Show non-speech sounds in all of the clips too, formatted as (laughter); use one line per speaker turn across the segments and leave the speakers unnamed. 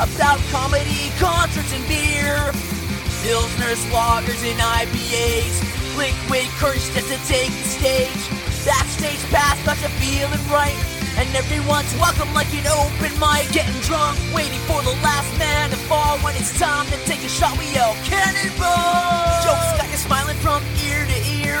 about comedy, concerts, and beer. Pilsners, loggers, and IPAs. Liquid courage just to take the stage. Backstage pass, got you feeling right. And everyone's welcome like an open mic. Getting drunk, waiting for the last man to fall. When it's time to take a shot, we yell cannonball. Jokes got you smiling from ear to ear.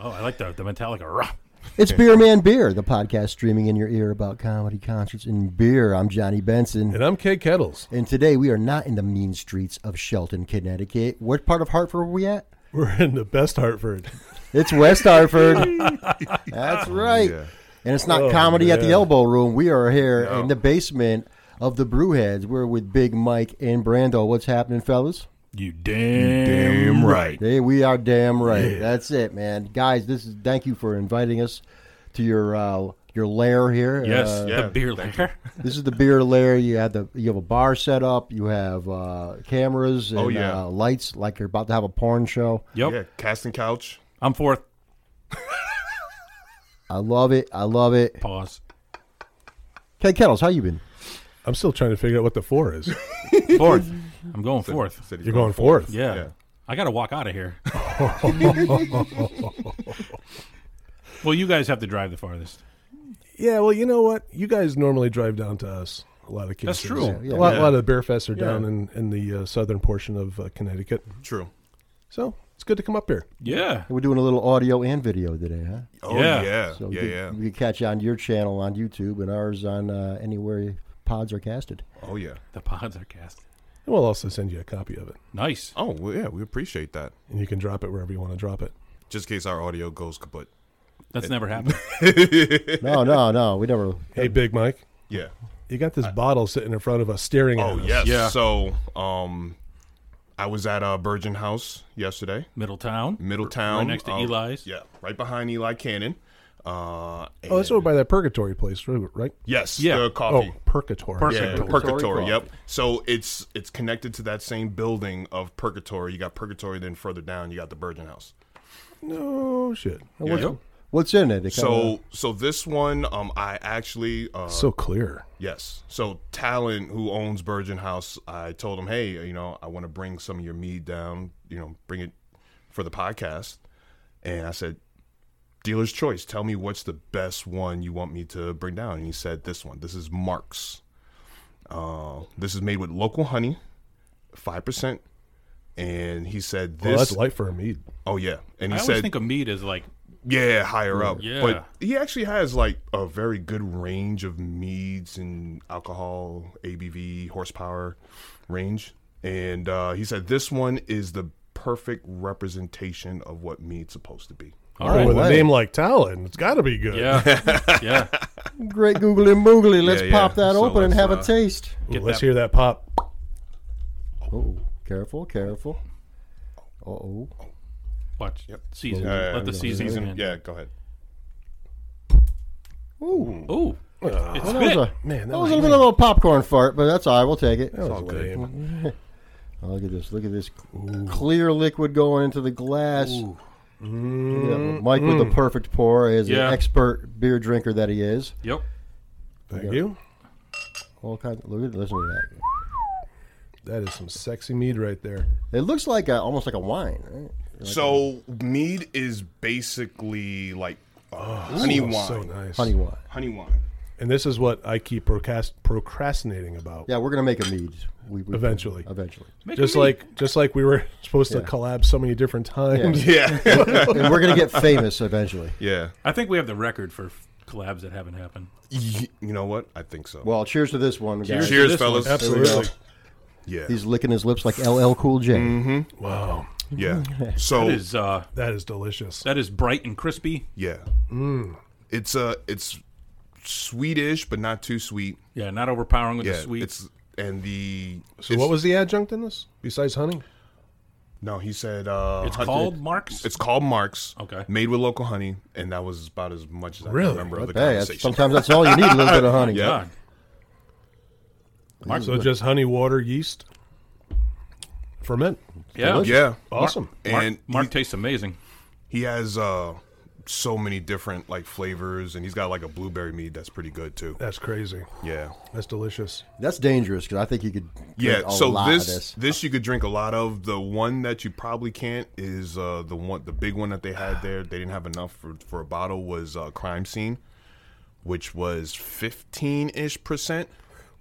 Oh, I like the the metallic rah.
It's Beer Man Beer, the podcast streaming in your ear about comedy, concerts, and beer. I'm Johnny Benson.
And I'm Kay Kettles. (laughs)
And today we are not in the mean streets of Shelton, Connecticut. What part of Hartford are we at?
We're in the best Hartford.
It's West Hartford. That's right.
yeah.
And it's not comedy at the
man.
elbow room. We are here in the basement of the Brewheads. We're with Big Mike and Brando. What's happening, fellas?
You damn.
Damn right.
Hey, we are damn right. That's it, man. Guys, this is thank you for inviting us to your uh, your lair here.
Yes,
Uh,
yeah,
the beer liquor.
This is the beer lair. You have the you have a bar set up. You have uh, cameras and
Oh, yeah.
uh, lights, like you're about to have a porn show.
Yep,
Yeah, casting couch.
I'm fourth.
I love it. I love
(laughs)
it.
Pause.
Kay Kettles, how you been?
I'm still trying to figure out what the
(laughs)
four is.
Fourth. I'm going fourth.
Said he's
You're going fourth.
Yeah.
Yeah.
I got to walk out of
(laughs)
here. (laughs) well, you guys have to drive the farthest.
Yeah, well, you know what? You guys normally drive down to us a lot of cases.
That's true.
A
Yeah.
lot,
Yeah.
lot of the beer fests are
Yeah.
down in, in the uh, southern portion of uh, Connecticut.
True.
So it's good to come up here.
Yeah.
We're doing a little audio and video today, huh?
Oh yeah.
Yeah.
Yeah.
So
yeah,
you, you can catch on your channel on YouTube and ours on uh, anywhere pods are casted.
Oh yeah.
The pods are cast.
And we'll also send you a copy of it.
Nice.
Oh well, yeah, we appreciate that.
And you can drop it wherever you want to drop it.
Just in case our audio goes kaput.
That's never
(laughs)
happened.
No, no, no. We never.
Hey, Big Mike,
Yeah.
you got this bottle sitting in front of us staring at
Oh
us.
yes.
Yeah.
So um I was at uh Virgin House yesterday.
Middletown.
Middletown.
Right next to
um,
Eli's.
Yeah. Right behind Eli Cannon. Uh
Oh, that's
and-
over by that purgatory place, right?
Yes,
Yeah.
the coffee.
Oh, purgatory.
Purg-
Yeah,
Purgatory.
Purgatory.
Purgatory.
Yep. So it's it's connected to that same building of Purgatory. You got Purgatory, then further down you got the Virgin House.
No shit.
Yeah.
What's in it? It kinda-
So so this one, um, I actually uh,
So clear.
yes. So Talon, who owns Virgin House, I told him, hey, you know, I want to bring some of your mead down. You know, bring it for the podcast. And I said, dealer's choice. Tell me what's the best one you want me to bring down. And he said, this one. This is Mark's. Uh, this is made with local honey, five percent. And he said,
Well,
this.
Oh, that's light for a mead.
oh yeah. And
I
he
always
said,
think of meat as like
yeah, higher up.
Yeah.
But he actually has like a very good range of meads and alcohol, ABV, horsepower range. And uh, he said this one is the perfect representation of what mead's supposed to be.
all
Oh,
right.
with a
way.
name like Talon, it's got to be good.
Yeah.
(laughs)
Yeah.
great googly moogly. Let's
Yeah, yeah.
pop that
So
open and
let's,
have a
uh,
taste.
Ooh,
Get
let's
that-
hear that pop.
Oh, careful, careful. Uh oh.
Watch. Season.
Yeah,
Let the
yeah,
season.
season-
in.
Yeah, go ahead.
Oh. it's
That was
fit.
a
Man,
that was a little, Mm-hmm. bit of a popcorn fart, but that's all right. We'll take it.
It's all good.
Oh, look at this! Look at this clear liquid going into the glass. Look at that. Mike with the perfect pour is
Yeah.
an expert beer drinker that he is.
Yep.
Thank you.
All kinds. Look at listen to that.
That is some sexy mead right there.
It looks like a, almost like a wine. Right?
so mead is basically like uh, honey
Oh,
wine.
So nice.
Honey wine.
Honey wine. (laughs)
And this is what I keep procrast- procrastinating about.
Yeah, we're gonna make a mead. We, we,
Eventually.
Eventually.
Make a
Just
mead.
like just like we were (laughs) supposed to collab so many different
(laughs)
times.
Yeah.
and we're gonna get famous eventually.
yeah.
I think we have the record for f- collabs that haven't happened.
Y- You know what? I think so.
Well, cheers to this one, guys.
Cheers.
Cheers,
this one.
fellas.
Absolutely.
Yeah.
He's licking his lips like LL Cool J.
Wow.
(laughs)
Yeah. So
That is uh,
That is delicious.
that is bright and crispy.
Yeah.
Mm.
It's uh it's sweetish but not too sweet.
Yeah, not overpowering with
Yeah.
the sweet.
It's and the
So what was the adjunct in this besides honey?
no? He said uh,
It's
hun-
called Marks.
It's called Marks.
Okay.
Made with local honey, and that was about as much as I
Really?
can remember of the
Hey, that's,
conversation.
sometimes that's all you need—a little bit of honey.
Yeah.
God.
So just honey, water, yeast, ferment.
Yeah.
Yeah,
Awesome.
Oh, Mark,
and
Mark tastes amazing.
he has uh, so many different like flavors, and he's got like a blueberry mead that's pretty good too.
That's crazy.
Yeah,
That's delicious.
That's dangerous because I think you could. drink
yeah.
a
So
lot
this,
of
this
this.
you could drink a lot of. The one that you probably can't is uh, the one the big one that they had there. They didn't have enough for for a bottle. Was uh, crime scene, which was fifteen ish percent.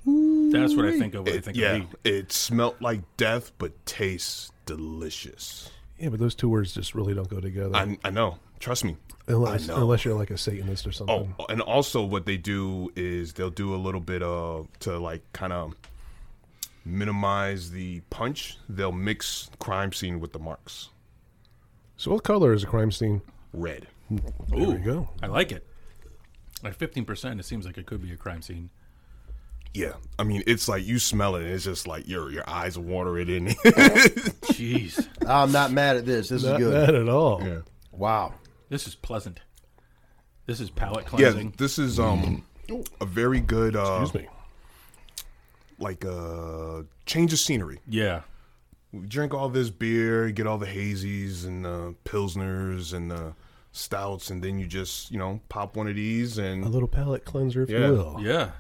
That's what I think of when I
It-
think of
yeah,
meat.
it smelt like death, but tastes delicious.
Yeah, but those two words just really don't go together.
I, I know. Trust me.
unless,
I know.
unless you're like a Satanist or something.
Oh, and also what they do is they'll do a little bit of to like kind of minimize the punch. They'll mix crime scene with the marks.
So what color is a crime scene?
Red.
There we go.
I like it. At 15%, it seems like it could be a crime scene.
Yeah, I mean it's like you smell it. and It's just like your your eyes water it in. (laughs)
Jeez.
I'm not mad at this. This
Not
is good.
bad at all.
Wow.
(laughs)
(laughs)
this is pleasant. This is palate
yeah,
cleansing.
this is um a very good uh
Excuse me.
like uh change of scenery.
Yeah.
We drink all this beer, get all the hazies and the pilsners and the stouts, and then you just you know pop one of these and
A little palate cleanser, if
Yeah.
you will.
yeah.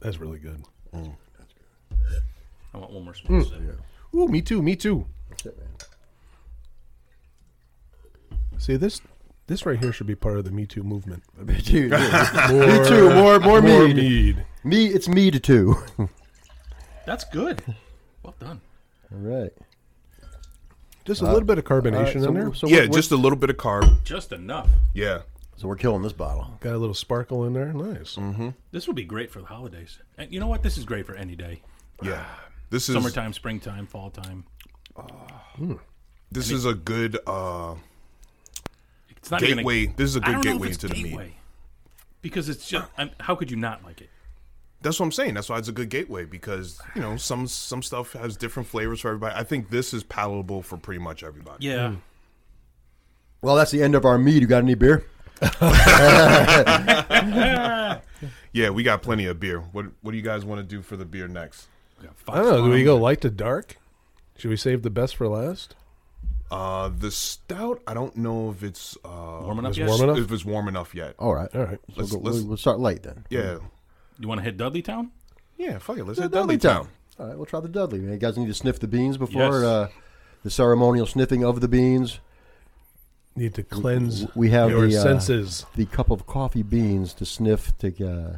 That's really good.
I want one more spoon.
Mm.
sip.
Ooh, me too. Me too. See this. This right here should be part of the Me Too movement.
Me too. yeah. (laughs)
More,
Me too. More, more,
more
mead.
mead.
Me, it's me to two. (laughs) all
That's good. Well done.
right.
Just a
Uh,
little bit of carbonation
All right, so-
in there.
so
yeah,
we're-
just a little bit of carb.
Just enough.
Yeah,
So we're killing this bottle.
Got a little sparkle in there. Nice.
Mm-hmm.
This would be great for the holidays. And you know what? This is great for any day.
yeah. This is
Summertime, springtime, fall time.
This is a good uh,
It's not even a-
gateway. this is a
I
good
don't know
gateway
if it's
into the
gateway.
meat.
Because it's just, I'm, how could you not like it?
That's what I'm saying. That's why it's a good gateway because you know some some stuff has different flavors for everybody. I think this is palatable for pretty much everybody.
Yeah.
Well, that's the end of our mead. You got any beer?
Yeah, we got plenty of beer. What what do you guys want to do for the beer next?
We got
I
Fox
don't know. Do
Farm.
we go light to dark? Should we save the best for last?
Uh, the stout. I don't know if it's uh,
Warm enough
It's
yet?
warm enough?
if it's warm enough yet.
All right.
All right.
Let's-
We'll, go-
let's-
we'll start late then.
Yeah,
You want to hit Dudley Town?
yeah. Fuck it. Let's
Yeah,
hit Dudley Town.
All right, we'll try the Dudley. You guys need to sniff the beans before
Yes.
uh, the ceremonial sniffing of the beans.
Need to cleanse
We have
your
the, uh,
senses.
The cup of coffee beans to sniff to uh,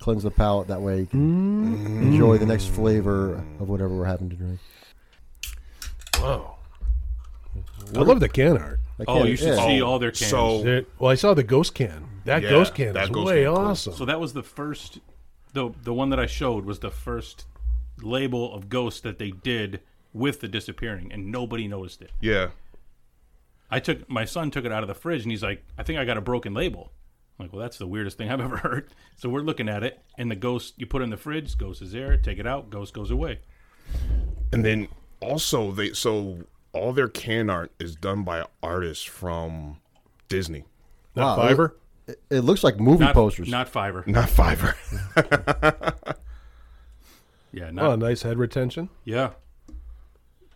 cleanse the palate. That way you can enjoy the next flavor of whatever we're having to drink.
Wow. I love the can art.
Like,
Oh,
yeah,
you should
yeah.
see all their cans.
So
There- well, I saw the ghost can. That
Yeah,
ghost can
that
is
ghost
way
can, cool.
awesome.
So that was the first, the the one that I showed was the first label of ghost that they did with the disappearing, and nobody noticed it.
yeah,
I took my son took it out of the fridge, and he's like, "I think I got a broken label." I'm like, well, that's the weirdest thing I've ever (laughs) heard. So we're looking at it, and the ghost you put it in the fridge, ghost is there. Take it out, ghost goes away.
And then also they so all their can art is done by artists from Disney,
Not
Wow,
fiber.
It, it looks like movie
Not,
posters.
not Fiverr.
not (laughs) Fiverr.
Yeah, not
Oh, nice head retention.
yeah.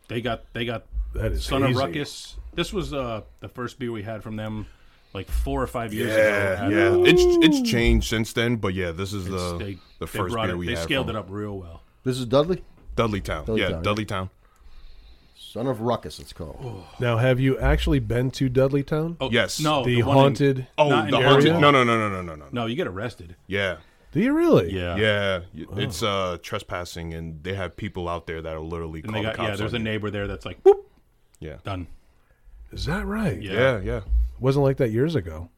They got they got
That is
son
hazy.
of ruckus. This was uh the first beer we had from them, like four or five years ago.
yeah,
at,
yeah.
uh,
It's it's changed since then, but yeah, this is the
they,
the
they
first
brought
beer
it,
we
they
had
scaled
from
it up real well.
this is Dudley,
Dudley Town.
Dudley
yeah,
Town, yeah.
Dudley Town.
son of Ruckus. It's called.
Now, have you actually been to Dudley Town?
Oh
Yes.
no,
the,
one in-
haunted.
Oh,
Not in
the
your
haunted.
area?
No, no, no, no, no, no, no.
no, you get arrested.
Yeah.
Do you really?
Yeah, Oh.
Yeah, y- it's uh trespassing, and they have people out there that are literally
And they
calling
got
cops.
yeah. There's a
on you.
neighbor there that's like whoop
Yeah,
done.
Is that right?
Yeah.
yeah, yeah.
Wasn't like that years ago.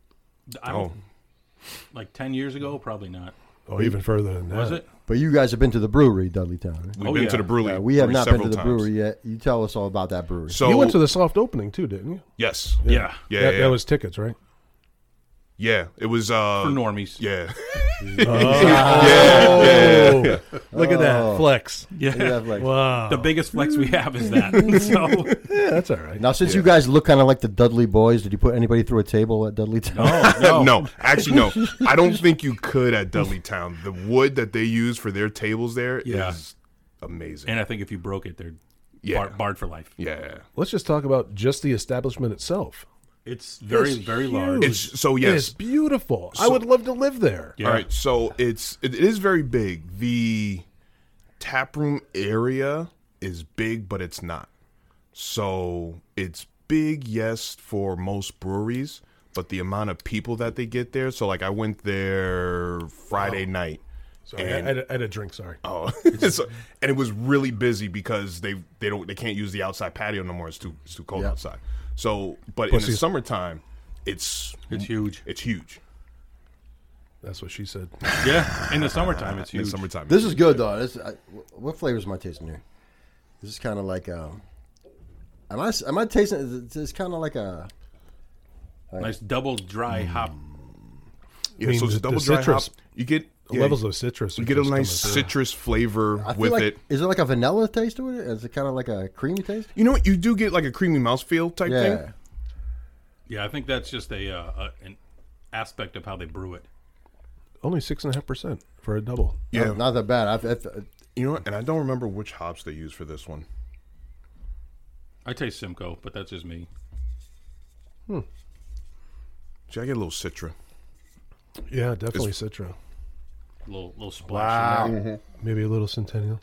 I don't-
Oh,
like ten years ago, probably not.
Oh, even further than that.
Was it?
But you guys have been to the brewery, Dudley Town. Right?
we've
Oh,
been
yeah.
to the brewery.
Yeah, we have
brewery
not been to
several
the
times.
brewery yet. You tell us all about that brewery.
So
you went to the soft opening too, didn't you?
yes,
Yeah.
Oh. yeah,
that,
yeah.
that was tickets, right?
Yeah, it was uh
for normies.
Yeah.
Oh, look at that flex.
Yeah. Mm.
You have, like-
Wow.
(laughs) The biggest flex we have is (laughs) that. (laughs) So
yeah, that's all right.
Now, since you guys look kind of like the Dudley boys, did you put anybody through a table at Dudley Town?
no. actually, no. I don't think you could at Dudley Town. The wood that they use for their tables there is
Yeah.
amazing.
and I think if you broke it, they're
Yeah.
bar- barred for life.
yeah,
Let's just talk about just the establishment itself.
It's very
It's
very
huge.
large.
it's so
It is
yes.
beautiful. I would love to live there.
Yeah.
All right, so it's it is very big. The taproom area is big, but it's not. So it's big, yes, for most breweries, but the amount of people that they get there. So like, I went there Friday night.
Sorry, I, I had a- I had a drink. Sorry.
Oh, (laughs) so, and it was really busy because they they don't they can't use the outside patio no more. It's too it's too cold outside. So, but in the summertime, it's
It's huge.
it's huge.
That's what she said.
Yeah, in the summertime it's
In
huge.
the summertime,
This is good though. This, I, what flavors am I tasting here? This is kind of like um, am I am I tasting? It's kind of like a
nice double dry hop.
yeah,
I mean,
so it's
the-
double
the
dry
citrus-
hop. You get
The
yeah,
levels of citrus.
You
are
get a
just
nice
coming through.
citrus flavor
I feel
with
like,
it.
Is it like a vanilla taste to it? Is it kind of like a creamy taste?
You know what? You do get like a creamy mouthfeel type
Yeah,
thing.
Yeah, I think that's just a, uh, a an aspect of how they brew it.
Only six and a half percent for a double.
Yeah.
Not, not that bad. I've, I've-
You know what? And I don't remember which hops they use for this one.
I taste Simcoe, but that's just me.
See, I get a little citra.
Yeah, definitely Citra.
A little little splash. in there.
Maybe a little Centennial.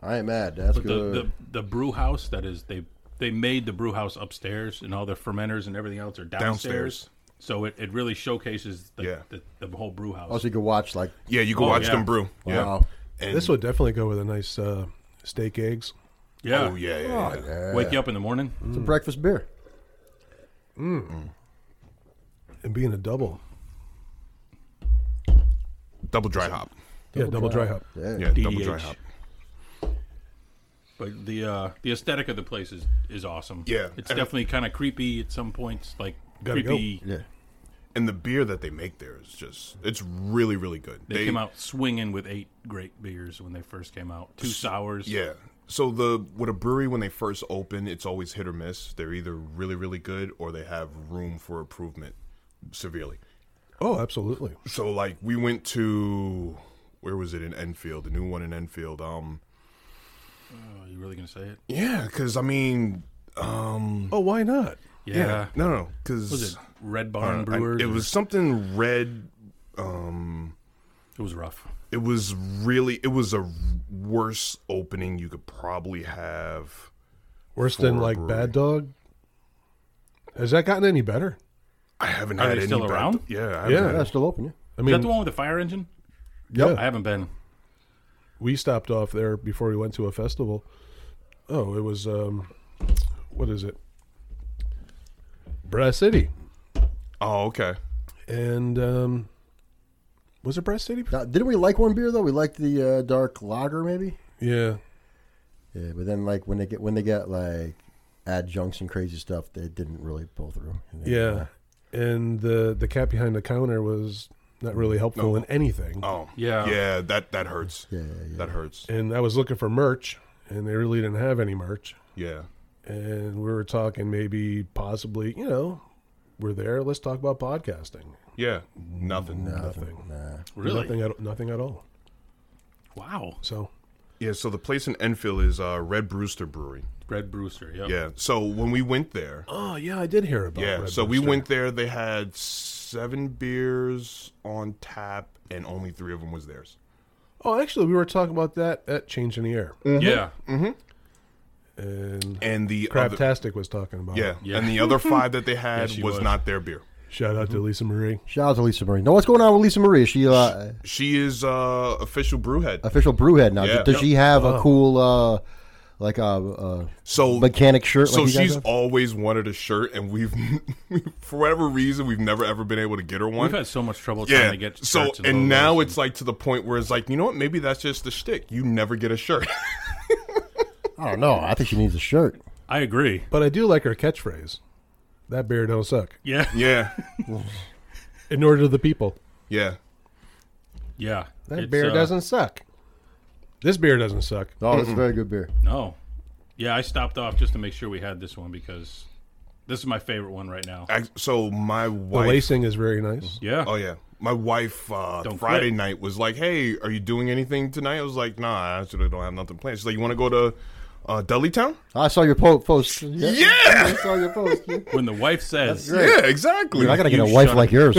I ain't mad. That's
But the,
good.
the the brew house that is they they made the brew house upstairs and all the fermenters and everything else are downstairs.
Downstairs.
So it, it really showcases the,
Yeah.
the, the whole brew
Oh,
house.
also, you could watch like
Yeah, you can
Oh,
watch
yeah.
them brew. Yeah.
Wow.
And,
This would definitely go with a nice uh, steak eggs.
yeah.
Oh yeah, yeah, yeah.
Wake you up in the morning.
it's a breakfast beer.
and being a double.
Double dry hop.
yeah, double dry hop.
Yeah.
Yeah, double dry
DDH.
hop.
But the uh, the aesthetic of the place is, is awesome.
Yeah.
It's
And-
definitely kind of creepy at some points, like
Gotta go.
creepy.
Yeah.
and the beer that they make there is just it's really really good
They, came out swinging with eight great beers when they first came out. Two sours.
yeah so the with a brewery when they first open it's always hit or miss they're either really really good or they have room for improvement severely
Oh, absolutely.
so like we went to where was it in enfield the new one in enfield um
Are Oh, you really gonna say it?
yeah because i mean
Oh, why not?
Yeah.
yeah, no no because
Was it Red Barn Brewers?
it
or-
was something red
It was rough.
it was really it was a worse opening you could probably have
Worse
For
than
a
like
brewery.
Bad Dog. Has that gotten any better?
I haven't
Are
had
they
any
still
bad-
around?
Yeah, I haven't
Yeah.
had
Yeah, it's still open. Yeah.
I
Is that the
mean,
one with the fire engine? I
yeah,
haven't been.
we stopped off there before we went to a festival. Oh, it was um, what is it? Brass City,
Oh, okay.
and um, was it Brass City?
Now, didn't we like one beer though? We liked the uh, dark lager, maybe.
Yeah,
Yeah, but then like when they get when they get like adjuncts and crazy stuff, they didn't really pull through. And then,
yeah. And the the cat behind the counter was not really helpful in anything.
Oh,
Yeah.
yeah. That that hurts.
Yeah, yeah.
that hurts.
And I was looking for merch, and they really didn't have any merch.
Yeah,
and we were talking maybe possibly you know we're there let's talk about podcasting
yeah. Nothing.
nothing
Nah.
Really?
nothing at, nothing at all
Wow.
so
Yeah. So the place in Enfield is uh, Red Brewster Brewery.
Red Brewster. Yep.
Yeah. So when we went there,
oh yeah i did hear about
yeah.
Red
so we
Rooster.
went there. They had seven beers on tap, and only three of them was theirs.
oh actually we were talking about that at change in the air
Mm-hmm.
Yeah.
and
And Mm. the other,
craptastic was talking about
yeah,
it.
Yeah.
and the other five that they had
she
was,
was.
not their beer.
shout
Mm-hmm.
out to lisa marie
Shout out to Lisa Marie. Now, what's going on with Lisa Marie? Is she uh,
She is uh, official brewhead.
official brewhead now?
Yeah.
Does she have a cool uh, like a, uh
So
mechanic shirt?
So
like you guys
she's
have?
always wanted a shirt, and we've, (laughs) for whatever reason, we've never ever been able to get her one.
We've had so much trouble
yeah.
trying to get
so
shirts
and,
logos
now it's like to the point where it's like, you know what? Maybe that's just the shtick. You never get a shirt. (laughs)
I don't know. I think she needs a shirt.
I agree.
but i do like her catchphrase that beer don't suck
Yeah.
yeah.
in order to the people.
Yeah.
Yeah.
That
It's,
beer
uh,
doesn't suck. This beer doesn't suck.
Oh, it's very good beer.
No. Yeah, I stopped off just to make sure we had this one because this is my favorite one right now.
I, so my
The
wife.
lacing is very nice.
Yeah.
Oh yeah, my wife uh,
Don't
Friday
quit.
night was like, "Hey, are you doing anything tonight?" I was like, "Nah, I actually don't have nothing planned." She's like, "You want to go to uh, Dudley Town?"
I saw your po- post. Yeah,
Yeah!
I saw your post.
(laughs)
Yeah.
When the wife says,
Great.
Yeah, exactly.
Dude, I gotta get
You
a wife
shut
like
(laughs)
yours.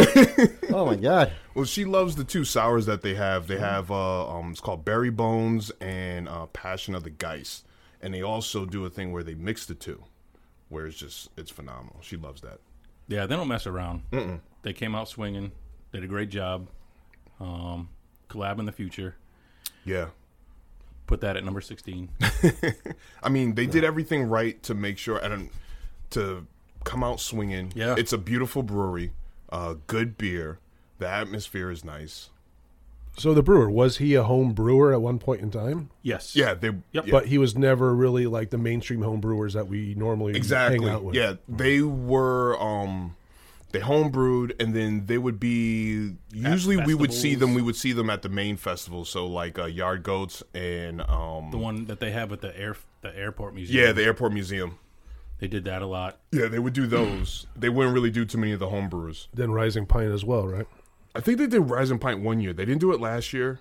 oh my god!
well, she loves the two sours that they have.
Mm-hmm.
They have uh, um, it's called Berry Bones and uh, Passion of the Geist, and they also do a thing where they mix the two, where it's just it's phenomenal. She loves that.
yeah, they don't mess around. They came out swinging, did a great job. Um, collab in the future.
Yeah,
Put that at
(laughs)
number 16.
I mean, they did everything right to make sure and to come out swinging.
Yeah.
it's a beautiful brewery, uh, good beer. The atmosphere is nice.
So the brewer was he a home brewer at one point in time?
yes.
Yeah, they.
Yep.
yeah,
But he was never really like the mainstream home brewers that we normally
exactly.
hang out with.
Yeah, they were. Um, they homebrewed, and then they would be. Usually, we would see them.
festivals.
We would see them at the main festival. So like uh, Yard Goats and um,
The one that they have at the air the airport museum.
yeah, the Airport Museum.
They did that a lot.
Yeah, they would do those.
(clears throat)
they wouldn't really do too many of the homebrewers.
Then Rising Pine as well, right?
I think they did Rise and Pint one year. They didn't do it last year.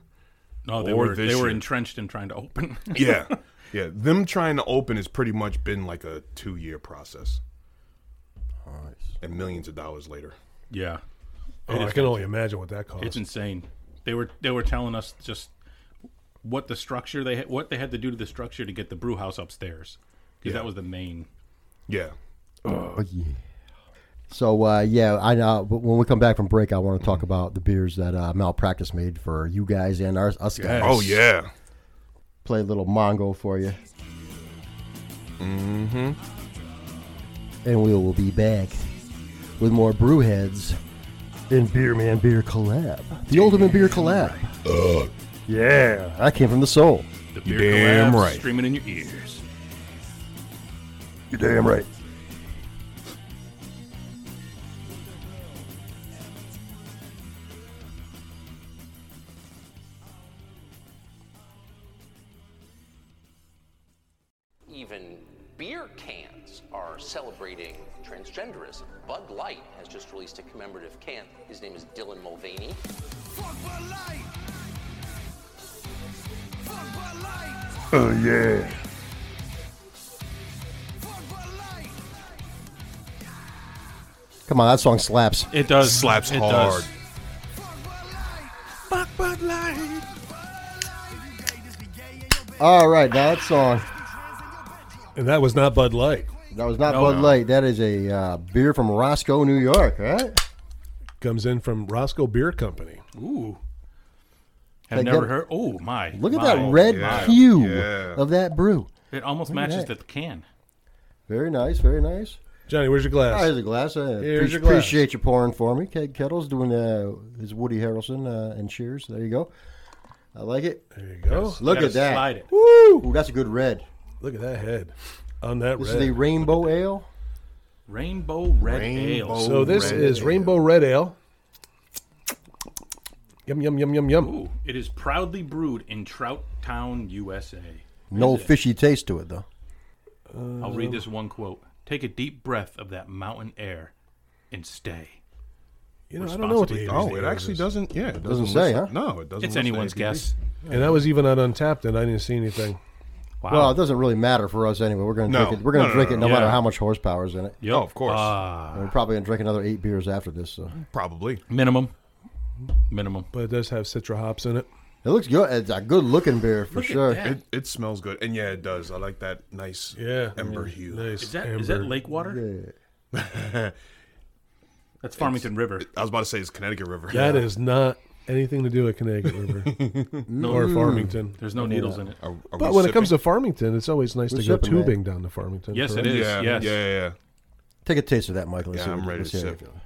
No, they
Or
were
this
they were
year.
entrenched in trying to open. (laughs)
(laughs) Yeah. Yeah. Them trying to open has pretty much been like a two year process. And millions of dollars later.
yeah.
Oh, I can only imagine what that cost.
It's insane. They were they were telling us just what the structure they had, what they had to do to the structure to get the brew house upstairs because that was the main.
Yeah.
Oh, yeah. So uh, yeah, I know. But when we come back from break, I want to talk about the beers that uh, Malpractice made for you guys and our, us guys.
Oh yeah.
Play a little Mongo for you. Mm-hmm.
Mm-hmm.
And we will be back with more Brewheads and Beer Man Beer collab. The Ultimate Beer collab. Uh. Yeah, that came from the soul.
The beer
damn
collabs
right.
streaming in your ears.
You're damn right.
Even beer cans are celebrating transgenderism. Bud Light has just released a commemorative can. His name is Dylan Mulvaney.
Fuck Bud Light. Fuck Bud Light.
Oh yeah.
Fuck Bud Light.
Come on, that song slaps.
It does
Slaps
it
hard.
Does.
Fuck Bud Light.
All right, now that song.
and that was not Bud Light.
That was not
No,
Bud
no.
Light. That is a uh, beer from Roscoe, New York. Right?
Comes in from Roscoe Beer Company.
Ooh, have
They
never
get-
heard. Oh my!
Look at
my.
that red
yeah.
hue
Yeah.
of that brew.
It almost
at
matches the
that.
can.
Very nice. Very nice.
Johnny, where's your
Ah,
glass?
here's a glass. I
Here's
appre-
your glass.
appreciate you pouring for me. Keg Kettles doing uh, his Woody Harrelson uh, and Cheers. There you go. I like it.
there you go.
Look
Gotta
at that.
Slide it.
Ooh, that's a good red.
Look at that head on that
This
red.
is a rainbow ale.
Rainbow red ale.
Rainbow.
so this
Red
is
ale.
Rainbow Red Ale. Yum yum yum yum yum.
Ooh, it is proudly brewed in Trout Town, USA.
No fishy taste to it though.
I'll read this one quote. Take a deep breath of that mountain air and stay.
You know, I don't know what the
Responsibly.
Oh, it actually doesn't. Yeah, it doesn't,
say,
list-
huh?
No, it doesn't. list
It's
the
anyone's
ABV.
guess.
And that was even on Untapped, and I didn't see anything.
Wow.
Well, it doesn't really matter for us anyway. We're gonna
No.
drink it. We're gonna
No, no,
drink
no,
it
no.
no matter
Yeah.
how much horsepower is in it.
Yep.
Oh, of course.
Ah,
And we're probably gonna drink another eight beers after this. So.
Probably.
minimum. Minimum.
But it does have Citra hops in it.
It looks good. It's a good looking beer for sure.
It, it smells good, and yeah, it does. I like that nice
Yeah,
ember
Yeah,
hue.
Nice.
Is that
amber.
is that lake water? (laughs) That's Farmington River.
I was about to say it's Connecticut River.
That is not anything to do
(laughs)
with Connecticut River or Farmington.
There's no needles in it.
Are- are
But
we
when it comes
sipping?
to Farmington, it's always nice to go
sipping, man.
tubing down to Farmington.
Yes, it
correct?
is.
yeah,
yes.
yeah, yeah, yeah.
Take a taste of that, Mike. Let's
Yeah,
see
I'm
what-
ready
let's
to
see how
sip.
you feel.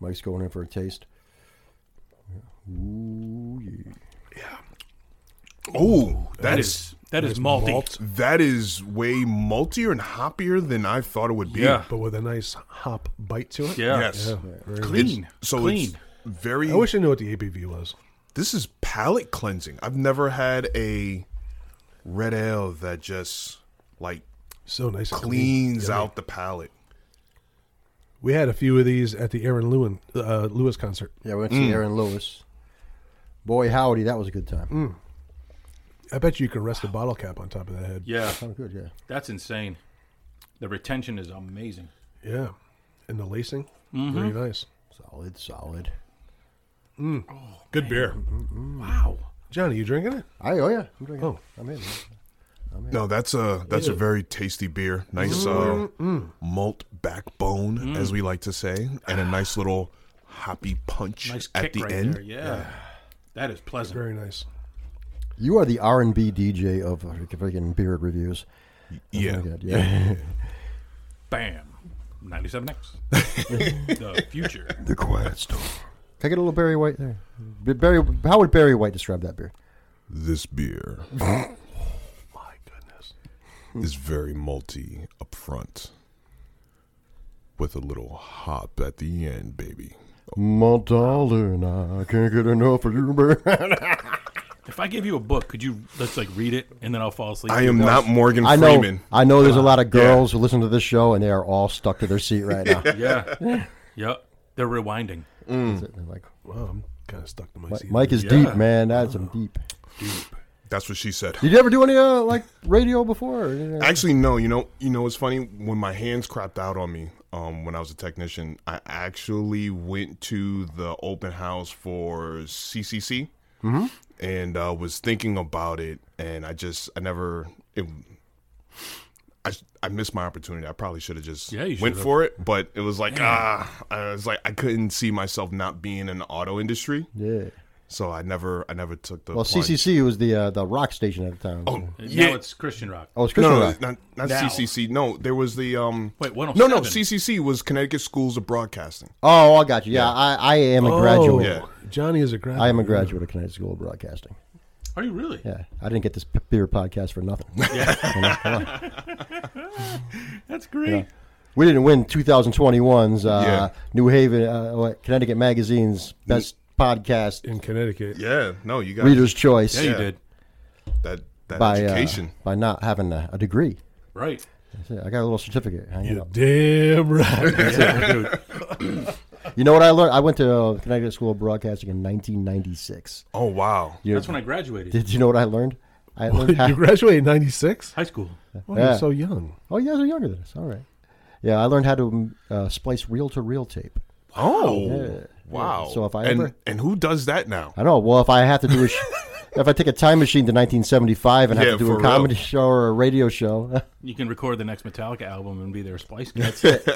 Mike's going in for a taste. Ooh, yeah.
Oh,
That is that is malty.
Malt,
That is way maltier and hoppier than I thought it would be.
Yeah.
but with a nice hop bite to it.
Yeah.
Yes.
Yeah, very
Clean.
So
Clean.
It's, very.
I wish I knew what the ABV was.
this is palate cleansing. I've never had a red ale that just like
So nice, and clean.
cleans
Yummy.
out the palate.
We had a few of these at the Aaron Lewin uh, Lewis concert.
Yeah, we went to see Aaron Lewis. Boy, howdy, that was a good time.
I bet you could rest a bottle cap on top of that head.
Yeah,
Sounded good, yeah.
that's insane. The retention is amazing.
Yeah, and the lacing,
Mm-hmm.
very nice.
Solid, solid.
Good beer.
Wow.
Johnny, you drinking it?
I oh yeah, I'm drinking.
Oh.
I'm in.
No, that's a that's a very tasty beer. Nice
Mm.
uh, malt backbone, as we like to say, and a nice little hoppy punch
Nice kick
at the
right
end.
there. Yeah. That is pleasant.
Very nice.
You are the R and B DJ of uh, freaking beer reviews.
Yeah,
Look
(laughs)
at- yeah.
Bam. 97X. the future.
the quiet storm.
Can I get a little Barry White there? B- Barry, how would Barry White describe that beer?
This beer
(laughs)
My goodness.
is very malty up front, with a little hop at the end, baby.
My darling, I can't get enough of you, Barry.
If I give you a book, could you let's like read it and then I'll fall asleep?
I am not Morgan
(laughs) I know.
Freeman.
I know. There's a lot of girls who listen to this show, and they are all stuck to their seat right now.
Yeah. (laughs) yep. They're rewinding.
They're like,
Wow, I'm kind of stuck to my
"Mi-
seat.
Mike is
Yeah.
deep, man. That's some deep.
That's what she said.
Did you ever do any uh, like radio before? or anything?
Actually, no. You know, you know, it's funny when my hands crapped out on me um, when I was a technician. I actually went to the open house for CCC
Mm-hmm.
and uh, was thinking about it, and I just I never it. I, I missed my opportunity. I probably should have just
Yeah, you
went
should've.
for it, but it was like ah, I was like I couldn't see myself not being in the auto industry,
yeah.
so I never I never took the
Well,
plunge.
CCC was the uh, the rock station at the time.
Oh,
Yeah. Now it's Christian rock.
oh, it's
No,
Christian
no,
rock.
not, not
Now.
CCC. No, there was the um.
Wait,
oh
No, no,
107.
CCC was Connecticut Schools of Broadcasting.
Oh, I got you. Yeah, I, I am a
Oh.
graduate.
yeah.
Johnny is a graduate.
I am a graduate of Connecticut School of Broadcasting.
Are you really?
Yeah, I didn't get this p- beer podcast for nothing. (laughs)
That's great.
we didn't win 2021's uh,
Yeah.
New Haven, uh, what, Connecticut Magazine's best podcast
in Connecticut.
Yeah, no, you got
reader's choice
Yeah, you did.
that that
by uh,
education.
by not having a, a degree.
Right.
That's it. I got a little certificate. hanging
You're
up.
damn right.
Yeah, dude.
You know what I learned? I went to uh, Connecticut School of Broadcasting in 1996.
oh wow,
You-
That's when I graduated.
Did you know what I learned? I learned how-
you graduated in '96.
High school.
Well,
Yeah.
You're so young.
Oh, you guys are younger than us. All right. Yeah, I learned how to um, uh, splice reel to reel tape.
oh wow.
So if I
and
ever-
and who does that now?
I know. Well, if I have to do a, sh-
(laughs)
if I take a time machine to 1975 and
Yeah,
have to do
for
a
real.
comedy show or a radio show, (laughs)
You can record the next Metallica album and be their splice. That's
(laughs)
it.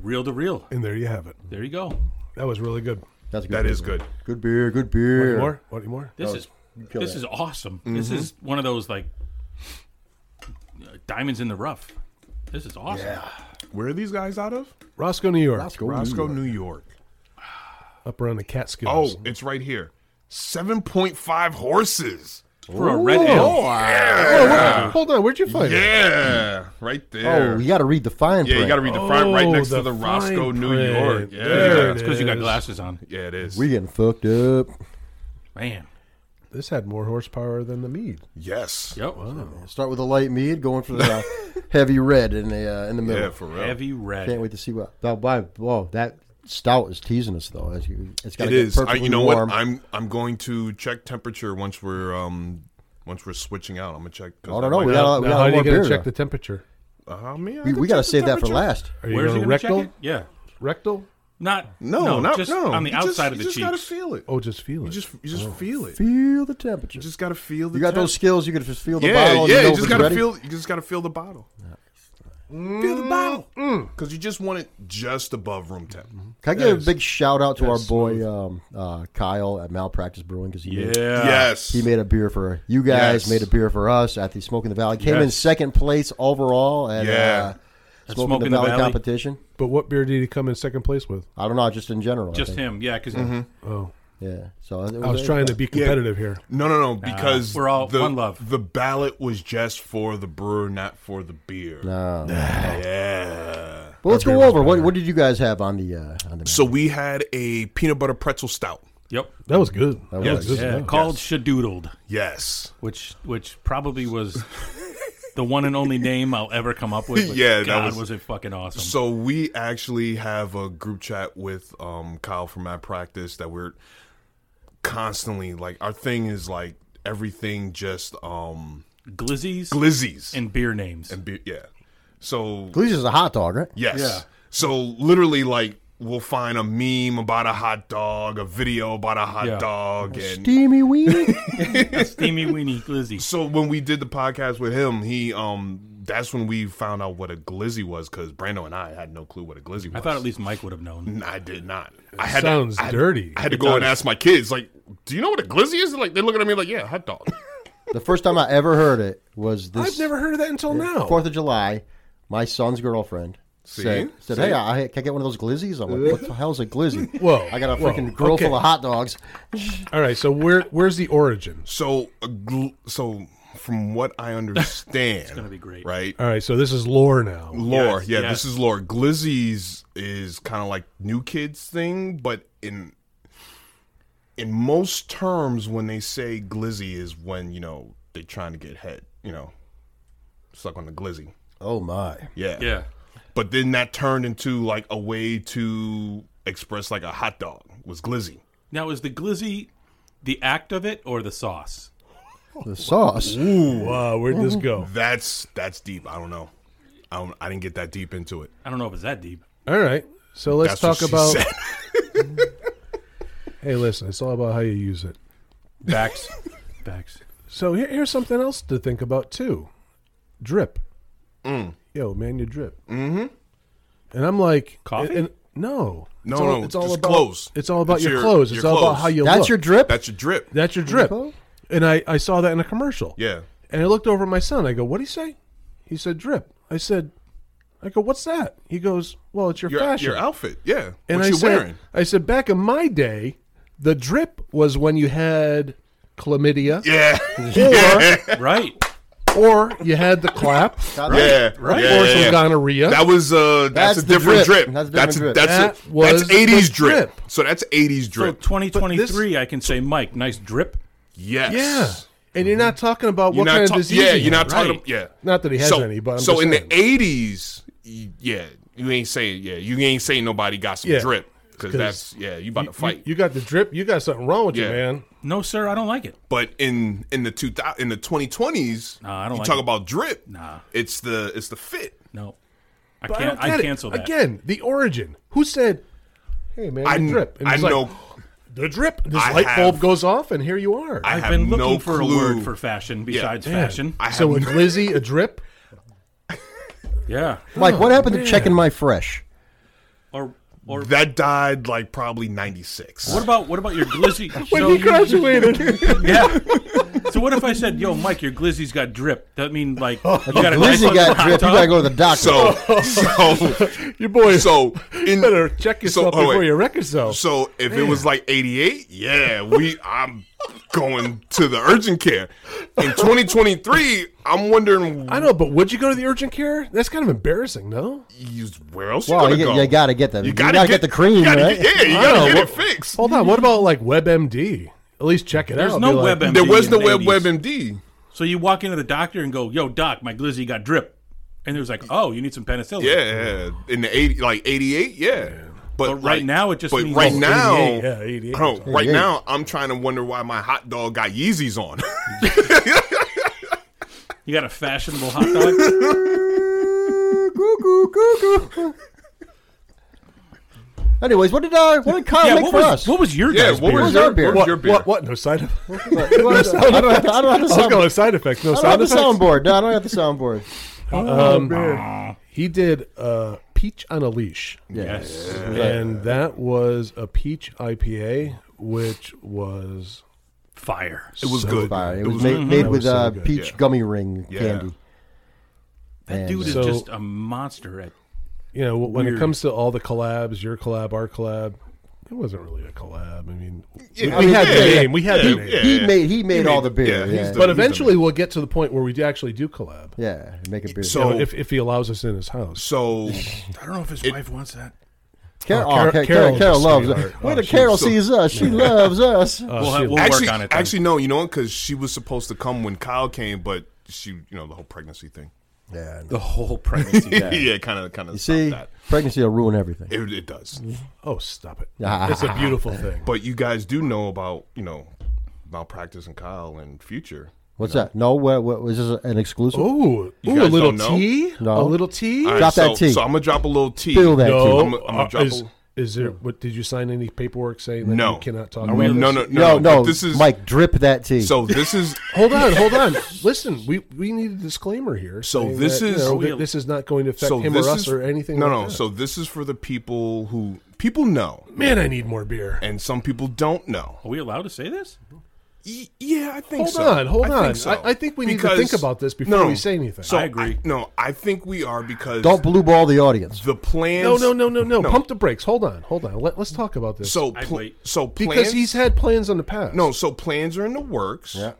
Real to real.
And there you have it.
There you go.
That was really good.
that's a good.
That
beer.
is good.
Good beer. Good
Any
beer.
more? What any more?
This is
kill
this
Oh, that.
is awesome.
Mm-hmm.
This is one of those like uh, diamonds in the rough. This is awesome.
Where are these guys out of?
Roscoe, New York.
Roscoe,
Roscoe,
New York.
New York.
Up around the Catskills.
Oh, it's right here. Seven point five horses.
For a red ale.
Whoa, where- Oh, hold on. Where'd you find it?
Yeah, right there.
Oh, you got to read the fine
yeah,
print.
you got to read the front right
Oh,
next to
the
the Roscoe,
fine
New York.
print.
Yeah,
There
It's because you got
is.
glasses on.
yeah, it is.
We getting fucked up.
Man.
This had more horsepower than the mead.
yes.
Yep.
Start with a light mead, going for the uh,
(laughs)
heavy red in the uh, in the middle.
Yeah, for real.
Heavy red.
Can't wait to see what. Oh, wow, whoa, that stout is teasing us though. It's, it's got
It
to get
is. I,
perfectly
you know
warm.
what? I'm I'm going to check temperature once we're um once we're switching out. I'm gonna check.
I don't know. We got a, Uh, we
Now,
got a
how are you
more
going
beer.
to check
though.
the temperature?
Uh, man, I
we
can
we got to
check the
save that for
temperature.
last.
Are you
Where's
gonna
he gonna
rectal?
check it? Yeah.
Rectal?
Not
No, not
just
no.
on the
You just-
outside of the
You just gotta
cheeks.
feel it.
Oh, just feel it.
You just you just feel it.
Oh, Feel the temperature.
You just gotta feel the.
you got
temp-
those skills. You can just feel the
yeah,
bottle. and
yeah.
you, know
you just
if it's
gotta
ready.
feel. You just gotta feel the bottle. Feel the bottle.
Mm.
Because you just want it just above room temp.
Can I give a big shout out to our boy um, uh, Kyle at Malpractice Brewing because he
Yeah.
made,
Yes.
he made a beer for you guys,
Yes.
made a beer for us at the Smoke in the Valley. Came in
Yes.
second place overall at
Yeah.
uh,
At
Smoke, in the Valley, competition.
but what beer did he come in second place with?
I don't know, just in general. I
Just
think.
him. Yeah, because
Mm-hmm.
Oh,
Yeah. So uh, it
I was trying to be competitive here.
No, no, no. Because
we're all
the,
one love.
The ballot was just for the brewer, not for the beer.
No.
Yeah.
Well, let's
Our
go
beer was
over. What,
better.
what did you guys have on the uh, on the?
So we had a peanut butter pretzel stout.
Yep.
That was good.
That
That
was
was
good.
good.
Yeah,
Yeah.
called Shadoodled,
Yes.
which which probably was the one and only name I'll ever come up with.
(laughs)
but
Yeah, that
God,
was-
it fucking awesome.
So we actually have a group chat with um, Kyle from at practice that we're constantly like our thing is like everything just um
Glizzies
glizzies
and beer names.
and be- yeah. So
Glizzy's is a hot dog, right?
yes.
Yeah.
So literally like we'll find a meme about a hot dog, a video about a hot
Yeah.
dog and
Steamy
(laughs)
weenie.
Steamy weenie glizzy.
So when we did the podcast with him, he um that's when we found out what a glizzy was because Brando and I had no clue what a glizzy was.
I thought at least Mike would have known.
I did not. I had
sounds
to, I had-
dirty.
I had to
It
go and
does.
ask my kids, like, do you know what a glizzy is? Like they're looking at me like, yeah, hot dog.
(laughs)
(laughs)
the first time I ever heard it was this
I've never heard of that until now.
Fourth of July. My son's girlfriend said, said
See?
"Hey, I, can I get one of those glizzies?" I'm like, "What the hell's a glizzy?"
Whoa,
I got a
whoa,
freaking grill full
okay.
of hot dogs.
All right, so where where's the origin?
so a gl- so from what
(laughs)
I understand, it's gonna
be great.
right?
All right, so this is lore now.
Lore,
Yes,
yeah,
yes.
this is lore. Glizzies is kind of like new kids thing, but in in most terms, when they say glizzy, is when you know they're trying to get head, you know, suck on the glizzy.
Oh my!
Yeah,
Yeah.
But then that turned into like a way to express like a hot dog was glizzy.
Now is the glizzy the act of it or the sauce?
The sauce.
Ooh, uh, where'd this go?
That's that's deep. I don't know. I don't, I didn't get that deep into it.
I don't know if it's that deep.
All right, so let's
That's what
talk
she
about.
said. (laughs)
Hey, listen, it's all about how you use it.
Backs.
(laughs)
Backs.
So here, here's something else to think about too. Drip. Yo, man, you drip. Mm-hmm. And I'm like,
Coffee?
and- no,
No,
it's all,
no,
it's all
just
about
clothes.
It's all about
It's
your,
your-
clothes. It's
your
all
clothes.
about how you.
That's
look.
your drip.
That's your drip.
That's your drip.
clothes?
And I, I saw that in a commercial.
yeah.
And I looked over at my son. I go, "What do you say?" He said, "Drip." I said, "I go, what's that?" He goes, "Well, it's your,
Your,
fashion."
your outfit, yeah.
and
what
I
you
said,
wearing?
I said, back in my day, the drip was when you had chlamydia
(laughs) Yeah,
Right.
or you had the clap,
yeah, (laughs) right. Yeah,
or
yeah,
some
yeah.
gonorrhea.
That was uh, that's,
That's
a
the
different
drip.
drip.
That's a
That's
different drip.
that's
That
a, that's
was the
eighties drip.
drip.
So that's eighties
So
drip.
2023, I can say, Mike, nice drip.
yes.
yeah, and you're not talking about
You're
what
not
kind
ta-
of disease.
yeah,
he
you're not
had.
talking.
right.
ab- Yeah.
Not that he has
so,
any, but I'm
so
just
in
saying.
the eighties, yeah, you ain't saying yeah, you ain't saying nobody got some
Yeah.
drip because that's yeah, you about
You-
to fight.
You, got the drip. You got something wrong with
Yeah.
you, man.
No, sir, I don't like it.
but in in the two thousand in the twenty twenties,
Nah, I don't
you
like
talk
it.
about drip.
Nah.
it's the it's the fit.
No. I
But
can't
I,
I,
don't get it.
cancel that.
again. The origin. Who said, "Hey, man,
I
the
kn-
drip"?
I
he's like,
know.
the drip. This
I
light bulb
have-
goes off, and here you are.
I
I've
have
been looking
no
for
clue.
a word for fashion besides fashion.
I
so a
have
glizzy, a drip.
yeah.
Mike, what happened to checking my fresh?
Or or
that died like probably ninety six.
what about what about your glizzy? so,
graduated.
yeah. So what if I said, "Yo, Mike, your glizzy's got drip"? That mean like you got a nice
Glizzy
little
got
hot
drip. You
tub?
gotta go to the doctor.
(laughs)
So, so
(laughs) Your boy.
So in,
better check
hold
yourself
on,
before
wait.
you wreck yourself.
So if it was like eighty eight, yeah, we I'm going to the urgent care. In twenty twenty three, I'm wondering
I know, but would you go to the urgent care? That's kind of embarrassing, no?
you- where else you,
well, you,
gonna
get-
go.
you gotta get the you,
gotta
gotta get, the cream,
you gotta
right? (laughs)
Get, yeah, you
I
gotta
don't
get
know,
it
what-
fixed.
Hold on. What about like WebMD? At least check it
There's
out.
no
Be like,
WebMD.
There was
in
no
the
web
80s.
WebMD.
So you walk into the doctor and go, "Yo, doc, my glizzy got drip," and there's like, "Oh, you need some penicillin."
Yeah, yeah. in the eighty like eighty eight, yeah. But,
But right
like-
now, it just
but
means-
right
Oh,
now,
88, yeah, 88.
I don't- right
88.
now, I'm trying to wonder why my hot dog got Yeezys
(laughs)
on.
You got a fashionable hot dog.
Anyways, what did uh, what did Kyle
yeah.
make
What
for
was
us?
what was your
yeah,
guys'
what
beer?
was
What was our
your,
beer?
what was
What,
your beer?
what? What? No side effects. (laughs) I
What- what was- I don't have I don't have the
was
sound-
going with side effects. No
I don't have the
sound effects.
soundboard. No, I don't have the soundboard.
He did uh, peach on a leash,
Yes.
and that was a peach IPA, which was
Fire.
It was (laughs) good.
Fire. It,
It
was,
was
made,
good.
made
That
with
was so
uh,
good.
peach
Yeah.
gummy ring
Yeah.
candy.
That dude is
So-
just a monster at
you know when
Weird.
it comes to all the collabs, your collab, our collab. It wasn't really a collab. I mean,
Yeah,
we,
I
we had
mean,
the
yeah,
name. We had
yeah,
the name.
yeah.
he made he made all
made-
the beer.
yeah, he's
Yeah, yeah,
the-
But eventually, we'll get to the point where we d- actually do collab.
make
Mm.
a beer.
So-
You know, if, if he allows us in his
(laughs)
house.
So
I don't know if his wife wants that.
Carol,
Oh,
oh, Carol,
Carol-
Carol,
Carol's
loves
a
us.
sweetheart.
When
Oh,
the Carol
she's so-
sees
(laughs)
us, she loves us.
we'll ha- we'll
actually,
work on Oh, it. Then.
actually, no, you know what? Because she was supposed to come when Kyle came, but she, you know, the whole pregnancy thing. (laughs)
Yeah,
the whole (laughs) pregnancy.
Yeah, kind of, kind of.
you see,
that.
pregnancy will ruin everything.
It, it does.
Oh, stop it.
Ah.
it's a beautiful
(laughs)
thing.
But you guys do know about, you know, malpractice and Kyle and future.
What's that? No, what, what was this an
Oh.
exclusive?
Ooh,
You
ooh a
guys
little
don't know?
tea?
No.
A little tea?
All right,
Drop
so,
that tea.
So I'm gonna drop a little tea.
Feel that
No.
tea.
I'm gonna- I'm gonna
Uh,
drop
is,
a-
is there, what, did you sign any paperwork saying that
No,
you cannot talk
No,
about
no,
this?
no,
No,
no, but
no,
This is
Mike, drip that tea.
So this
(laughs)
is
Hold on,
(laughs)
hold on. Listen, we, we need a disclaimer here.
So
saying
this
that, you
is-
know,
we-
that this is not going to affect
so
him
this
or us
is,
or anything.
No,
like
no.
that.
So this is for the people who people know,
man, I need more beer.
and some people don't know.
Are we allowed to say this?
Y- yeah, I think
Hold
so.
on, hold
I
on.
Think so.
I- I think we need to think about this before we say anything.
So
I agree.
no, I think we are because
Don't blue ball
(laughs)
the audience.
the plans.
no, no, no, no, no,
No.
Pump the brakes. Hold on, hold on. Let, let's talk about this.
So
I'd
pl-
wait.
so plans,
because he's had plans in the past.
no. So plans are in the works.
Yeah.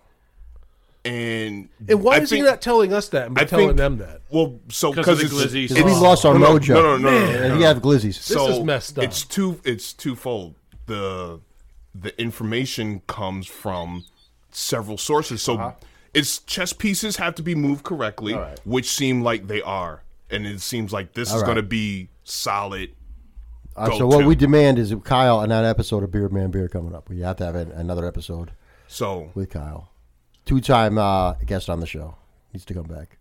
And
and why
I
is
think-
he not telling us that and
I
telling
think-
them that?
Well, so
'Cause of
because
the
it's,
glizzy.
it's-
we
Oh.
lost our
no, No,
mojo.
no, no, no, no,
and
no.
we have glizzies.
so
is messed up.
It's two. It's twofold. The the information comes from several sources. So
Uh-huh.
its chess pieces have to be moved correctly, which seem like they are, and it seems like this is
right.
going to be solid.
Uh,
go
so what
to.
we demand is Kyle and that episode of Beer Man Beer coming up. We have to have an, another episode
So
with Kyle, two-time uh, guest on the show. Needs to come back.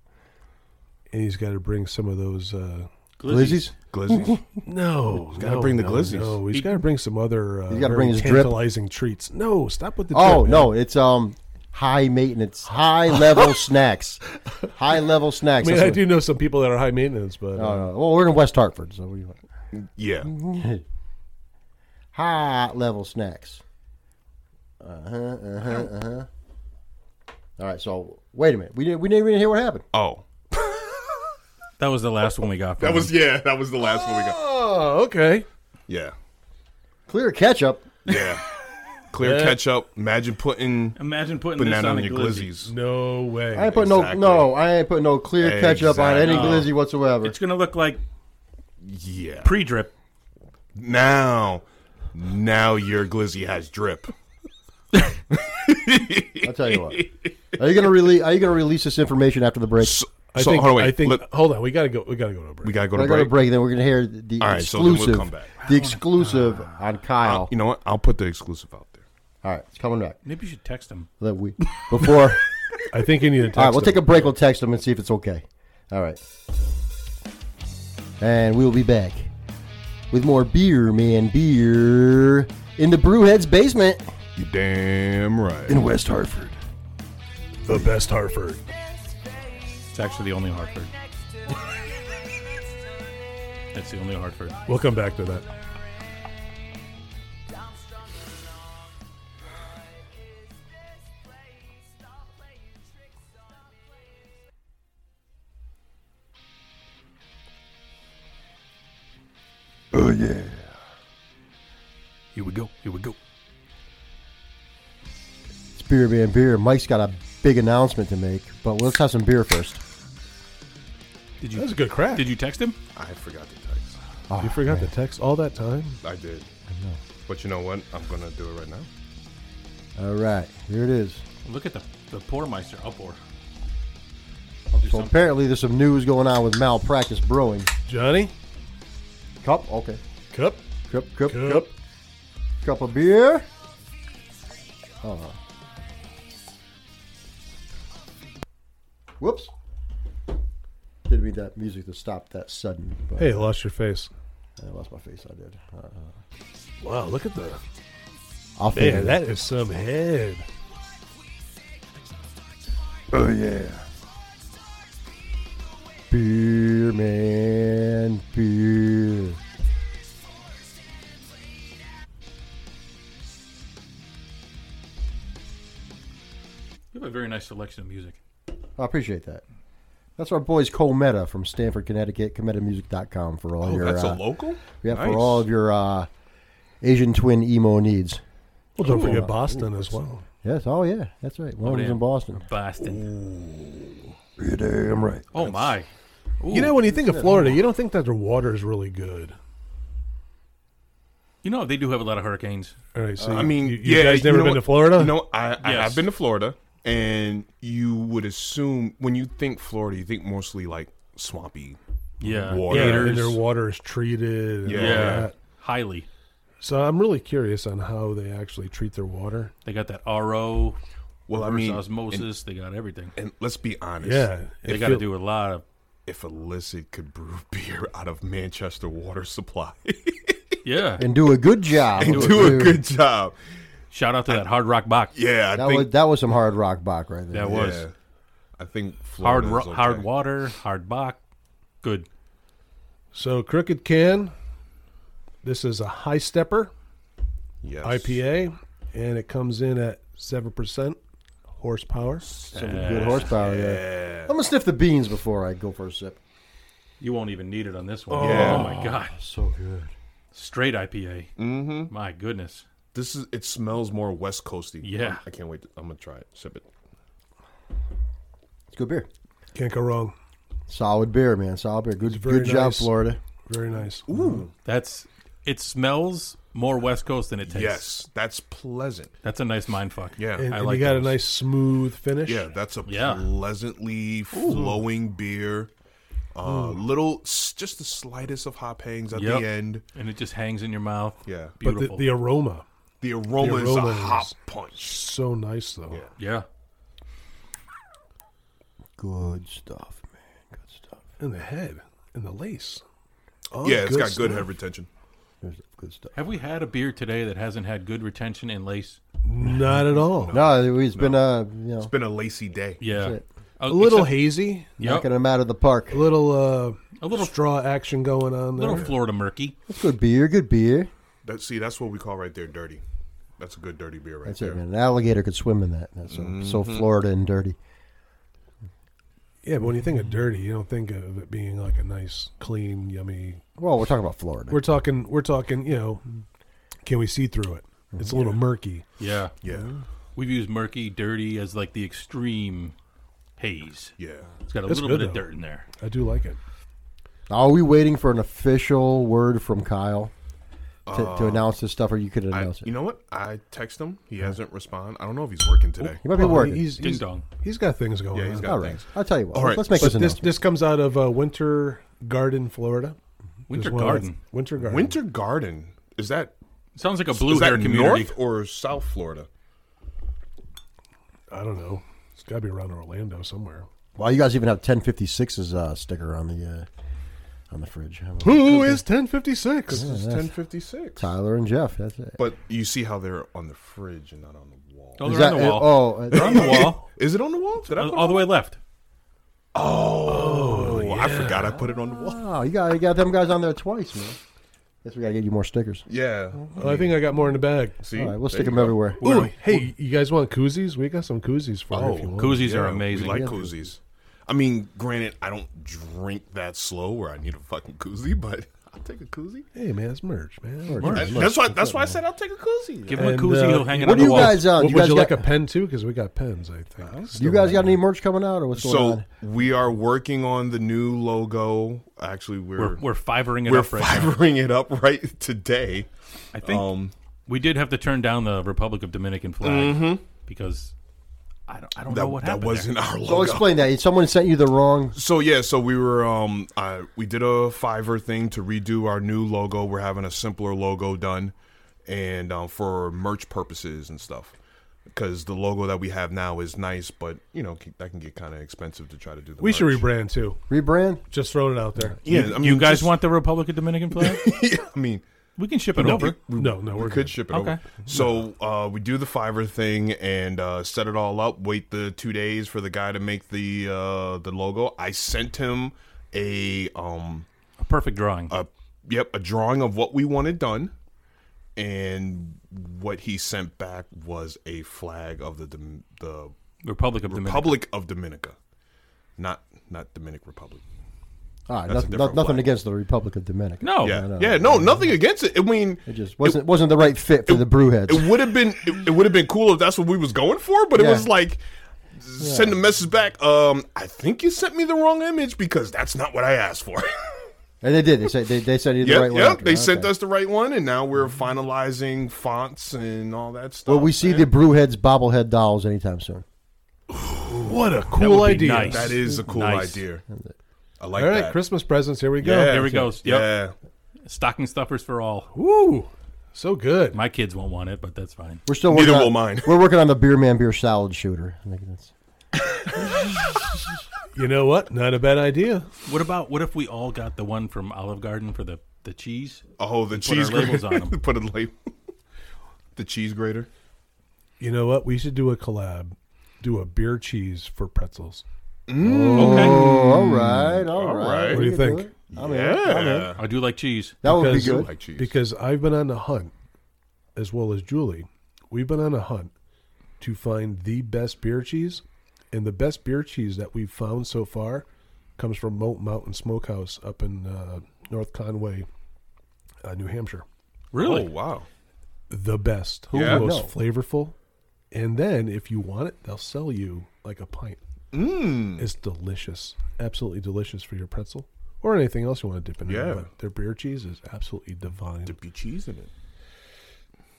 And he's got to bring some of those. Uh,
Glizzies. (laughs)
glizzy.
no, he's
gotta bring the glizzies.
No, he's got to bring some other. Uh,
He's gotta
he's got to
bring
bring
his drip.
tantalizing treats. No, stop with the.
Oh
drip, man.
no, it's um high maintenance, high
(laughs)
level snacks, high level snacks.
I mean,
That's
I
what-
do know some people that are high maintenance, but uh,
Uh, well, we're in West Hartford, so we (laughs)
yeah.
high level snacks. Uh huh. Uh huh. Uh huh. All right. So wait a minute. We didn't. We didn't even hear what happened.
Oh,
That was the last one we got. From
that was
him.
yeah. That was the last one we got.
oh, okay.
Yeah,
Clear ketchup.
yeah. Clear ketchup. Imagine putting
Imagine putting this
banana
on
on
the
your
glizzy.
glizzies.
No way.
I ain't put
Exactly.
no. No, I ain't put no clear ketchup on any
Exactly.
glizzy whatsoever.
It's gonna look like
Yeah.
pre-drip.
Now, now your glizzy has drip.
I'll
(laughs)
tell you what. Are you gonna release? Are you gonna release this information after the break?
So,
I
so
think.
hold on, wait.
I think.
Let-
hold on. We gotta go. We gotta go to a break.
we gotta go to
We're
break.
gonna break. Then we're gonna hear the
All right, so then we'll
exclusive.
come back. Uh,
The exclusive on Kyle.
You know what? I'll put the exclusive out there.
All right, it's coming back.
Maybe you should text him.
That we
(laughs)
before.
I think you need to. Text
All right, we'll take
them.
a break. We'll text them and see if it's okay. All right. And we'll be back with more beer, man, beer in the Brewhead's basement
You damn right.
in West Hartford.
the best Hartford.
It's actually the only Hartford. That's the only Hartford.
We'll come back to that.
Oh yeah.
Here we go. Here we go.
It's beer, man, beer. Mike's got a big announcement to make, but let's have some beer first.
Did
That
you
was a good crack.
did you text him?
I forgot the text.
Oh,
You forgot
man.
to text all that time.
I did. I know. But you know what? I'm gonna do it right now.
All right, here it is.
Look at the the poor meister uproar.
So apparently, there's some news going on with malpractice brewing.
Johnny,
Cup, okay.
cup,
Cup, cup, cup,
cup.
cup of beer. Oh. Whoops. Didn't mean that music to stop that sudden. But
Hey, lost your face.
I lost my face. I did. Uh,
Wow, look at the
I'll
man.
figure
That is some head.
Oh yeah.
Beer, man, beer.
You have a very nice selection of music.
I appreciate that. That's our boys Cometa from Stanford, Connecticut. CometaMusic.com for all
Oh,
your
that's a
uh,
local.
yeah
nice.
for all of your uh, Asian twin emo needs.
Well, don't
Ooh.
forget Boston as well.
Yes. Oh yeah, that's right. One of them's
yeah.
in Boston.
Boston.
You're damn right.
Oh my.
You know, when you think of Florida, you don't think that their water is really good.
You know they do have a lot of hurricanes.
All right, so
I mean,
you, you
yeah,
guys
you
never
know
been
what-
to Florida?
You know, I, I
Yes.
have been to Florida, and you would assume when you think Florida, you think mostly like swampy.
Yeah.
Water.
yeah,
Gators.
and their water is treated. and all
Yeah.
that.
Highly.
So I'm really curious on how they actually treat their water.
They got that RO.
Well, I
reverse
mean, and,
osmosis. they got everything.
and let's be honest.
Yeah,
They
it
got to
feel-
do a lot of.
If illicit could brew (laughs) beer out of Manchester water supply (laughs)
Yeah.
And do a good job.
and do a good job,
Shout out to that Hard Rock Bach.
yeah, I
That
think
was that was some hard rock Bach right there.
That was
yeah, I think
hard.
Florida
Ro-
is okay.
Hard water. Hard Bach. Good.
So Crooked Can, this is a high stepper
Yes.
IPA, and it comes in at seven percent horsepower.
Good horsepower. Yeah. I'm gonna sniff the beans before I go for a sip.
You won't even need it on this one.
Yeah.
Oh my god.
So good.
Straight IPA. Mm-hmm. My goodness.
This is it smells more West Coasty.
Yeah.
I can't wait. to- I'm gonna try it. Sip it.
It's good beer.
Can't go wrong.
Solid beer, man. Solid beer. Good,
very
good job,
nice.
Florida.
Very nice.
That's. It smells more West Coast than it tastes.
Yes, that's pleasant.
That's a nice mind fuck.
Yeah.
And,
I
and
like
you got
those.
a nice smooth finish.
Yeah, that's a
Yeah.
pleasantly flowing beer. Uh, little, s- just the slightest of hop hangs at
Yep.
the end.
And it just hangs in your mouth.
Yeah. But the-
but the,
Beautiful.
the aroma
The aroma,
The
is a
aroma
hop
is-
punch.
so nice though.
Yeah.
yeah.
Good stuff, man. Good stuff.
And the head and the lace.
yeah, it's got Oh, good
stuff.
head retention.
Good stuff. Good stuff.
Have we had a beer today that hasn't had good retention and lace?
Not at all.
No, it's been uh, you know,
It's been a lacy day.
Yeah.
it.
Oh,
A little
except-
hazy,
Yep.
knocking them out of the park.
a little uh,
A little-
straw action going on there.
little Florida murky.
That's good beer. Good beer.
That, see, that's what we call right there dirty. That's a good dirty beer right
That's
there.
it, man. An alligator could swim in that. That's so, so Florida and dirty.
Yeah, but when you think of dirty, you don't think of it being like a nice, clean, yummy.
Well, we're talking about Florida.
We're talking, we're talking. You know, can we see through it? It's a little murky.
Yeah.
Yeah,
Mm-hmm.
We've used murky, dirty as like the extreme haze.
yeah.
It's got a
That's
little
good,
bit of
though.
dirt in there.
I do like it.
Are we waiting for an official word from Kyle to, to announce this stuff, or you could
I-
announce
you
it?
know what? I text him. He hasn't responded. I don't know if he's working today.
He might be
Well,
working.
He's,
Ding
he's-
dong.
He's got things going
Yeah,
on.
he's got
All right.
things.
I'll tell you what.
All
let's-
right.
Let's make
But
this
this
announcement.
this comes out of uh, Winter Garden, Florida.
Winter
Just one of the-
Garden.
Winter Garden.
Winter Garden is that?
Sounds like a
Blue
blue
is that
hair community.
North or South Florida?
I don't know. It's got to be around Orlando somewhere.
Wow, you guys even have 1056's uh, sticker on the uh, on the fridge. How about that?
Who is 1056?
This is ten fifty six.
Tyler and Jeff. That's it.
But you see how they're on the fridge and not on the wall.
Oh,
Is
they're on
that-
the wall.
Oh, uh,
They're on the wall.
Is it on the wall? Did I
all,
put it
all
on
the way left.
Oh, I forgot I put it on the wall.
wow, Oh, you got you got them guys on there twice, man. Guess we gotta get you more stickers.
Yeah.
Oh, I think I got more in the bag.
See,
All right, we'll
There
stick
you
them
go.
everywhere.
Ooh, hey, you guys want koozies? We got some koozies for
Oh,
you if you want.
Oh, Koozies
Yeah,
are amazing.
We like koozies. I mean, granted, I don't drink that slow where I need a fucking koozie, (laughs) but I'll take a koozie.
Hey, man, it's merch, man.
That- That's why. That's why I said I'll take a koozie.
Give him
And,
a koozie.
uh,
he'll hang it
what
on
do
the
you
wall.
guys? Uh,
Would
you guys
you
got,
like a pen too? Because we got pens, I think.
you guys got any merch coming out or what's going
So
on?
we are working on the new logo. Actually,
We're,
we're
we're fivering it
we're
up right now.
fivering it up (laughs) right today.
I think
Um,
we did have to turn down the Republic of Dominican flag because I don't, I don't
That,
know what
that
happened.
wasn't our logo.
So explain that. Someone sent you the wrong.
So yeah, so we were um I, we did a Fiverr thing to redo our new logo. We're having a simpler logo done, and um, for merch purposes and stuff, because the logo that we have now is nice, but you know c- that can get kind of expensive to try to do. The
We should
merch.
rebrand too.
Rebrand?
Just throwing it out there.
Yeah,
there.
I mean,
you guys
just- (laughs)
want the Republic of Dominican flag?
I mean,
we can ship it over.
No, no,
we
we're
could
good.
ship it
Okay.
over. So uh, we do the Fiverr thing and uh, set it all up. Wait the two days for the guy to make the uh, the logo. I sent him a um
A perfect drawing.
a yep a drawing of what we wanted done and what he sent back was a flag of the Dom- the
Republic of Dominican.
Republic of Dominica not not Dominic Republic
Ah,
That's a
nothing,
different
nothing
way.
against the Republic of Dominica.
No.
yeah,
Oh, no.
yeah, no, nothing against it. I mean,
It just wasn't wasn't the right fit for the Brewheads.
it would have been it, would have been cool if that's what we was going for, but it
Yeah.
was like send a message back. Um, I think you sent me the wrong image because that's not what I asked for. (laughs)
and they did. They said they, they said you the
yep,
right one.
yep.
after.
They sent
Okay.
us the right one, and now we're finalizing fonts and all that stuff.
Will we see the Brewheads bobblehead dolls anytime soon?
what a
That
cool
would be
idea.
nice.
that is a cool
Nice.
idea.
uh,
I like
All right,
that.
Christmas presents. Here we go.
Yeah.
There we go. Yep.
Yeah,
Stocking stuffers for all.
Woo! So good.
My kids won't want it, but that's fine.
We're still
Neither
working on-
will mine. Hmm.
We're working on the beer man beer
(laughs)
salad shooter. I think that's
You know what? Not a bad idea.
What about what if we all got the one from Olive Garden for the the cheese?
oh, the
our
cheese
labels
grater. (laughs)
on 'em.
Put a label. the cheese grater.
You know what? We should do a collab. Do a beer cheese for pretzels.
Oh.
Okay.
all right. All
right.
right.
What do
you
We can
think?
it.
Yeah,
I do like cheese.
That would be
Because-
good.
like cheese.
Because I've been on the hunt, as well as Julie. We've been on a hunt to find the best beer cheese, and the best beer cheese that we've found so far comes from Moat Mountain Smokehouse up in uh, North Conway, uh, New Hampshire.
Really?
Oh wow.
the best,
would Yeah.
most
know?
flavorful. And then if you want it, they'll sell you like a pint.
Mmm.
Mm. It's delicious, absolutely delicious for your pretzel or anything else you want to dip in.
Yeah.
there, but their beer cheese is absolutely divine.
There'd be cheese in it.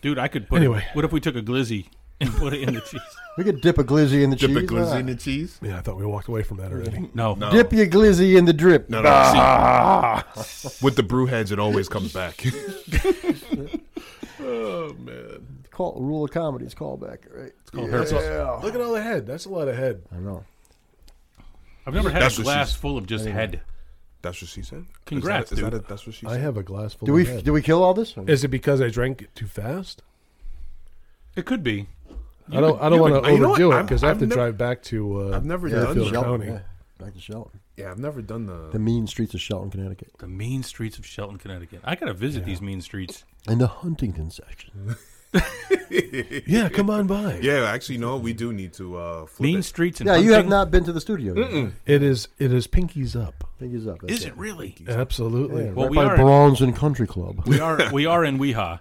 Dude, I could put
Anyway.
what if we took a glizzy and put it in the cheese?
We could dip a glizzy in the
Dip
cheese.
a glizzy
why
in
not?
the cheese.
yeah, I thought we walked away from that already.
(laughs) (laughs)
No.
No.
Dip your glizzy in the drip.
No, no. see, with the brew heads, it always comes back. (laughs) oh man!
Call, rule of comedy is callback, right?
That's what-
Look at all the head. That's a lot of head.
I know.
I've never had
That's
a
what
glass
she's-
full of just head.
That's what she said. is
Congrats,
that, is
dude.
That a, that's what she
I
said.
have a glass full
Do
of
we
head.
do we kill all this? or-
Is it because I drank it too fast?
It could be.
I don't. I don't
you
want
could-
to
you know what?
overdo it
I've-
because I have
I've
to
nev-
drive back to. Uh,
I've never
yeah,
done
Fairfield
that.
Shelton,
County.
yeah. Back to Shelton.
Yeah, I've never done the.
The mean streets of Shelton, Connecticut.
The mean streets of Shelton, Connecticut. I gotta visit these mean streets.
And the Huntington section.
Yeah, come on by.
Yeah, actually, no. We do need to uh, flip
Mean
it.
streets and
Yeah, you have
hunting?
not been to the studio. Yet.
It is. It is pinkies up.
Fingers up. that's
Is it really?
Absolutely.
Yeah,
Well,
right
we
by
are-
Bronze and Country Club.
We are we are in Weehaw,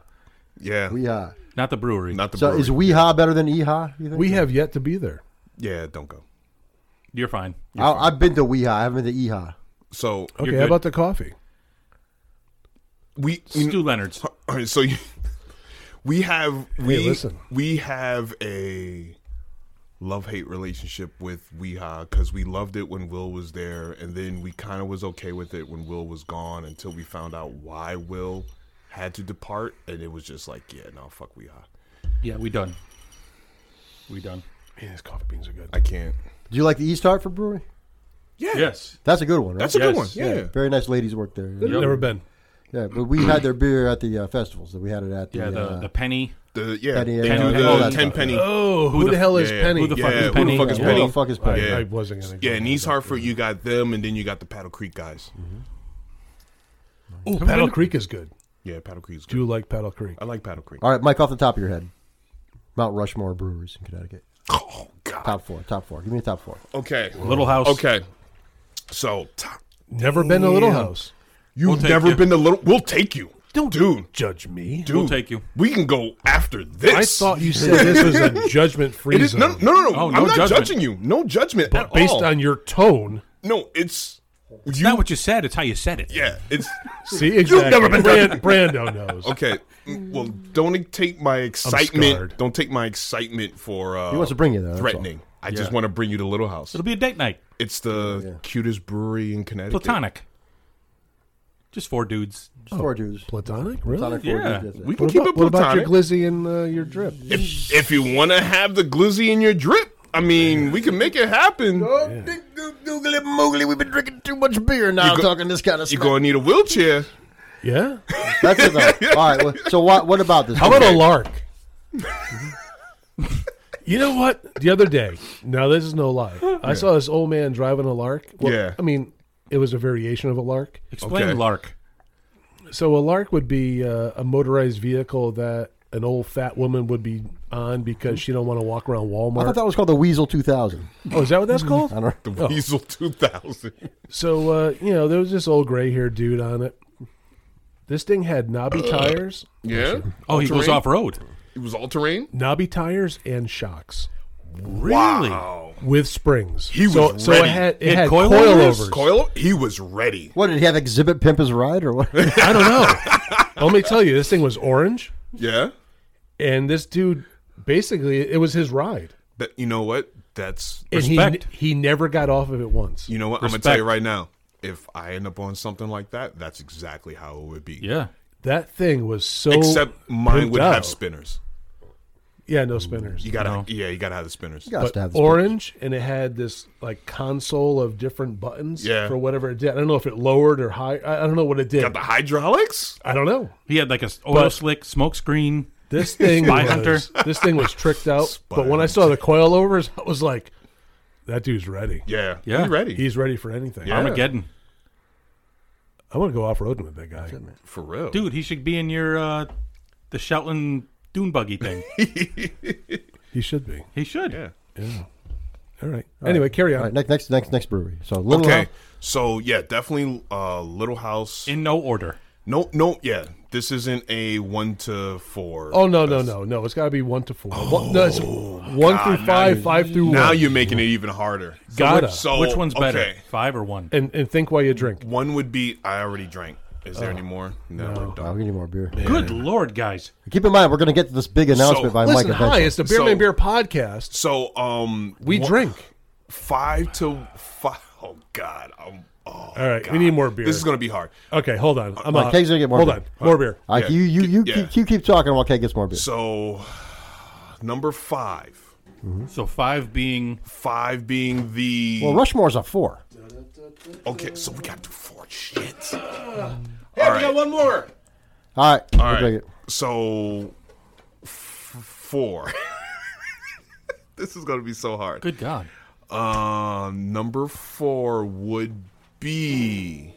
Yeah,
Weeha.
not the brewery.
not the.
So
brewery.
is Weeha better than Eha? You think?
We have yet to be there.
Yeah, don't go.
You're fine.
I, I've been to Weeha. I haven't been to Eha.
So
Okay,
You're
how
good.
about the coffee?
we
Stu Leonard's.
All right, so you, (laughs) we have we
listen.
we have a love hate relationship with Weeha because we loved it when Will was there, and then we kind of was okay with it when Will was gone until we found out why Will had to depart, and it was just like, yeah, no, fuck Weeha,
Yeah,
(laughs)
we done. We done.
Man, these coffee beans are good.
I can't.
Do you like the East Hartford Brewery?
Yeah,
Yes.
That's a good one, right?
that's a good one.
Yes.
Yeah,
Very nice ladies work there. Yeah,
Never been.
but we had their beer at the uh, festivals. We had it at the,
Yeah, the,
uh,
the penny.
the yeah,
Penny
they
and
do
all
the
that
ten
stuff.
penny.
Oh, who, the, hell is
yeah,
Penny?
who the fuck
yeah,
is
who
Penny?
the fuck is
yeah.
Penny?
Who the fuck is
I,
Penny?
Yeah.
I wasn't gonna.
Yeah, in
go.
East Hartford, you got them, and then you got the Paddle Creek guys.
Ooh, Paddle Creek is good.
Yeah, Paddle Creek's
Do
good.
you like Paddle Creek?
I like Paddle Creek.
All right, Mike, off the top of your head, Mount Rushmore breweries in Connecticut.
Oh God.
Top four, top four. Give me a top four.
Okay.
Little House.
Okay. So top,
Never been to Little House.
you've
take
never
you.
been to little. We'll take you.
Don't
dude.
judge me.
Dude,
We'll take you.
We can go after this.
I thought you said this was a judgment free
It is no, no,
zone.
no, no.
Oh,
I'm
no
not
judgment.
judging you. No judgment
but
at
based
all.
on your tone,
no, it's
It's not what you said, it's how you said it.
yeah. It's
see, exactly.
never been
Brand, Brando knows.
(laughs) okay. Mm, Well, don't take my excitement.
scarred.
Don't take my excitement for. Uh,
He wants to bring you there, that's all.
Threatening. I just want to bring you to Little House.
It'll be a date night.
It's the cutest brewery in Connecticut.
Platonic. Just four dudes.
Just four dudes.
Oh. Platonic, really?
Platonic four
Yeah.
dudes, that's it.
We can
What
keep
about,
it
what about your
platonic.
glizzy and uh, your drip?
If, if you want to have the glizzy in your drip, I mean, we can make it happen.
Googly moogly, we've been drinking too much beer now,
You go-
talking this kind of
You're
stuff.
going to need a wheelchair.
Yeah.
That's it, though. All
(laughs)
right, well, so what, what about this?
How about a lark? (laughs) you know what? The other day, now this is no lie. I saw this old man driving a lark. Well,
Yeah.
I mean, it was a variation of a lark.
Explain
Okay.
Lark.
So a lark would be uh, a motorized vehicle that an old fat woman would be on because she don't want to walk around
I thought
Walmart.
that was called the Weasel 2000.
oh, is that what that's called?
I don't
The
Oh.
Weasel 2000.
So uh, you know, there was this old gray haired dude on it. This thing had knobby tires,
Yeah.
Oh, he goes
All-terrain?
off road.
It was all terrain.
knobby tires, and shocks
Really?
with springs.
He
so,
was
so
ready.
it had
He
it
had
had
coilovers?
coilovers.
Coil. He was ready.
What did he have? Exhibit pimp his ride or
(laughs)
what?
I don't know. (laughs) Let me tell you, this thing was orange,
Yeah.
and this dude basically it was his ride,
But you know what? That's
and
Respect.
he he never got off of it once.
you know what? I'm gonna tell you
Respect.
right now. If I end up on something like that, that's exactly how it would be.
Yeah.
That thing was so
Except mine
pimped
would
out.
have spinners.
Yeah, no spinners.
You gotta. Yeah. You gotta have the spinners.
He has to have this
orange, and it had this like console of different buttons
Yeah.
for whatever it did. I don't know if it lowered or high. I I don't know what it did.
Got the hydraulics.
I don't know.
He had like a s- oil
But-
slick, smoke screen.
This thing,
Spy
was,
Hunter.
(laughs) This thing was tricked out.
Spy
but when I saw the coilovers, I was like, "That dude's ready.
Yeah.
Yeah.
He ready.
He's ready for anything."
Yeah.
Armageddon.
I want to go off roading with that guy.
for real,
Dude, he should be in your uh the Shetland dune
(laughs)
buggy thing.
He should be.
he should.
Yeah.
All right. anyway, carry on.
All right, next, next, next, next brewery. So Little
Okay.
House-
So yeah, definitely uh, Little House.
In no order.
no, no, yeah. This isn't a one to four.
Oh no no no no! It's got to be one to four. One- no, it's one through five, five through
Now
one.
you're making it even harder.
Gotta.
So
Which one's better?
okay.
Five or one?
and and think while you drink.
One would be I already drank. Is
Oh.
there any more? No, we're
Wow,
done.
Oh, we need more beer.
Good lord, guys.
Keep in mind, we're going to get to this big announcement
So-
by
Listen,
Mike
hi,
eventually.
it's the Beer
So-
Man Beer podcast.
So um,
We
one-
drink.
five to five. (laughs) Oh God. Um, oh,
All right,
God.
we need more beer.
This is gonna be hard.
Okay, hold on. I'm
Mike,
off.
Keg's gonna get more
Hold
beer.
on, more beer.
All right,
Yeah.
you you you,
Yeah.
keep, you keep talking while Keg gets more beer.
So number five,
So five being
five being the
well, Rushmore's a four.
okay. So we got to do four. Shit.
Hey,
right.
one more.
All
All
right, we'll
right.
drink
So f- four. (laughs) this is gonna be so hard.
good God.
Um, number four would be.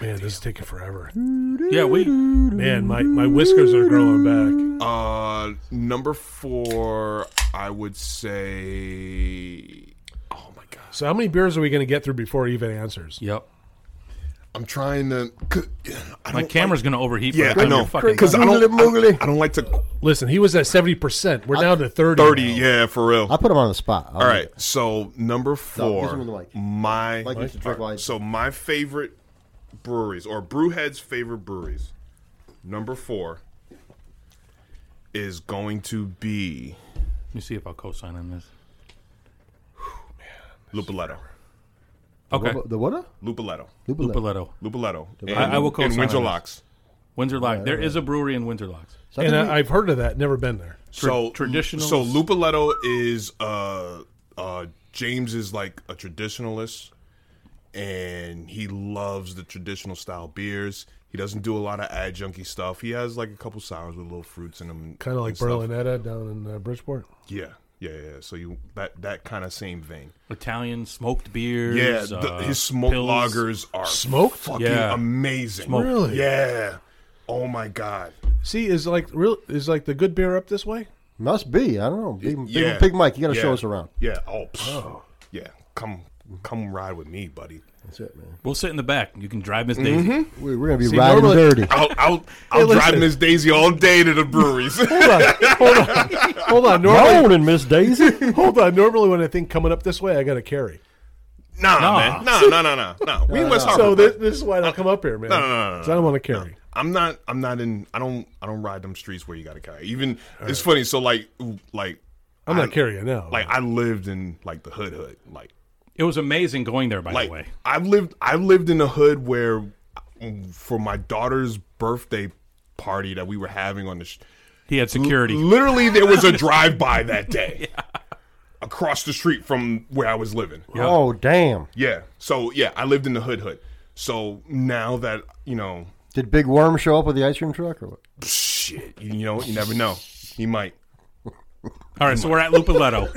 Man, this is taking forever.
Yeah, we
Man, my, my whiskers are growing back.
Uh, number four, I would say. Oh my gosh,
So how many beers are we going to get through before he even answers?
Yep.
I'm trying to. I
My
don't
camera's gonna overheat
Yeah,
by the
I
time you're
know.
fucking
Because
done.
I don't.
Moogly, moogly.
I, I don't like to.
Listen, he was at seventy percent. We're down to thirty.
Thirty.
now.
Yeah, for real.
I put him on the spot.
All right. So number
give
four,
him the mic.
my
Mike needs to drink
all right,
wine.
so my favorite breweries or brewhead's favorite breweries. Number four is going to be
Let me see if I'll co sign on this.
Lupoletto.
Okay.
The what?
Lupoletto.
Lupoletto.
Lupoletto.
I- I will
in
co-sign
Windsor
on this.
Locks.
Windsor Locks. There is a brewery in Windsor Locks.
And I, I've heard of that. Never been there.
so
traditionals.
So Lupoletto is uh uh James is like a traditionalist and he loves the traditional style beers. He doesn't do a lot of adjuncty stuff. He has like a couple sours with little fruits in them.
Kind of like
and stuff.
Berlinetta down in uh, Bridgeport.
Yeah. Yeah, yeah. So you that that kind of same vein.
Italian smoked beers.
Yeah, the,
uh,
his smoked
pills.
lagers are
Smoked?
fucking
Yeah.
amazing.
Smoked.
Really?
Yeah. Oh my god.
See, is like real is like the good beer up this way?
Must be. I don't know. Big, big,
Yeah.
big Mike, you got to
Yeah.
show us around. Mm-hmm.
Yeah. Oh. psh. Yeah. Come come ride with me, buddy.
That's it, man.
We'll sit in the back. You can drive Miss Daisy.
Mm-hmm.
We, we're gonna be riding
normally-
dirty.
I'll
(laughs)
I'll, I'll
listen.
drive Miss Daisy all day to the breweries. (laughs)
Hold on, hold on, hold on. Normally,
Morning, Miss Daisy.
(laughs) hold on. Normally, when I think coming up this way, I got to carry.
nah, man. Nah, nah, nah, nah, nah. We in West Hartford.
So this,
bud.
this is why I don't come up here, man.
no, no, no, no,
'Cause I don't want to carry.
I'm not. I'm not in. I don't. I don't ride them streets where you gotta carry. Even it's funny. So like, like,
I'm not
I-
carrying now.
Like I lived in like the hood, hood. Like,
It was amazing going there, by the way.
like I've lived. I've lived in a hood where, mm, for my daughter's birthday party that we were having on the. Sh-
He had security.
Literally, there was a drive by that day. Across the street from where I was living.
Oh damn!
Yeah. So yeah, I lived in the hood hood. So now that you know,
Did Big Worm show up with the ice cream truck or what?
shit, you know, you never know. He might.
All right, so we're
(laughs)
at Lupoletto.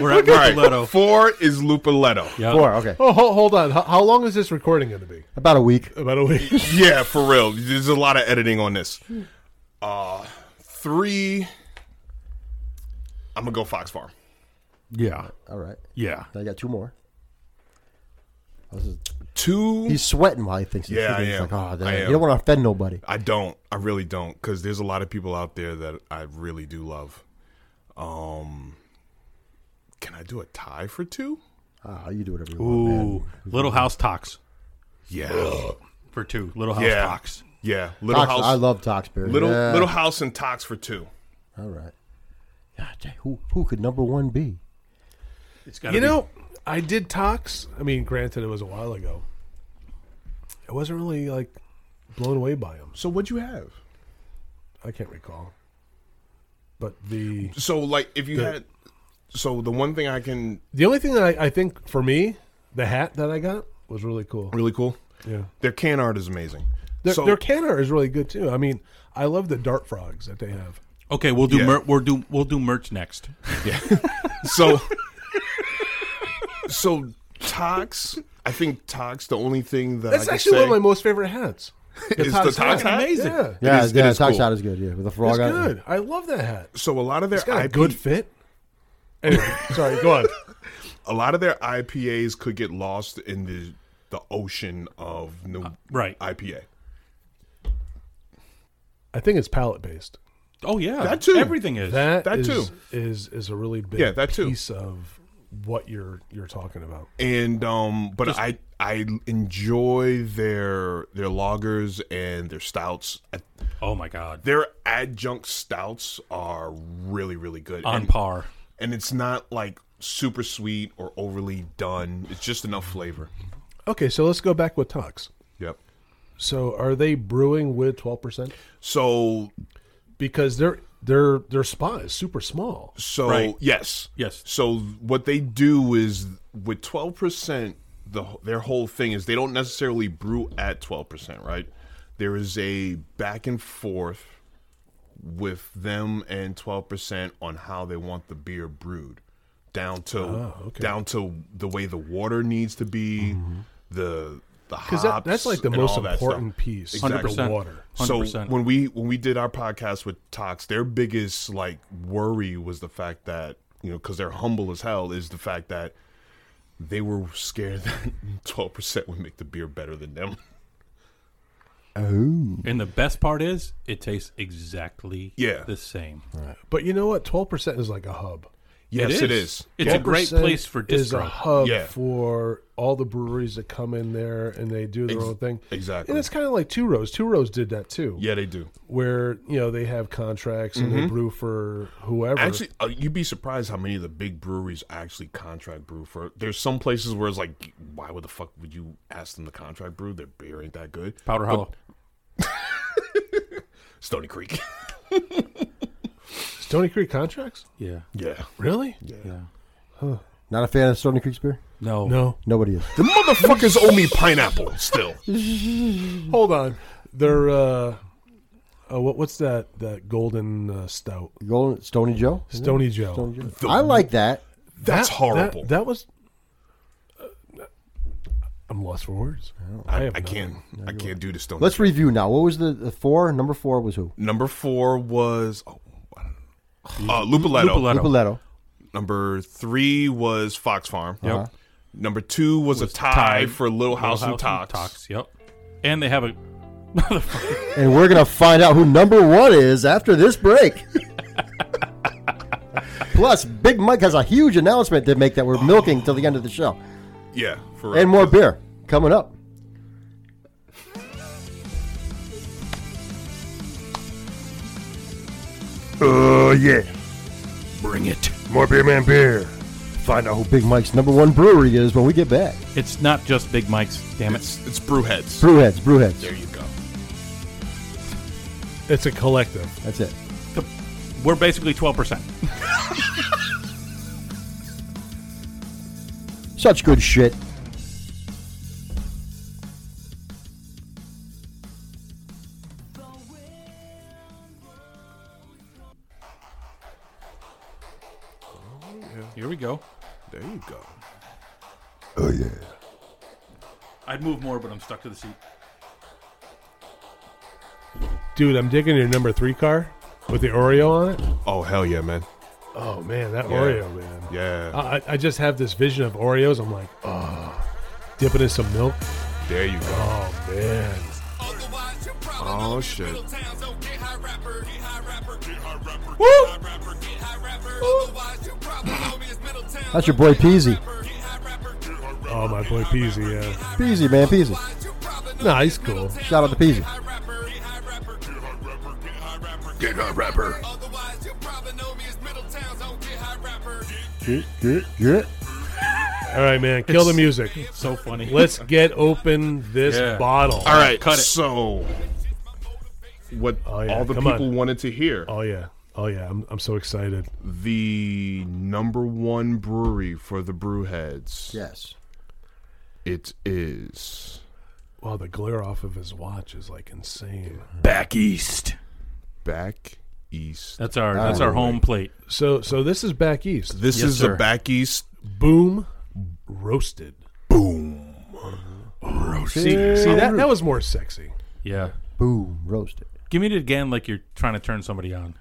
we're at
All right,
Lupoletto.
four is Lupoletto.
Yeah.
Four. Okay.
Oh, ho- hold on. How, how long is this recording going to be?
About a week.
Oh,
About a week.
Yeah, for real. There's a lot of editing on this. Uh, three. I'm gonna go Fox Farm.
Yeah.
All right.
Yeah.
I got two more. This is-
Two.
he's sweating while he thinks he's
Yeah, I
thinking. He's
am.
like, oh, damn.
I am.
You don't want to offend nobody.
I don't. I really don't, because there's a lot of people out there that I really do love. Um, can I do a tie for two?
Ah, you do whatever you want, man.
Ooh. Little House Talks
Yeah,
for two. Little House
yeah,
Talks.
yeah. Little
Tox,
house,
I love Toxbury.
little
Yeah.
little house and Tox for two.
All right. God, dang, who who could number one be?
It's got
You know, I did talks. I mean, granted, it was a while ago. I wasn't really like blown away by them.
So what'd you have?
I can't recall. But the
So like, if you
The-
had, so the one thing I can
the only thing that I, I think for me, the hat that I got was really cool.
really cool,
Yeah,
their can art is amazing.
their,
so (laughs)
their can art is really good too. I mean, I love the dart frogs that they have.
Okay, we'll do
Yeah.
mer- we'll do we'll do merch next.
so so Tox. I think Tox. The only thing that
That's
I can
actually
say
one of my most
(laughs)
favorite hats.
is the
Tox
Tox
hat.
hat.
Amazing.
Yeah,
It
Yeah,
is- it
yeah,
is
Tox
cool.
shot is good. Yeah, with the
it's
frog. on it.
good. I love that hat.
So a lot of their
It's got a
IP
good fit.
(laughs)
Anyway, sorry. Go on.
a lot of their IPAs could get lost in the the ocean of new
right.
IPA.
I think it's palette based.
Oh yeah,
That too.
Everything is.
That,
That
is-
too.
is is a really big
Yeah, that too.
piece of what you're you're talking about.
And um but I I enjoy their their lagers and their stouts. I-
oh my god,
Their adjunct stouts are really really good.
on
and,
par.
and it's not like super sweet or overly done. It's just enough flavor.
Okay, so let's go back with Tox.
Yep.
So are they brewing with twelve percent?
So
Because their their their spot is super small.
So
Right.
yes,
Yes.
So what they do is with twelve percent, the their whole thing is they don't necessarily brew at twelve percent, right? There is a back and forth with them and twelve percent on how they want the beer brewed, down to
Oh,
down to the way the water needs to be,
Mm-hmm.
the the hops.
Because that, that's like the
and
most
all that stuff.
important piece.
Exactly.
is the water.
So
100%.
when we when we did our podcast with Tox, their biggest like worry was the fact that you know because they're humble as hell is the fact that they were scared (laughs) that twelve percent would make the beer better than them.
And the best part is, it tastes exactly
Yeah.
the same.
But you know what? Twelve percent is like a hub.
Yes, it is.
It's a great
12%
place for
is a
distro.
hub
Yeah.
for all the breweries that come in there and they do their
Ex-
own thing.
exactly.
And it's kind of like Two Rows. Two Rows did that too.
Yeah, they do.
where you know they have contracts and they brew for whoever.
Actually, uh, you'd be surprised how many of the big breweries actually contract brew for. There's some places where it's like, why would the fuck would you ask them to contract brew? Their beer ain't that good.
Powder Hollow.
Stony Creek. (laughs)
Stony Creek contracts?
Yeah.
yeah.
Really?
Yeah.
Not a fan of Stony Creek Spear?
No.
No.
Nobody is.
The motherfuckers owe me pineapple still.
(laughs) Hold on. They're uh, uh what, what's that that golden uh, stout?
Golden Stony Joe? Is it
Stony Joe.
Stony Joe? I like that.
That's
That-
horrible.
That, that was. uh, I'm lost for words.
I,
have
I
nothing.
can't. I can't do the Stone.
Let's review now. What was the, the four? Number four was who?
Number four was oh, I don't know. uh, Lupoletto.
Lupoletto.
Poletto.
Number three was Fox Farm.
Yep.
Number two was, a tie,
tie
for Little House,
Little
and Tox.
Yep. And they have a.
And we're going to find out who number one is after this break. Plus, Big Mike has a huge announcement to make that we're milking till the end of the show.
Yeah, for real.
And more beer coming up. Uh,
Oh yeah,
Bring it.
more beer, man, beer.
Find out who Big Mike's number one brewery is when we get back.
It's not just Big Mike's. Damn it.
It's, it's Brewheads.
Brewheads, Brewheads.
there you go.
It's a collective.
That's it.
We're basically 12%.
Such good shit.
Here we go.
There you go.
Oh yeah.
I'd move more, but I'm stuck to the seat.
Dude, I'm digging your number three car with the Oreo on it.
Oh hell yeah, man.
Oh man, that
Yeah.
Oreo, man.
Yeah.
I, I- I just have this vision of Oreos. I'm like, oh, dipping in some milk.
there you go.
Oh man.
Otherwise, you probably
Oh,
know this
shit.
Middle town, so get high rapper, get high rapper, get high rapper,
Woo!
get high rapper, get high rapper. Otherwise, you probably know me as Middle Town,
That's
so
your boy
get high
Peasy.
rapper, get high rapper, get high rapper,
Oh my
get
boy
high
Peasy,
rapper, get
yeah.
high
Peasy, man,
rapper.
Peasy.
Otherwise, you probably know
Nah,
me
he's
as Middle
Shout out to
cool.
Town, so get
Peasy.
high rapper, get high rapper, get high rapper,
Get
get high rapper, get
a rapper.
Otherwise, you probably know me as Middle Town, so get high rapper.
Get, get, get.
All right, man. Kill the
It's-
music.
So funny. (laughs)
Let's get open this
Yeah.
bottle.
All right,
Cut it.
So, what
Oh, yeah,
all the
come on.
people wanted to hear
Oh yeah. Oh yeah. I'm, I'm so excited.
the number one brewery for the Brewheads.
Yes.
It is
Wow, the glare off of his watch is like insane.
back east.
back east.
That's our that's our home plate.
So so this is back east.
this
Yes,
is
sir.
the back east.
Boom roasted. See, see that that was more sexy.
Yeah.
Boom. Roasted.
Give me it again, like you're trying to turn somebody on.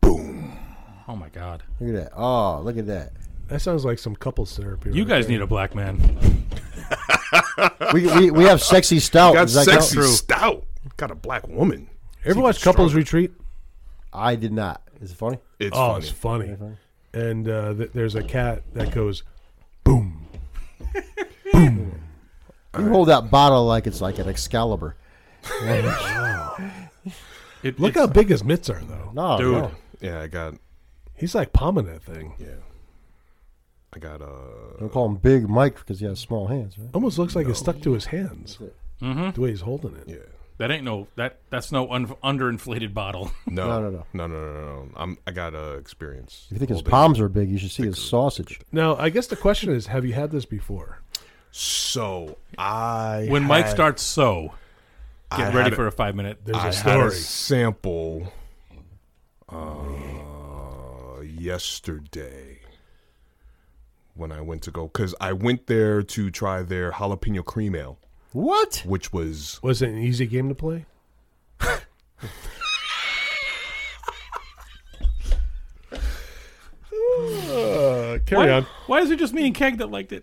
Boom. Oh my God.
Look at that. Oh, look at that.
That sounds like some couples therapy.
You
right
guys
there.
need a black man.
We, we, we have sexy stout.
Got
Does Oh, that count?
sexy stout. Got a black woman.
ever watch Couples Retreat?
I did not. Is it funny?
It's
oh,
funny.
it's funny. And uh, th- there's a cat that goes, boom.
You hold that bottle like it's like an Excalibur.
It,
Look
it's-
how big his mitts are, though.
No,
Dude.
no.
yeah, I got.
He's like palming that thing.
Yeah, I got. Uh,
Don't call him Big Mike because he has small hands. Right?
Almost looks like it's stuck to his hands.
Mm-hmm.
The way he's holding it.
yeah.
That ain't no that that's no un, underinflated bottle.
No,
No, no, no.
no, no, no, no, no. I'm. I got uh, experience.
If you think his
holding.
palms are big, you should see his sausage.
Now, I guess the question is, have you had this before?
So I
When Mike
had-
starts so,
I
get ready
had
for
a,
a five minute.
There's
I had a
a story.
sample uh, yesterday when I went to go because I went there to try their jalapeno cream ale,
What?
which was
Was it an easy game to play? uh, carry
Why,
on.
why is it just me and Keg that liked it?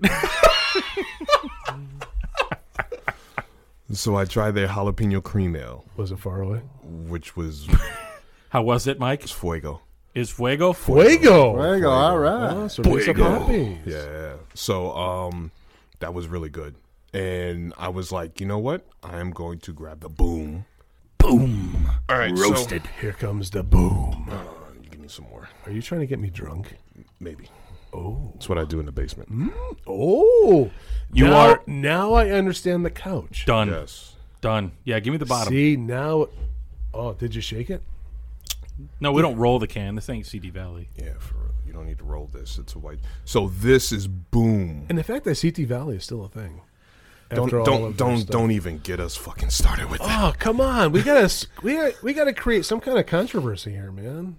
(laughs)
so I tried their jalapeno cream ale,
Was it far away?
which (laughs) was
How was it, Mike?
fuego.
Is fuego?
Fuego.
There you go. All right.
Oh, cerveza poppies.
Yeah. So um that was really good. And I was like, you know what? I am going to grab the boom. Boom. All right. Roasted.
Here comes the boom.
give me some more.
Are you trying to get me drunk?
Maybe. Oh. Mm. That's what I do in the basement.
Oh,
You
now-
are-
now. I understand the couch.
Done.
Yes.
Done. Yeah, give me the bottom.
See now. Oh, did you shake it?
No, we don't roll the can. This ain't CD Valley.
Yeah, for real. You don't need to roll this. It's a white. So this is boom.
And the fact that CT Valley is still a thing.
Don't
after all
don't
of
don't
this stuff.
don't even get us fucking started with that.
Oh come on, we gotta s- we gotta, we gotta create some kind of controversy here, man.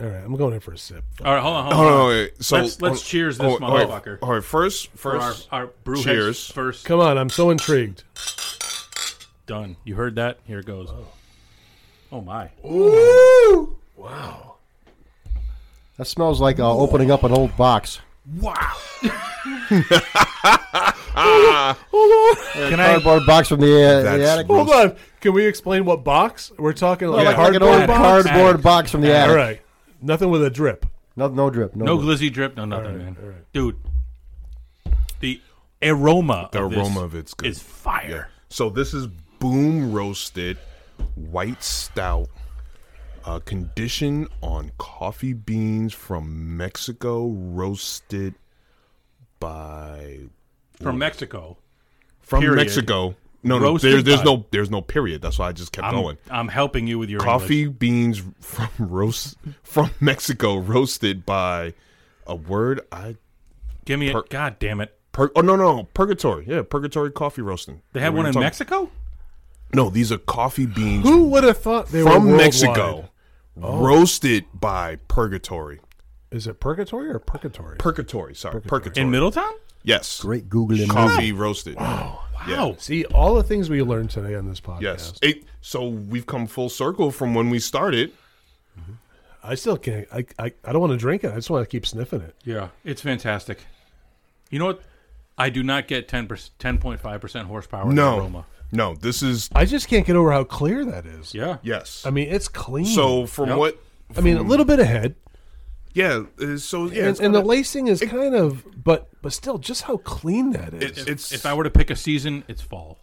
All right, I'm going in for a sip.
All right, hold on. Hold on.
Oh, no, wait. So
Let's- let's
oh,
cheers this
all right,
motherfucker.
All right, first,
For
first,
our, our brew heads
cheers.
first.
Come on, I'm so intrigued.
Done. You heard that? Here it goes. Oh my.
That smells like uh, opening up an old box.
Can I
Cardboard box from the, uh, the
That's
attic.
real
Hold on, can we explain what box we're talking? Like,
Like, like an
hardboard
old
box?
cardboard box from the attic.
All right, nothing with a drip.
No, no drip. No,
No
drip.
glizzy drip, no nothing,
right,
man.
all right.
Dude, the aroma.
the
of this
aroma of it's good.
is fire.
So this is boom roasted white stout, uh, conditioned on coffee beans from Mexico, roasted by
From Mexico.
from
Period.
Mexico. No, no,
Roasted
there, there's
by-
no, there's no period. That's why I just kept
I'm,
going.
I'm helping you with your
Coffee
English.
beans from roast from Mexico, roasted by a word I.
Give me
per-
it. God damn it.
Pur- oh no, no, no, purgatory. Yeah, purgatory coffee roasting.
They had
What
one
are
in
you talking-
Mexico?
No, these are coffee beans
Who would have thought they were
from
Oh.
worldwide?
Mexico, roasted by Purgatory.
Is it purgatory or purgatory?
Purgatory, sorry, purgatory.
in Middletown.
yes,
Great googling.
coffee roasted.
Wow.
See all the things we learned today on this podcast.
Yes, It- so we've come full circle from when we started.
I still can't. I, I, I don't want to drink it. I just want to keep sniffing it.
Yeah, it's fantastic. You know what? I do not get 10 10.5 percent horsepower. in
No,
aroma.
no, this is
I just can't get over how clear that is.
Yeah.
yes.
I mean, it's clean.
so from
Yep.
what?
I mean, a little bit of head,
Yeah. uh, So yeah,
and,
it's
and the
kinda-
lacing is kind of, but but still, just how clean that is.
it- it's
If I were to pick a season, it's fall.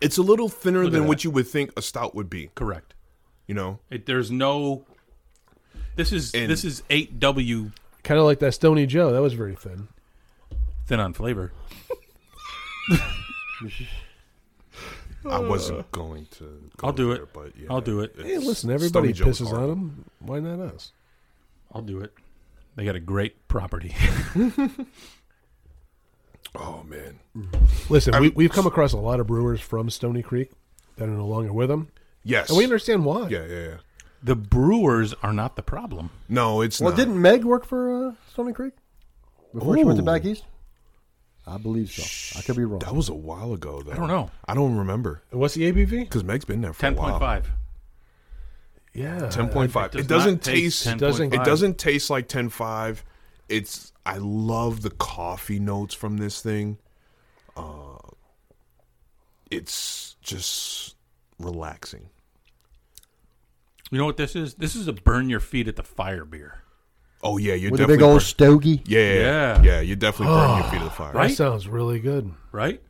it's a little thinner
at
than
that.
what you would think a stout would be.
Correct.
You know,
It, there's no. This is
And-
this is eight W
kind of like that Stony Joe. That was very thin.
thin on flavor.
I wasn't going to. Go
Uh. I'll do
there,
it.
but yeah,
I'll do it.
Hey,
it's-
listen,
Stony
everybody
Joe is
pisses on
horrible.
them. Why not us?
I'll do it. They got a great property. (laughs)
Oh man.
Listen,
I
we,
mean-
we've come across a lot of brewers from Stony Creek that are no longer with them,
Yes.
and we understand why.
Yeah, yeah, yeah.
the brewers are not the problem.
No, it's
Well,
not.
didn't Meg work for uh, Stony Creek before she went to
Ooh.
back east? I believe so. I could be wrong.
That was a while ago, though. I
don't know.
I don't remember
And what's the ABV?
because Meg's been there for
Ten
a while.
point five. Uh,
Yeah,
Ten point five.
does
Oh, It doesn't
not taste
taste.
10.5.
doesn't-
It doesn't taste like ten five. It's. I love the coffee notes from this thing. Uh, it's just relaxing.
You know what this is? This is a burn your feet at the fire beer.
Oh yeah, you're
With a
definitely.
big old
burn-
stogie.
yeah, yeah,
Yeah.
yeah, You're definitely burning your
(gasps)
feet to the fire.
that
Right?
sounds really good.
Right?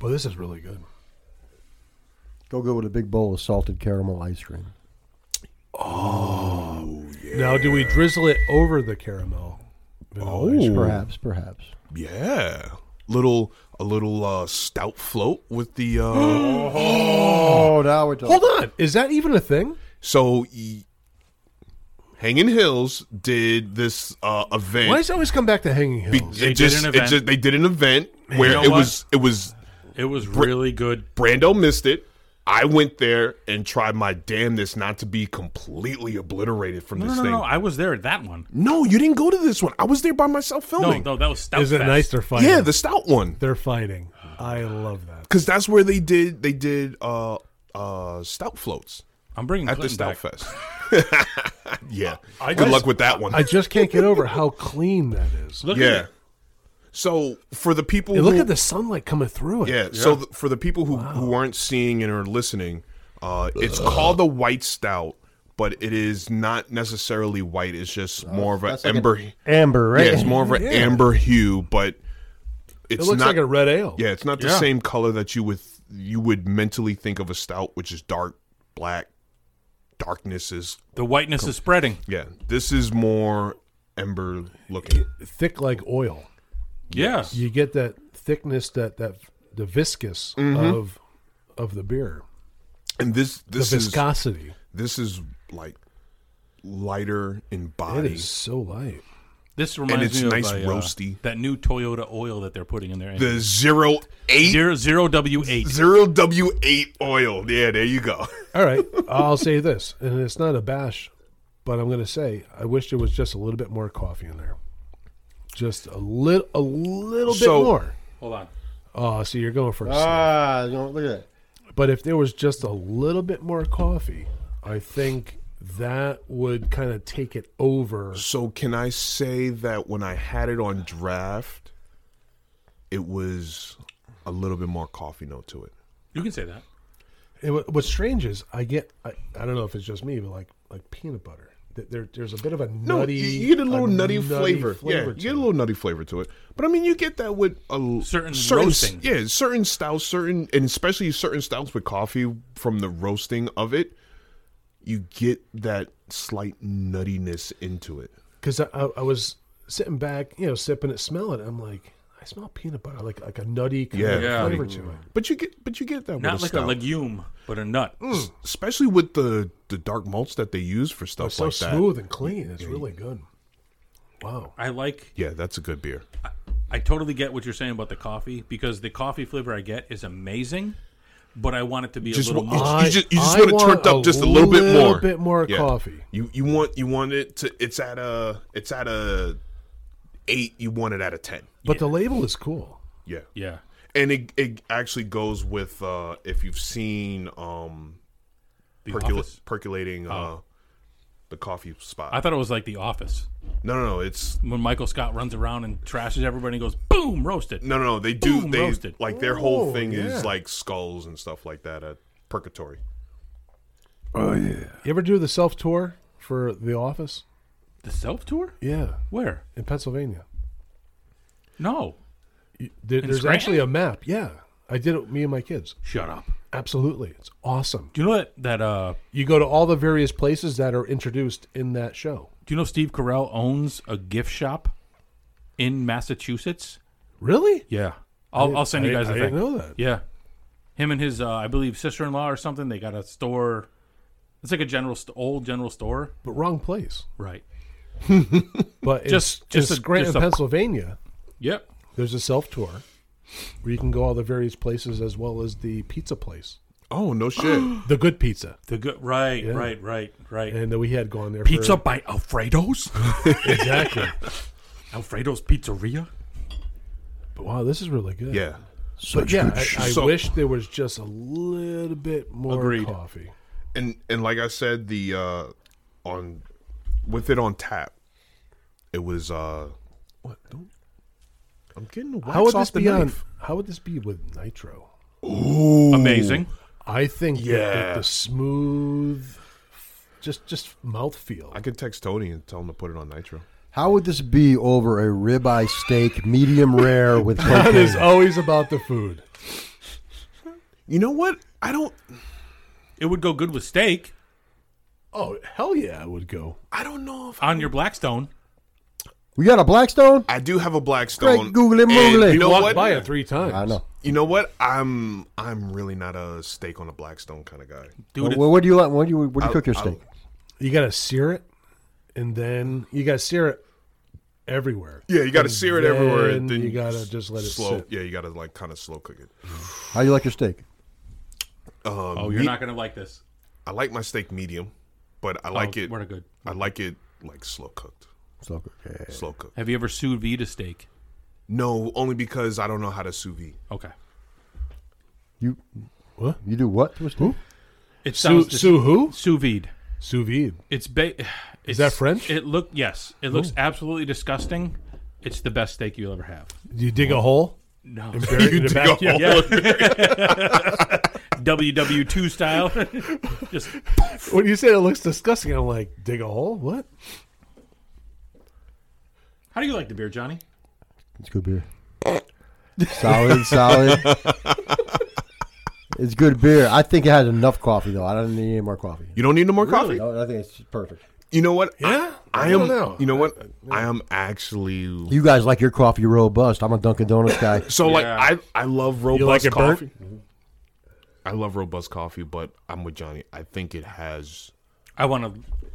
Well, this is really good.
Go go with a big bowl of salted caramel ice cream.
Now, do we drizzle it over the caramel? vanilla ice cream?
Perhaps, perhaps.
Yeah. Little a little uh, stout float with the.
(gasps)
Uh,
Oh, now we're talking.
Hold on. Is that even a thing?
so. Y- Hanging Hills did this uh, event.
Why does it always come back to Hanging
Be-
Hills?
They
it just,
did an
it
event.
just- they did an event where
You know
it
what?
was it was
It was really good.
Brando missed it. I went there and tried my damnedest not to be completely obliterated from
No,
this
no, no,
thing.
no. I was there at that one.
No, you didn't go to this one. I was there by myself
No,
filming.
no, that was Stout
Is it
Fest.
nice they're fighting?
yeah, the stout one.
they're fighting. I love that.
Cuz that's where they did they did uh uh stout floats
I'm bringing
at the
Clinton
stout
back.
fest.
(laughs)
yeah.
I
Good
just-
luck with that one.
I just can't get over how clean that is.
Look at
yeah.
it.
So for the people
And look
who-
at the sunlight coming through it.
Yeah. So th- for the people who, who aren't seeing and are listening, uh, it's called the white stout, but it is not necessarily white. It's just more of an
that's like
amber.
Amber,
yeah,
right?
it's more of an
Yeah.
amber hue, but
it
it's
looks
not.
like a red ale.
yeah, it's not the
Yeah.
same color that you would you would mentally think of a stout, which is dark black. Darkness is
The whiteness is spreading.
yeah. This is more amber looking.
Thick like oil.
Yeah.
You get that thickness that that the viscous of of the beer.
And this
The
Mm-hmm. this is
viscosity.
this is like lighter in
It
body.
is so light.
This reminds
it's
me
nice
of a, uh,
roasty.
that new Toyota oil that they're putting in there.
the zero eight
zero, zero W eight.
zero W eight oil. Yeah, there you go. (laughs)
All right. I'll say this, and it's not a bash, but I'm going to say I wish there was just a little bit more coffee in there. Just a little, a little
So-
bit more.
Hold on.
Oh, see, you're going for a sip.
Ah, no, look at that.
But if there was just a little bit more coffee, I think that would kind of take it over.
So can I say that when I had it on draft, it was a little bit more coffee note to it.
You can say that.
And what- what's strange is I get I, I don't know if it's just me, but like like peanut butter. Th- There, there's a bit of a nutty.
No, you, you get a little nutty, flavor. Yeah, you
to
get
it.
a little nutty flavor to it. But I mean, you get that with a l-
Certain
s-
roasting.
Yeah, certain stouts, certain and especially certain stouts with coffee from the roasting of it, you get that slight nuttiness into it.
because I, I, I was sitting back, you know, sipping it, smelling it. I'm like, I smell peanut butter, like like a nutty kind of
Yeah.
flavor to it.
But you get, but you get that
Not
with a
like
stout.
a legume, but a nut.
especially with the the dark malts that they use for stuff
It's so
like that.
smooth and clean. It's really good. Wow.
I like.
Yeah, that's a good beer.
I totally get what you're saying about the coffee because the coffee flavor I get is amazing, but I want it to be
Just
a little
wa-
more.
you just- you just want it
want
turned up just a little bit more.
bit more
Yeah.
coffee.
You you want you want it to it's at a it's at a eight. You want it at a ten.
But the label is cool.
Yeah,
yeah.
and it it actually goes with uh if you've seen um
The
percula-
Office.
percolating uh the coffee spot.
I thought it was like The Office
no, no, no. It's
when Michael Scott runs around and trashes everybody and goes boom roasted.
no, no, no. They do
Boom,
they
roasted.
like their whole
Oh,
thing
yeah.
is like skulls and stuff like that at Purgatory.
Oh yeah. You ever do the self tour for The Office?
The self tour?
Yeah,
Where?
in Pennsylvania.
No.
You- there- there's
Scranton?
actually a map. Yeah, I did it. Me and my kids.
Shut up.
Absolutely, it's awesome.
Do you know that that uh?
You go to all the various places that are introduced in that show.
Do you know Steve Carell owns a gift shop in Massachusetts?
Really?
Yeah. I'll, I'll send you
I-
guys the
I
thing.
didn't know that.
Yeah. Him and his, uh, I believe, sister in law or something, they got a store. It's like a general, st- old general store.
But wrong place.
Right.
But
Just-
just just
just a-
in Scranton,
just a-
Pennsylvania.
Yep.
There's a self tour where you can go all the various places as well as the pizza place,
Oh no shit!
the good pizza,
The good, right, right, right, right.
and that we had gone there.
Pizza
for,
by (laughs) Alfredo's?
exactly.
Alfredo's Pizzeria?
But wow, this is really
(gasps)
good.
yeah,
but yeah, I, I
So-
wish there was just a little bit more
Agreed.
coffee.
and and like I said, the uh on with it on tap, it was uh what? Don't, I'm getting the wax
How would
off
this
the
be on?
knife.
How would this be with nitro?
Amazing.
I think yeah.
Yeah.
the smooth, just just mouthfeel.
I could text Tony and tell him to put it on nitro.
How would this be over a ribeye steak, medium rare with
That is
cocaine?
always about the food.
You know what? I don't.
It would go good with steak
Oh hell yeah, I would go.
I don't know if I,
on your Blackstone.
We got a Blackstone.
do have a Blackstone.
Great googly
and
moogly.
You
You
know
walked
what?
by it three times.
I know.
You know what? I'm I'm really not a steak on a Blackstone kind of guy.
Dude,
Well, what do you like? What do you, what do you
I-
cook your
I-
steak?
You gotta sear it, and then you gotta sear it everywhere.
Yeah, you got to sear it everywhere.
then
And then
you gotta just let it
slow.
sit.
Yeah, you got to like kind of slow cook it.
How do you like your steak?
Um,
oh, you're
me-
not going to like this.
I like my steak medium, but I like
oh,
it.
We're good.
I like it like slow cooked.
So okay.
Slow cooked.
Have you ever sous vide a steak?
No, only because I don't know how to sous vide.
Okay.
You
What?
you do what to a steak?
It
Sous,
sounds dis-
sous who?
sous vide.
Sous vide.
It's ba- (sighs) it's,
that French?
It look yes. It looks absolutely disgusting. It's the best steak you'll ever have.
You dig a hole.
(laughs)
No.
(laughs) and bury it in the backyard.
Yeah. WW2 style. (laughs) Just
(laughs) When you say it looks disgusting, I'm like, dig a hole? What?
How do you like the beer, Johnny?
It's good beer. solid, solid. It's good beer. I think it had enough coffee though. I don't need any more coffee.
You don't need no more coffee.
No, I think it's perfect.
You know what?
Yeah?
I, I
I don't
am.
know.
You know what? I am actually.
You guys like your coffee robust. I'm a Dunkin' Donuts guy.
So like
Yeah.
I I love robust
like it burnt?
coffee. I love robust coffee, but I'm with Johnny. I think it has.
I want a,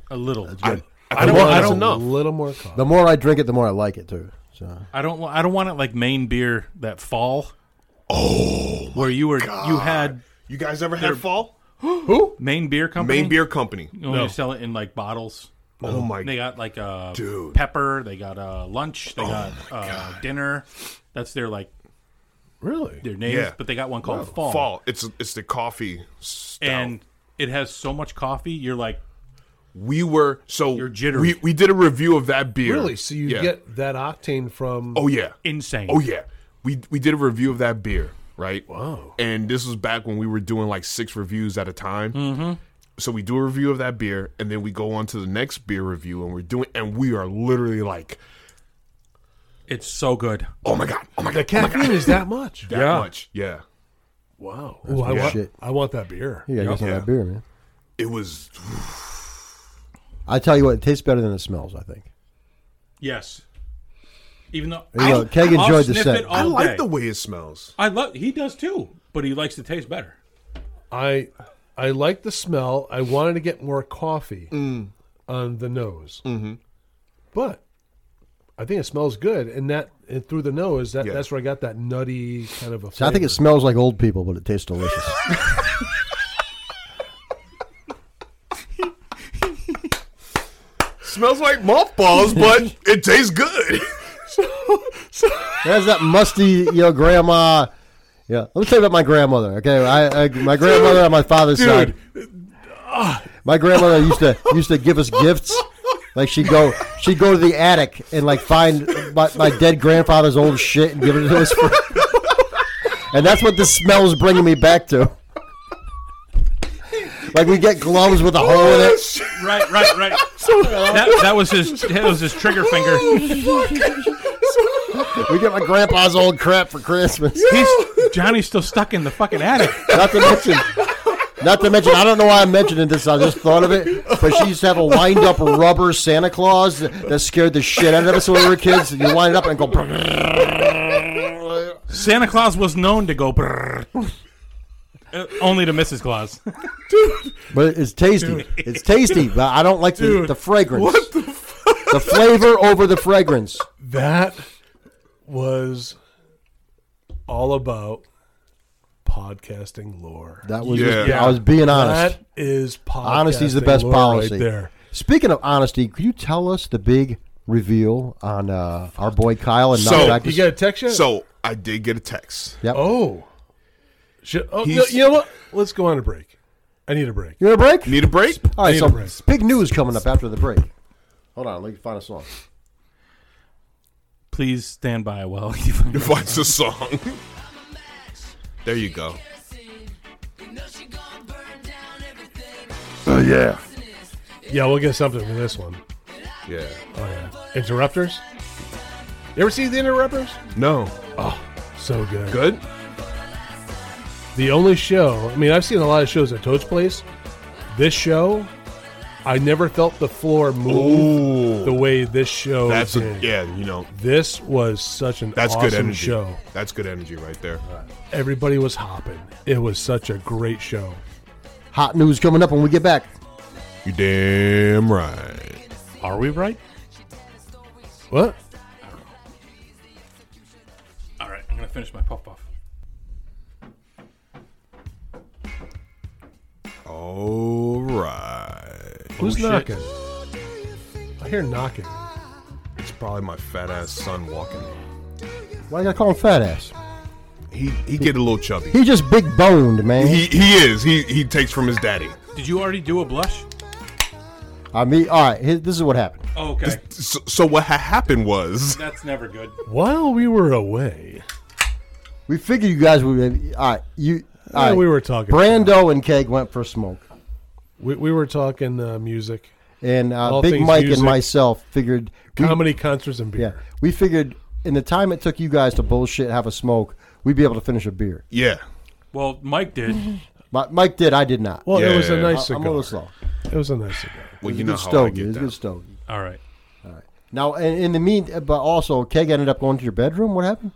a little. I,
I,
I
don't.
want
I
a
don't know.
little more coffee.
The more I drink it, the more I like it too. So
I don't. wa- I don't want it like Maine beer that fall. Oh, where you were? You had
You guys ever had fall?
Maine Beer Company.
Main beer company.
You only sell it in like bottles.
Oh my
They
god!
got like a
Dude. Oh
pepper. They got a lunch. They got uh, dinner. That's their like
Really?
their names.
Yeah.
But they got one called Fall.
Fall. It's it's the coffee. Stout.
and it has so much coffee. You're like,
we were so
You're jittery.
We we did a review of that beer.
Really? So you
Yeah.
get that octane from
Oh yeah.
insane.
Oh yeah. We we did a review of that beer, right?
Wow.
And this was back when we were doing like six reviews at a time. Mm-hmm. So we do a review of that beer, and then we go on to the next beer review, and we're doing, and we are literally like,
It's so good.
oh my god, oh my
the
god,
caffeine is that much.
that
Yeah.
much, yeah.
Wow. Ooh, I,
good
want,
shit.
I want that beer.
you gotta get some of
Yeah.
that beer, man.
It was
I tell you what, it tastes better than it smells. I think.
Yes. Even though
There you go. Keg
I'll
enjoyed the
sniff
set.
it
I
all
like
day.
the way it smells.
I love. He does too, but he likes the taste better.
I I like the smell. I wanted to
Mm.
get more coffee on the nose. Mm-hmm. But I think it smells good, and that and through the nose, that,
Yeah.
that's where I got that nutty kind of a.
So I think
flavor.
it smells like old people, but it tastes delicious.
Smells like mothballs, (laughs) but it tastes good.
There's that musty, you know, grandma. Yeah, let me tell you about my grandmother. Okay, I, I my grandmother on my father's side. My grandmother used to used to give us gifts. Like she'd go she'd go to the attic and like find my, my dead grandfather's old shit and give it to us. For, (laughs) and that's what this smell's bringing me back to. Like we get gloves with a hole in it.
Right,
(laughs)
right, right. that, that was his. That was his trigger finger.
Oh,
We get my grandpa's old crap for Christmas.
He's, Johnny's still stuck in the fucking attic.
Not to mention, not to mention, I don't know why I'm mentioning this. I just thought of it, but she used to have a wind up rubber Santa Claus that, that scared the shit out of us when we were kids. And you wind it up and go.
Santa Claus was known to go brrr. Uh, only to Mrs. Claus.
But it's tasty. It's tasty, but I don't like the, the fragrance. What the The flavor over the fragrance.
that was all about podcasting lore.
That was.
Yeah.
I was being honest.
That is podcasting
Honesty's the best
lore
policy.
right there.
Speaking of honesty, could you tell us the big reveal on uh, our boy Kyle and
So,
not
You
practice?
got a text yet?
So I did get a text.
oh, Should, oh you,
He's-
you know what? Let's go on a break. I need a break.
you want a break?
Need a break?
All right,
Need
so
a break.
big news coming up after the break. Hold on, let me find a song.
Please stand by while (laughs) you find
What's the song? There you go.
Yeah, we'll get something from this one.
Yeah.
Oh yeah, interrupters. You ever see the interrupters?
No.
So good.
Good?
The only show. I mean, I've seen a lot of shows at Toad's Place. This show, I never felt the floor move
Ooh.
the way this show
That's a,
did.
yeah, you know,
This was such an
that's
awesome
good energy.
show.
That's good energy right there.
Everybody was hopping. It was such a great show.
Hot news coming up when we get back.
You damn right.
Are we right?
What?
All right, I'm gonna finish my puff puff.
All right.
Oh,
Who's
shit.
knocking? I hear knocking.
It's probably my fat ass son walking.
Why you gotta call him fat ass?
He he get a little chubby.
He just big boned, man.
He he is. He he takes from his daddy.
Did you already do a blush?
I mean, all right, here- this is what happened.
Oh, okay,
So, so what ha- happened was
that's never good.
While we were away,
We figured you guys would. All right, you. all
Yeah,
right.
we were talking.
Brando and Keg went for a smoke,
we, we were talking uh, music,
and uh,
All
Big
things
Mike
music.
and myself figured. we-
comedy, concerts, and
yeah,
beer.
we figured in the time it took you guys to bullshit have a smoke, we'd be able to finish a beer.
yeah.
Well, Mike did.
Mi- Mike did, I did not.
Well, it was a
Yeah.
nice
I, am a
cigar.
little slow.
It was a nice cigar.
Well,
It was
you
a
know
good
how I
stogie. It
get
was a
down.
good stogie.
All right.
Now, in, in the mean, but also, Keg ended up going to your bedroom.
(laughs)
What happened?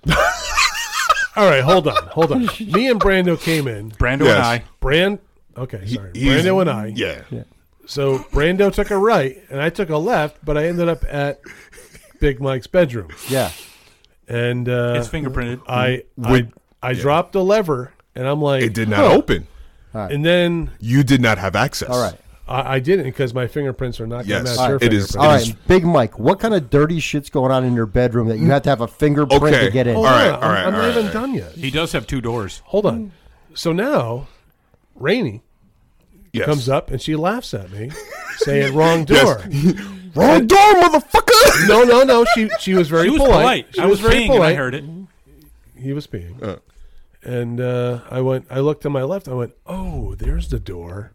All right, hold on,
(laughs)
hold on. Me and Brando came in.
Brando
Yes.
and I.
Brand, okay, sorry.
He's-
Brando and I.
Yeah.
So Brando took a right, and I took a left, but I ended up at Big Mike's bedroom,
Yeah.
and uh,
It's fingerprinted.
I
Would-
I, I dropped the lever, and I'm like,
It did not
"Huh."
open.
And then
You did not have access.
All right.
I, I didn't because my fingerprints are not going
Yes.
to match
All
your
right. It is-
fingerprints.
All
It
right, Big Mike, what kind of dirty shit's going on in your bedroom that you have to have a fingerprint
Okay.
to get in?
Hold
All right,
on,
all
I'm-
right,
I'm
all
not even
right.
done yet.
He does have two doors.
Hold on. So now, Rainey
Yes.
comes up and she laughs at me,
(laughs)
saying "Wrong door."
Wrong door,
(laughs)
motherfucker.
No, no, no. She she was very
He was
polite.
polite.
She
I was,
very
peeing and
polite.
I heard it.
He was peeing.
Uh.
And uh, I went. I looked to my left. I went. Oh, there's the door.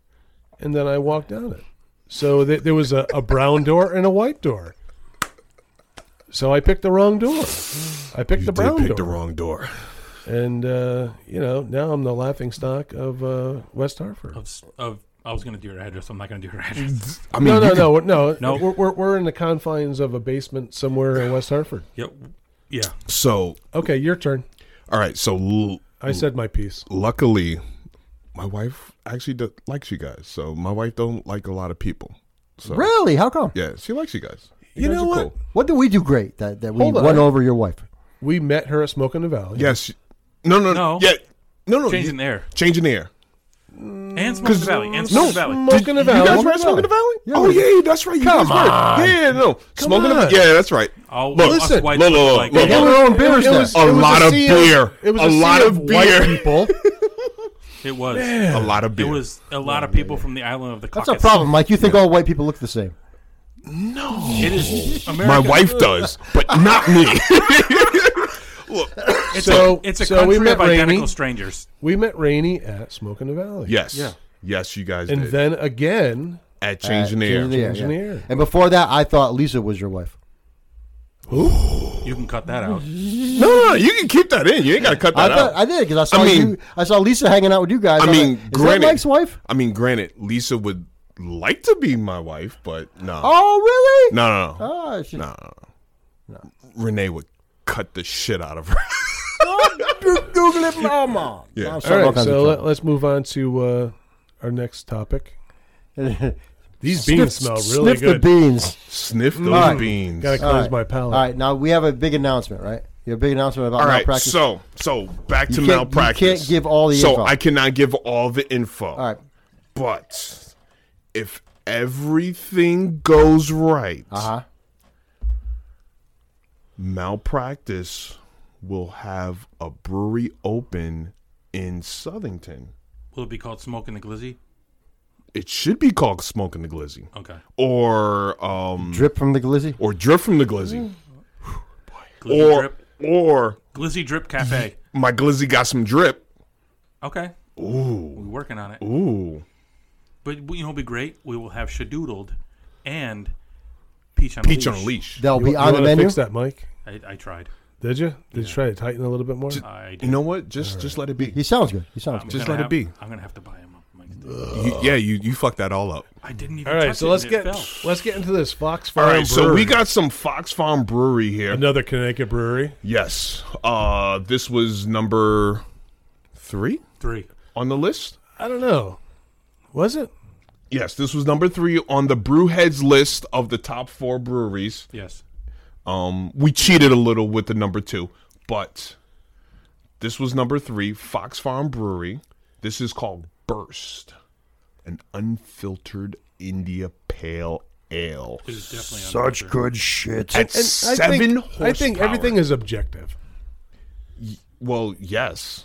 And then I walked down it. So th- there was a, a brown door and a white door. So I picked the wrong door. I picked
You
the
did
brown
pick
door.
the wrong door.
And uh, you know now I'm the laughing stock of uh, West Hartford.
Oh,
Of, of I was gonna do your address. I'm not gonna do your (laughs) address.
I mean,
no, no,
you-
no, no,
No.
We're, we're we're in the confines of a basement somewhere in West Hartford.
yep. Yeah.
So,
Okay, your turn.
all right. So, l-
I said my piece.
luckily, my wife actually d- likes you guys. So, my wife don't like a lot of people. So,
Really? How come?
Yeah, she likes you guys.
You
guys
know
are
what?
cool.
What did we do great that, that we
Hold on.
won over your wife?
We met her at Smoke in the Valley.
Yes. No, no, no.
No.
Yeah. No, no.
Changing
you-
the air.
Changing the air.
And Smoke in the Valley. And Smoke
No,
in the Valley.
Smoke in the Valley.
You guys were at Smoke in the Valley?
Yeah,
oh,
we-
yeah, that's right. You Come guys on. Yeah, no. Smoke in the
on.
Valley. Yeah, that's right.
Oh,
look,
listen,
us whites
look,
look
look,
like
look,
They had
it.
look.
their own beers
It
there.
was-
A
was
lot of
sea
beer.
It was
A
sea
lot of
white
beer. (laughs)
people.
It was.
A lot of beer.
It was a lot of people from the island of the
That's
Caucasus.
a problem, Mike. You think all white people look the same?
It is America.
My wife does, but not
(laughs)
me. look.
It's
So-
a, it's a
so we
country
met
of identical
Rainey.
strangers.
We met Rainey at Smoke in the Valley.
Yes. Yes, you guys
And
did.
then again,
at Changing the
She's
Air.
in the air,
She's in
yeah.
the air.
And before that, I thought Lisa was your wife.
You can cut that out.
No, no, no, you can keep that in. You ain't got to cut
I
that
thought
out.
I did because I saw
I mean-
you. I saw Lisa hanging out with you guys.
I
I'm
mean,
like, is
granted,
that Mike's wife?
I mean, granted, Lisa would like to be my wife, but no,
Oh, really?
no, no, no.
Oh, she-
Renee would cut the shit out of her. (laughs)
Google it, mama.
Yeah.
I'm
all
sorry,
right.
all kinds of
So
trouble.
let, us move on to uh, our next topic. These beans smell really
sniff
good.
the beans.
Sniff those
right.
beans.
Gotta
All
cleanse
right.
my palate.
All right, now we have a big announcement, right? You have a big announcement about
All right,
malpractice.
so so back to
You can't- you
malpractice.
can't give all the
so
info.
I cannot give all the info.
all right,
but if everything goes right,
uh huh.
malpractice will have a brewery open in Southington.
Will it be called Smoke in the Glizzy?
It should be called Smoking the Glizzy
Okay.
or um
Mm. Drip from the glizzy.
or Drift from the Glizzy
Glizzy
or
Drip.
or
Glizzy Drip Cafe.
my Glizzy got some drip.
Okay.
Ooh,
We're working on it.
ooh.
But you know, it'll be great. We will have shadoodled and peach on
Peach
a
on a
leash.
leash.
They'll
You,
be
you
on the
wanna
menu.
fix that, Mike?
I, I tried.
Did you? Did you try to tighten a little bit more?
I
You
did.
know what? Just just let it be.
He sounds good. He sounds
I'm
good.
just let
gonna
it
have-
be.
I'm gonna have to buy him. a mic stand.
You- yeah, you you fucked that all up.
I didn't even.
All right,
touch
so
it
let's
and it
get
fell.
let's get into this Fox
All
Farm.
right, so we
Brewery.
got some Fox Farm Brewery here.
another Connecticut brewery.
Yes, uh, this was number three
three.
on the list.
I don't know. Was it?
Yes, this was number three on the Brewheads list of the top four breweries.
Yes.
Um, we cheated a little with the number two, but this was number three, Fox Farm Brewery. This is called Burst, an unfiltered India Pale Ale.
It is definitely
Such good shit.
At seven
I think,
horsepower.
I think everything is objective.
Well, yes.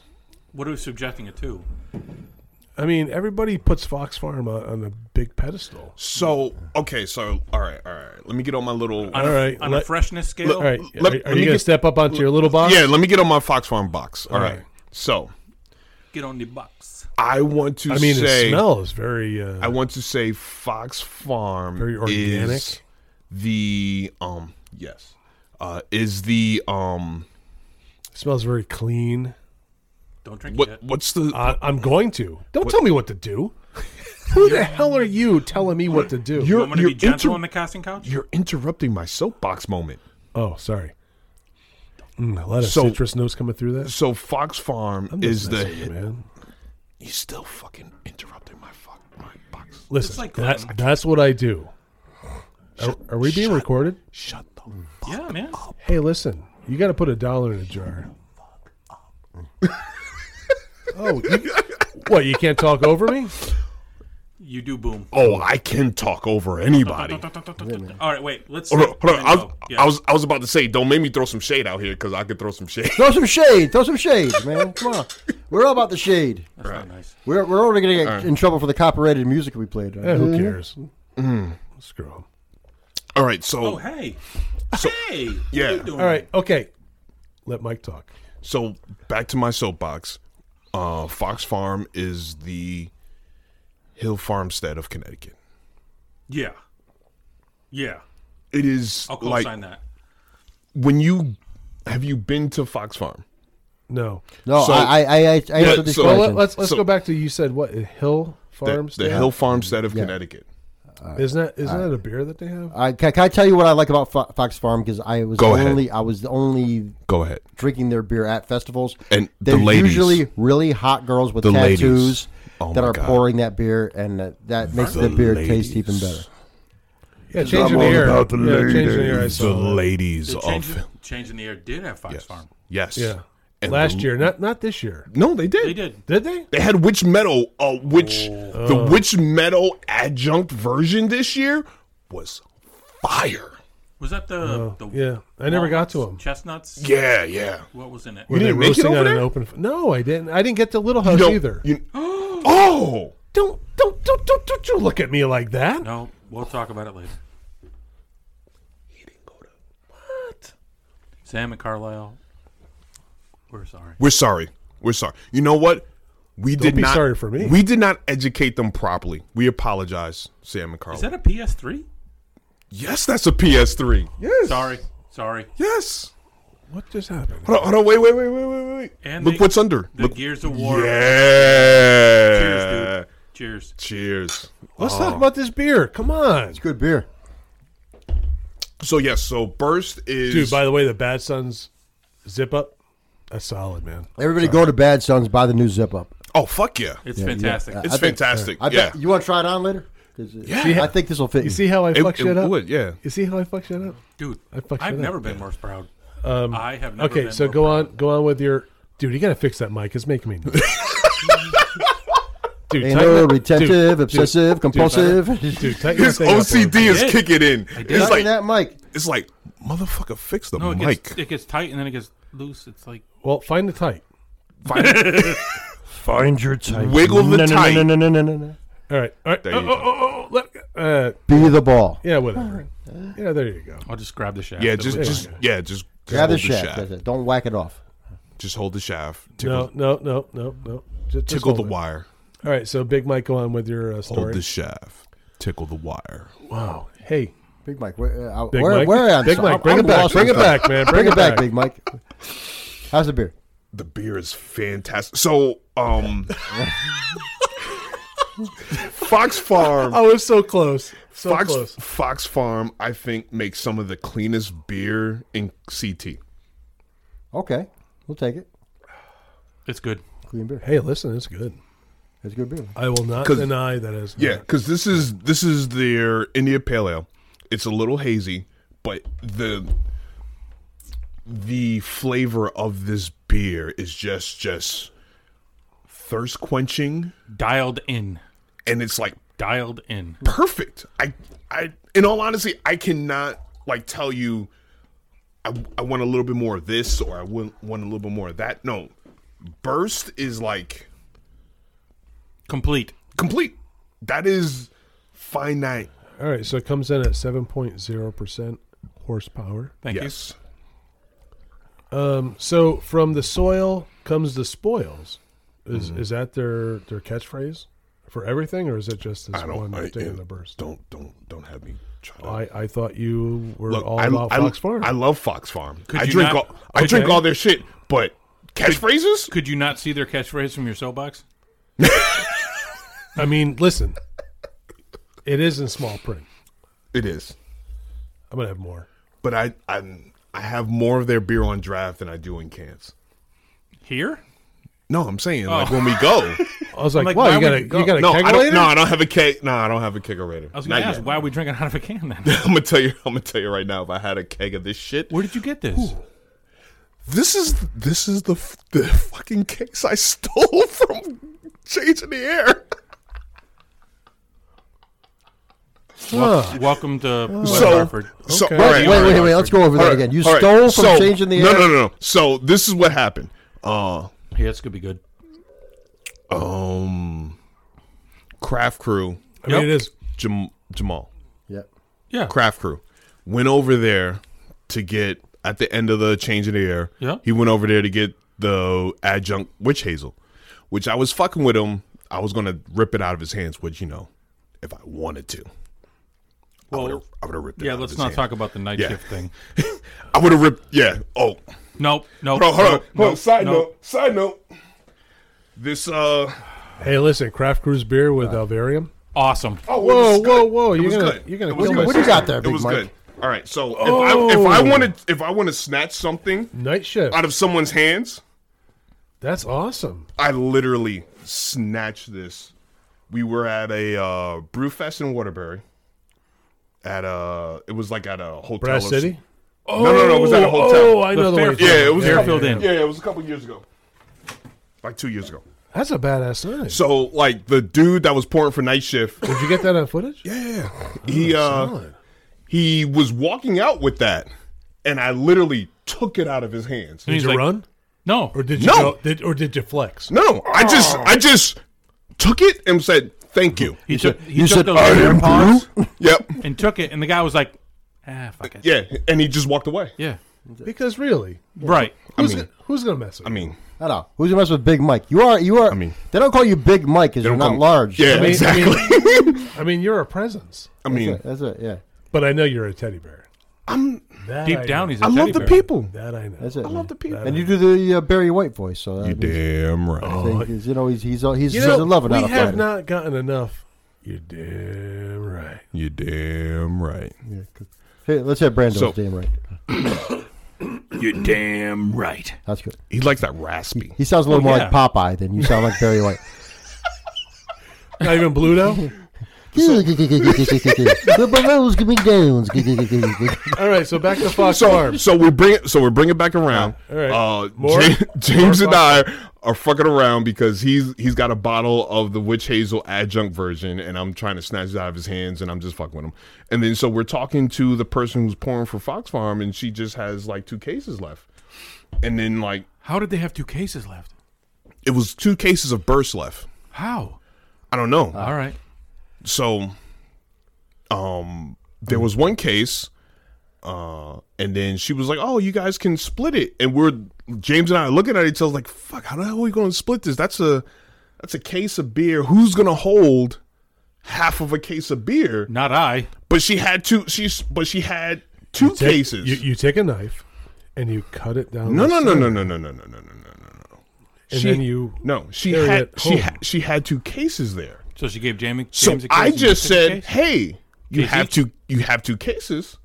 What are we subjecting it to?
I mean, everybody puts Fox Farm on, on a big pedestal.
So okay, so all right, all right. Let me get on my little.
On, a,
All right,
on a
let-
freshness scale.
All right,
Let-
are,
let
are
me
you
get-
gonna step up onto your little box?
Yeah, let me get on my Fox Farm box. all right.
right.
So
Get on the box.
I want to
I mean,
say
the smell is very. Uh,
I want to say Fox Farm
Very organic.
is the um yes uh, is the um
smells very clean.
Don't drink it
what
yet.
what's the
I, I'm going to. Don't tell me what
(laughs)
to do. Who the hell are you telling me what to do?
You
you're,
want me to
you're
be gentle
inter-
on the casting couch?
you're interrupting my soapbox moment.
oh, sorry. Mm, a lot of
So-
citrus notes coming through that.
So Fox Farm
I'm
is
just
the
messing with you, man?
he's still fucking interrupting my fuck my box.
Listen,
It's like
that's
cotton.
that's what I do. Are, are we being recorded?
Shut the
Yeah, man.
Hey, listen, you got to put a dollar in
(laughs)
a jar. oh, you, (laughs) what? You can't talk over me?
You do boom.
Oh, I can talk over
(laughs)
anybody.
All right, wait. Let's.
Hold on, hold on. I, was,
Yeah.
I was I was about to say, don't make me throw some shade out here because I could throw some shade. (laughs)
Throw some shade. Throw some shade, man. Come on. We're all about the shade.
That's not nice.
We're, we're already going to get in trouble for the copyrighted music we played.
Eh, who
Mm-hmm.
cares? Screw 'em.
All right, so
Oh, hey. hey.
yeah.
What are you doing?
All right, okay. Let Mike talk.
so back to my soapbox. Uh, Fox Farm is the Hill Farmstead of Connecticut.
Yeah. Yeah.
It is
I'll
like
co-sign that.
when you have you been to Fox Farm?
No.
No,
So-
I, I, I, I answered this
so-
Well,
question.
let, let's let's
So-
go back to you said what Hill
The,
Farms.
the
they have?
Hill Farmstead of Connecticut.
Isn't that isn't that a beer that they have?
I, can, can I tell you what I like about Fo- Fox Farm? Because I was
Go
the
ahead.
only I was the only
Go ahead.
drinking their beer at festivals,
And the
they're
ladies.
usually really hot girls with
The ladies.
tattoos
Oh
that
my
are
God.
pouring that beer, and that, that makes the, beer taste even better.
Yeah, change in the
all
air.
about the
yeah, change in the air. I
The
saw that.
ladies
Change,
of
Change in the Air did have Fox Farm.
yes,
Yeah.
And
Last
the-
year, not not this year.
No, they did.
They did.
Did they?
They had Witch Metal, uh, which the Witch Metal adjunct version this year was fire.
Was that the, the
yeah. I never got to 'em.
Chestnuts?
Yeah, yeah.
What was in it?
You didn't
They're
make it
roasting
over
on
there.
An open f- no, I didn't. I didn't get to Little House
You don't-
either. (gasps)
you- oh,
don't, don't don't don't don't you look at me like that.
No, we'll talk about it later. Sam and Carlisle. We're sorry.
we're sorry. We're sorry. You know what? We did
be
not.
sorry for me.
We did not educate them properly. We apologize, Sam and Carl.
Is that a PS3?
yes, that's a PS3. Yes.
Sorry. Sorry.
Yes.
What just happened?
Hold on. Hold on. Wait. Wait. Wait. Wait. Wait. Wait.
And
Look
the-
what's under.
The
Look.
Gears of War.
Yeah.
Cheers, dude. Cheers.
Cheers.
Let's talk
Oh.
about this beer. Come on,
Good beer.
So yes. So burst is
dude. By the way, the Bad Sons zip up. That's solid, man.
Everybody go to Bad Sons, buy the new zip up.
oh fuck yeah.
It's fantastic.
It's fantastic.
I
yeah.
bet, you want to try it on later? 'Cause, uh,
Yeah.
I think this will fit.
You see how I
Mm. It-
fuck
it
shit up?
would, yeah.
You see how I fuck shit up?
Dude,
I fucked
I've
it up. Um,
never been more proud. I have never
Okay,
been
so
more
go
proud.
on, go on with your dude. You gotta fix that mic. It's making
(laughs)
me. nervous. dude, tighten
Anal,
that-
retentive,
dude,
obsessive,
dude,
compulsive.
Dude, dude, tighten
His
that thing up a little
OCD
bit.
is kicking in. It's
Not
like
in that mic.
it's like motherfucker, fix the
No, it
mic.
gets, it gets tight and then it gets loose. It's like
Well, find the tight.
Find your type.
Wiggle the tight.
All right, all right.
There
oh,
you
oh, oh, oh, let, uh,
Be the ball.
yeah, whatever. Yeah, there you go.
I'll just grab the shaft.
Yeah,
It'll
just
be
just
fine.
yeah, just
Grab
hold
the shaft. That's it. Don't whack it off.
Just hold the shaft.
No,
Tickle,
no, no, no, no. Just, just
tickle
hold
the
it.
wire.
All right, so Big Mike, go on with your uh,
Hold
story.
the shaft. Tickle the wire.
wow. Hey,
Big Mike, where, uh,
Big
where,
Mike.
where am I?
Big Mike, bring
I'm
it back,
lost
bring
in
it
stuff.
back, man,
Bring, it back, Big Mike. How's the beer?
The beer is fantastic. So,
(laughs)
um, Fox Farm.
I was so close, Oh, so
Fox
close.
Fox Farm, I think, makes some of the cleanest beer in CT.
Okay, we'll take it.
It's good.
Clean beer.
Hey, listen, it's good.
It's good beer.
I will not
'Cause-
deny that it's
Yeah,
not.
because this is this is their India Pale Ale. It's a little hazy, but the the flavor of this beer is just just thirst quenching,
Dialed in.
and it's like
Dialed in.
perfect. I I in all honesty, I cannot like tell you. I, I want a little bit more of this, or I want, want a little bit more of that. No, burst is like
Complete.
complete. That is finite.
All right, so it comes in at 7.0% horsepower.
Thank
yes.
So from the soil comes the spoils. Is
Mm-hmm.
is that their their catchphrase for everything or is it just this
I don't.
one
I,
thing in
and
the burst?
Don't don't don't have me. Try to,
I, I thought you were
look,
Oh, all
I,
about
I,
Fox Farm.
I love Fox Farm.
Could
I
you
drink
not-
all. I
could
drink
you-
all their shit, but catchphrases.
(laughs) you. Could you not see their catchphrase from your soapbox?
I mean, listen. (laughs) It is in small print.
It is,
I'm going to have more.
but I I I have more of their beer on draft than I do in cans.
Here?
No, I'm saying like when we go.
I was like,
Oh. (laughs) like,
wow,
why
you got
would
a
you go-
you got a
no, I
kegerator?
don't. No, I don't have a keg. No, I don't have a kegerator.
I was going to ask, why are
(laughs)
we drinking out of a can then?
I'm gonna tell you. I'm gonna tell you right now. If I had a keg of this shit,
(laughs) Where did you get this?
this is this is the f- the fucking case I stole (laughs) from changing the air.
Huh.
Welcome to West
Uh, so,
Hartford.
so
Okay.
all right, all
Wait,
right,
wait,
all
wait, wait.
right.
Let's go over that
All right,
again. You
all right.
stole from
So-
changing the
no,
air.
No, no, no. So this is what happened. Uh,
Hey, that's going to be good.
um, Craft Crew,
I mean,
Yep.
it is.
Jam- Jamal,
Yeah.
Yeah.
Craft Crew went over there to get at the end of the change of the air.
Yeah.
he went over there to get the adjunct witch hazel, which I was fucking with him. I was gonna rip it out of his hands, which you know, if I wanted to. I
Well,
would've- I would have ripped it.
Yeah,
out of
let's
his
not
hand.
talk about the night
Yeah.
shift thing.
I would have ripped. Yeah. Oh,
Nope.
Hold on, hold
Nope.
on.
nope,
Hold on.
nope,
Side
nope.
note. Side note. This uh
Hey, listen, Craft Cruise beer with Alvarium.
Awesome.
oh
Whoa,
it was good.
whoa, whoa,
It
you're
was
gonna-
good.
you're gonna
It was
kill
good.
my What
do you got there,
It
Big
was
Mike?
good. All right, so if I if I
Oh.
wanted if I want to snatch something
Night shift.
out of someone's hands,
That's awesome.
I literally snatch this. We were at a uh, brew fest in Waterbury, at a. It was like at a hotel.
Brass
or
City?
some- no, no, no. It was at a hotel.
Oh, I
The
know the one.
Fairfield-
yeah, it was a couple-
Fairfield Inn.
Yeah, it was a couple years ago. Like two years ago.
That's a badass sign.
So like the dude that was pouring for night shift,
Did you get that on footage? Yeah.
he
Oh,
uh,
Solid.
he was walking out with that, and I literally took it out of his hands.
And
Did
he's
you
like,
run?
No.
Or did you
No.
go, did, or did you flex?
No, I
Oh.
just I just took it and said thank you.
he took he
you
took
said,
those
"I am
AirPods
Yep.
and took it, and the guy was like, "Ah, fuck it."
Yeah, and he just walked away.
Yeah.
Because really,
Right.
who's
mean-
gonna, who's gonna mess with?
I mean,
I don't know. Who's the mess with Big Mike? You are. You are. I
mean-
mean, they don't call you Big Mike because you're
don't
not
call-
large.
yeah,
I mean,
exactly.
I mean, I mean, you're a presence,
I mean,
That's it. Yeah.
but I know you're a teddy bear. I'm that I
Deep down,
know.
he's. a
I
teddy
love the
bear.
people.
that I know.
That's it. I
love the people.
And you do the uh, Barry White voice, so that means-
Damn right.
I think is, you know he's he's uh, he's,
You
he's
know,
a lover,
we
not a
have
fighter.
not gotten enough. You're damn right.
You damn right.
Hey, let's have Brando's
So-
damn right.
You're damn right.
That's good.
He likes that raspy.
He sounds a little
Oh,
more
yeah.
like Popeye than you sound like Barry White.
Not even Bluto.
(laughs) the balloons give me downs.
All right, so back to Fox
So,
Farms.
so we bring it. So we bring it back around.
All right.
Uh,
More?
Ja- James
More
and I are fucking around because he's he's got a bottle of the witch hazel adjunct version, and I'm trying to snatch it out of his hands, and I'm just fucking with him. And then so we're talking to the person who's pouring for Fox Farm, and she just has like two cases left. And then like
How did they have two cases left?
it was two cases of burst left.
How?
I don't know.
All right.
so um there was one case uh and then she was like oh you guys can split it and we're james and i are looking at each other like fuck how the hell are we gonna split this that's a that's a case of beer who's gonna hold half of a case of beer
Not I.
but she had two she's but she had two
Take-
cases
You, you take a knife and you cut it down.
no
the
no no no
center,
no no no no no no no no
And
she-
then you
no she
carry
had
it
she
home.
had she had two cases there
So she gave Jamie.
So
James a case
I
and
just
took the
said,
case?
"Hey, you
Casey?
have two. You have two cases.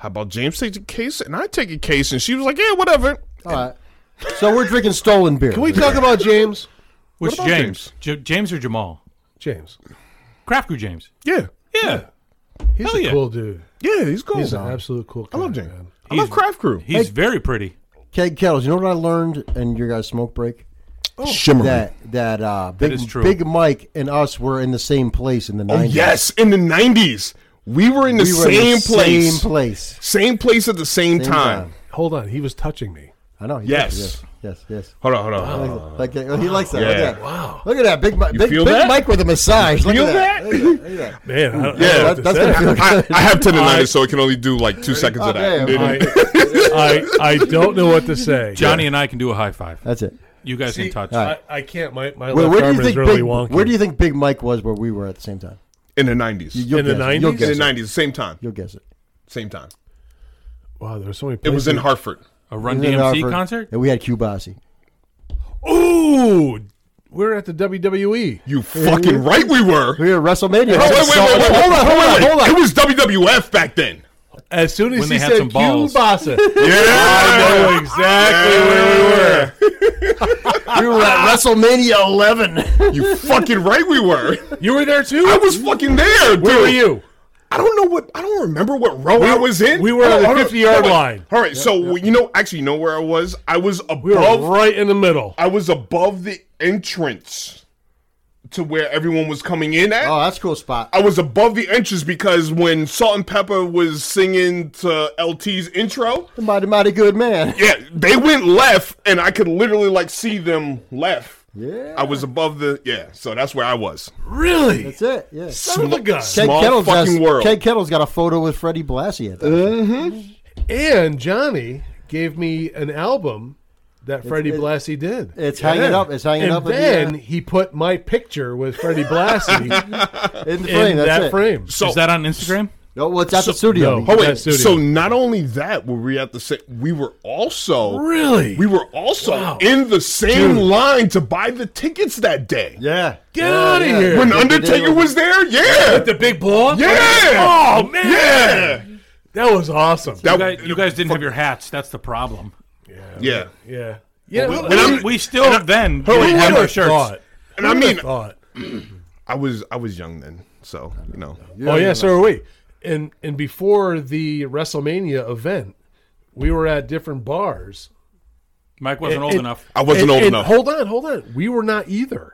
How about James takes a case and I take a case?" And she was like, "Yeah, whatever."
All right. So we're drinking stolen beer.
Can we talk about James?
"Which
about
James? J- James or Jamal?
James,
Craft Crew James?
Yeah,
Yeah.
he's
Hell
a
yeah.
cool dude.
yeah, he's cool.
He's an absolute cool.
I
Guy,
love James.
man.
I love Craft Crew.
He's very pretty.
keg kettles? You know what I learned in your guys' smoke break?
Shimmering.
That that uh, big
is true.
big Mike and us were in the same place in the
oh
nineties.
yes, in the nineties, we were in the
we were
same
in the
place,
Same place.
same place at the same,
Same
time.
Hold on, he was touching me.
I know. he
Yes.
does, Yes. Yes.
Hold on, hold on. hold on.
yes. Like that. he likes that. Look
Yeah.
at that. Wow. Look at that. Big, Mi- big,
feel
big
that?
Mike with a massage. Look
Feel
at
that?
Look at that. Look at that.
Man, I,
Yeah,
yeah,
that- that's gonna feel
I, I have tendonitis, so I can only do like two seconds
Oh,
of that.
Okay,
Didn't-
I, I don't know what to say.
Johnny and I can do a high five.
That's it.
You guys can touch.
I, I can't. My, my
Wait,
left
where do
arm
you
is
think
really
big,
wonky.
Where do you think Big Mike was where we were at the same time?
In the nineties, in
You'll
In the
guess it. You'll
90s?
guess
the
it.
nineties, same time,
You'll guess it.
same time.
wow, there were so many.
It
Places.
was in Hartford.
A Run
It was in
DMC
Hartford,
concert?
and we had Cubasi.
Ooh, we're at the E. WWE.
You fucking right, we were.
We were at WrestleMania.
Oh, Wait, wait, wait, wait, wait,
Hold on, hold on, hold on.
It was WWF back then.
As soon as
When
he
they had
said
some balls. (laughs)
Cubasa,
Yeah,
I know exactly where
(laughs)
we
We
were.
were
(laughs)
at WrestleMania 11.
You fucking right, we were.
You were there too.
I was fucking there. Dude.
Where were you?
I don't know what. I don't remember what row I was in.
we were
Hold
on the
hold
50-yard
hold on.
line.
All right, so you know, actually, you know where I was. I was
We were
Oh.
above.
right in the middle.
I was above the entrance to where everyone was coming in at.
Ah.
Oh, that's a cool spot.
I was above the entrance because when Salt and Pepper was singing to LT's intro,
Mighty, mighty good man.
Yeah, they went left, and I could literally like see them left.
Yeah.
I was above the yeah, so that's where I was.
Really?
That's it. Yeah.
Son of a gun.
Keg
small
Kettle's
fucking
has,
world.
Keg Kettle's got a photo with Freddie Blassie at that.
And Johnny gave me an album that Freddie
it-
Blassie did.
it's hanging up. It's hanging
and
up in
then
the,
he put my picture with Freddie Blassie
(laughs) uh, in the
in
frame. that's
that
it.
frame.
So
Is that on Instagram?
No, well, it's at the studio.
no.
oh wait,
that studio?
so not only that were we at the same, we were also
Really?
we were also in the same line to buy the tickets that day.
Yeah.
Get
Yeah,
outta
yeah.
here.
When
They- they did
Undertaker
it.
was there, yeah,
the big ball?
Yeah!
Oh man.
yeah,
That was awesome.
that
You guys, you guys didn't have your hats. That's the problem.
yeah.
yeah. Yeah.
Well,
who
when I'm-
We still then
Who
didn't have
would've
our shirts.
thought?
And I mean,
Thought.
I was I was young then, so you know,
oh yeah, so are we. and and before the WrestleMania event, we were at different bars.
Mike wasn't
And-
old
and-
enough.
I wasn't
and-
old
and
enough.
Hold on, hold on. We were not either.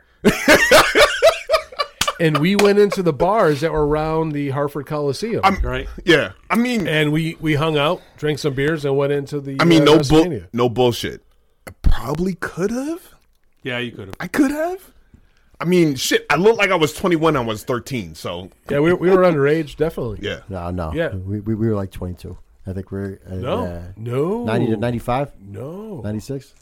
and we went into the bars that were around the Hartford Coliseum,
right?
yeah, I mean,
and we we hung out, drank some beers, and went into the.
I mean,
uh,
no bull,
WrestleMania.
no bullshit. I probably could have.
Yeah, you could have.
I could have. I mean, shit. I looked like I was 21. I was 13. So
Yeah, we, we were underage, definitely.
yeah,
No, no.
Yeah.
We, we, we were like 22. I think we are uh,
No,
uh,
no,
90 to 95,
no,
96.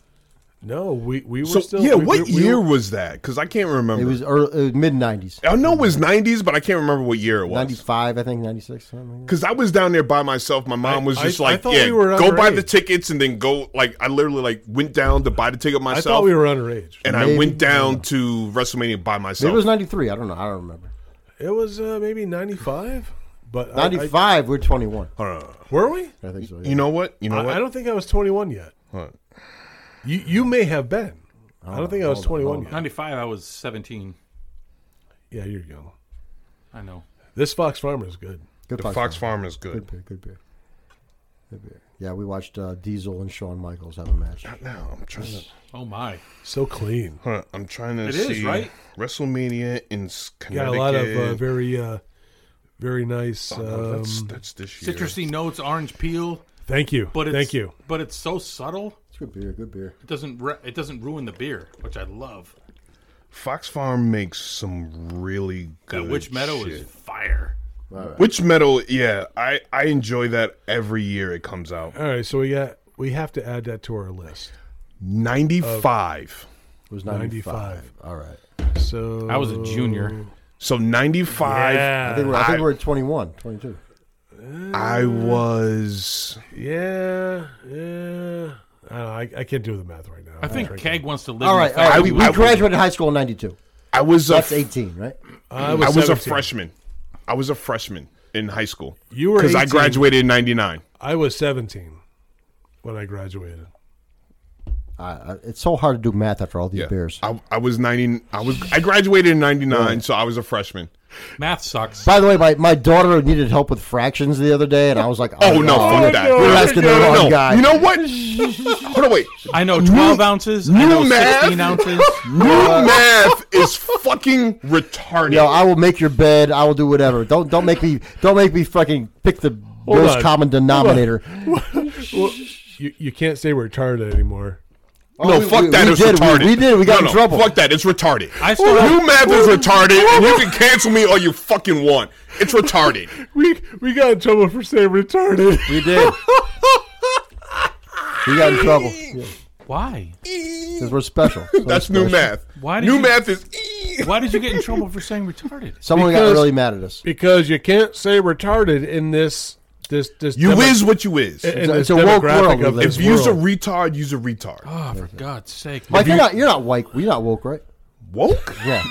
no. We we were
so
still.
yeah.
we-
what
we- we
year
were-
was that? Because I can't remember.
It was uh, early, it was mid 90s.
I know it was 90s, but I can't remember what year it was.
95, I think, 96. something like that.
Because I was down there by myself. My mom
I-
was just
I- I
like,
thought
"Yeah,
we were
go buy the
underage.
tickets and then go." Like I literally like went down to buy the ticket
I
myself,
thought we were underage.
and I
Maybe.
went down to WrestleMania by myself.
Maybe it was 93. I don't know. I don't remember.
It was uh, maybe ninety five, but I- I-
95, we're 21.
were we?
I think so. Yeah.
you know what? You know
I,
what?
I don't think I was 21 yet.
Huh.
You you may have been. I don't think I was
hold on,
21 yet.
95, I was 17.
Yeah, you're young.
I know.
This Fox Farmer is good.
good
the
Fox
Fox,
Farm.
Farm is good.
Good beer. Good beer. Good beer. Yeah, we watched uh, Diesel and Shawn Michaels have a match.
Now I'm trying to.
Oh, my.
So clean.
Huh, I'm trying to
It is,
see
right?
WrestleMania in S-
Got
Connecticut.
a lot of uh, very uh, very nice.
Oh,
Um,
that's, that's this year.
Citrusy notes, orange peel.
thank you.
But it's,
thank you.
But it's so subtle.
It's good beer. Good beer.
It doesn't re- it doesn't ruin the beer, which I love.
Fox Farm makes some really
That
good.
Witch Meadow
shit.
is fire.
Witch Meadow? Yeah, I I enjoy that every year it comes out.
All right, so we got we have to add that to our list.
95.
It was 95.
95.
All right.
So
I was a junior.
So 95
Yeah.
I think we're, I think
I-
we're at 21, 22.
I was
yeah. Yeah. I, don't know, I, I can't do the math right now.
I think Keg wants to live.
All
in
right.
the
All right.
I-
we, we
I-
graduated high school in 92.
I was a
That's
f-
18, right?
I
I
was,
was a
17.
freshman. I was a freshman in high school.
You were
cuz I
18.
graduated in 99.
I was 17 when I graduated.
I, I, Uh, it's so hard to do math after all these beers.
I, I was 90 I was I graduated in 99, so I was a freshman.
math sucks.
By the way, my, my daughter needed help with fractions the other day, and I was like,
Oh no, fuck that.
You're asking the wrong guy.
You know what? Hold on, wait.
I know 12 ounces. I
new
know
math.
16 ounces.
New math is fucking retarded.
Yo, I will make your bed. I will do whatever. Don't don't make me don't make me fucking pick the lowest
on.
common denominator.
You, you can't say retarded anymore.
no,
we-
fuck
we-
that.
we
it's
did, we-
retarded.
we did, we got
No,
in
no,
trouble.
Fuck that. It's retarded.
I still have-
new math is retarded, and
(laughs)
you can cancel me all you fucking want. It's
(laughs)
retarded.
We we got in trouble for saying retarded.
we did. we got
(laughs)
in trouble
Why?
because we're special. So
That's
special.
new math.
Why did
new
you-
math is. e-
Why did you get in trouble for saying retarded?
(laughs) Someone got
Because-
really mad at us.
Because you can't say retarded in this this this
You
demo-
is what you is.
in
It's a-
this
it's a woke world
demographic
we
of
live
this
If you're a
world.
retard, use a retard.
Oh, for God's sake.
Mike, you're not you're not woke. You're not
(laughs)
woke, right?
Woke?
Yeah.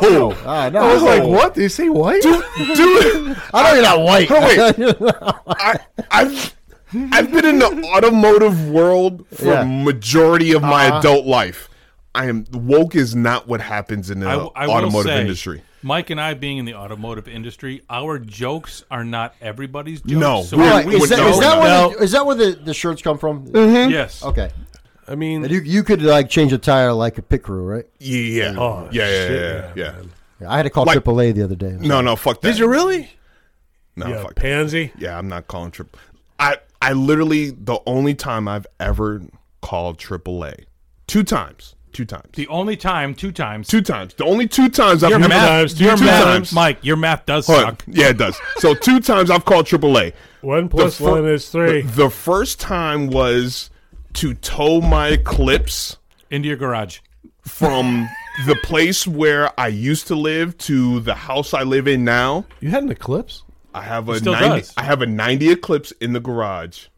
No.
Ah, no.
I was like, what? Did you say white?
Dude, (laughs)
I know you're (laughs) not white.
Hold I,
(laughs)
I've I've been in the automotive world for
Yeah. Uh-huh.
majority of my adult life. I am woke is not what happens in the
I, w- I will
automotive
say,
industry.
Mike and I being in the automotive industry, our jokes are not everybody's jokes.
No,
so
we're-
we-
All right,
we're
is, that,
not-
is,
we're
that
not.
where the, is that where the, the shirts come from?
Mm-hmm.
yes.
Okay.
I mean,
And you you could like change a tire like a pit crew, right?
Yeah, yeah,
Oh,
yeah, yeah,
shit,
yeah,
yeah,
yeah.
man.
Yeah, I had to call
Like-
AAA the other day.
No, no, fuck that.
did you really?
No,
yeah,
Oh, fuck. that.
pansy.
Yeah, I'm not calling triple. I I literally the only time I've ever called AAA, two times, two times,
The only time, two times.
two times. The only two times I've
your
ever
math,
times, two
your math,
times.
Mike, your math does
Hold on.
suck.
Yeah, it does. So two times I've called AAA.
One plus
fir-
one is three.
The, the first time was to tow my Eclipse
Into your garage.
from the place where I used to live to the house I live in now.
you had an eclipse?
I have a
still
90,
does.
I have a 90 Eclipse in the garage.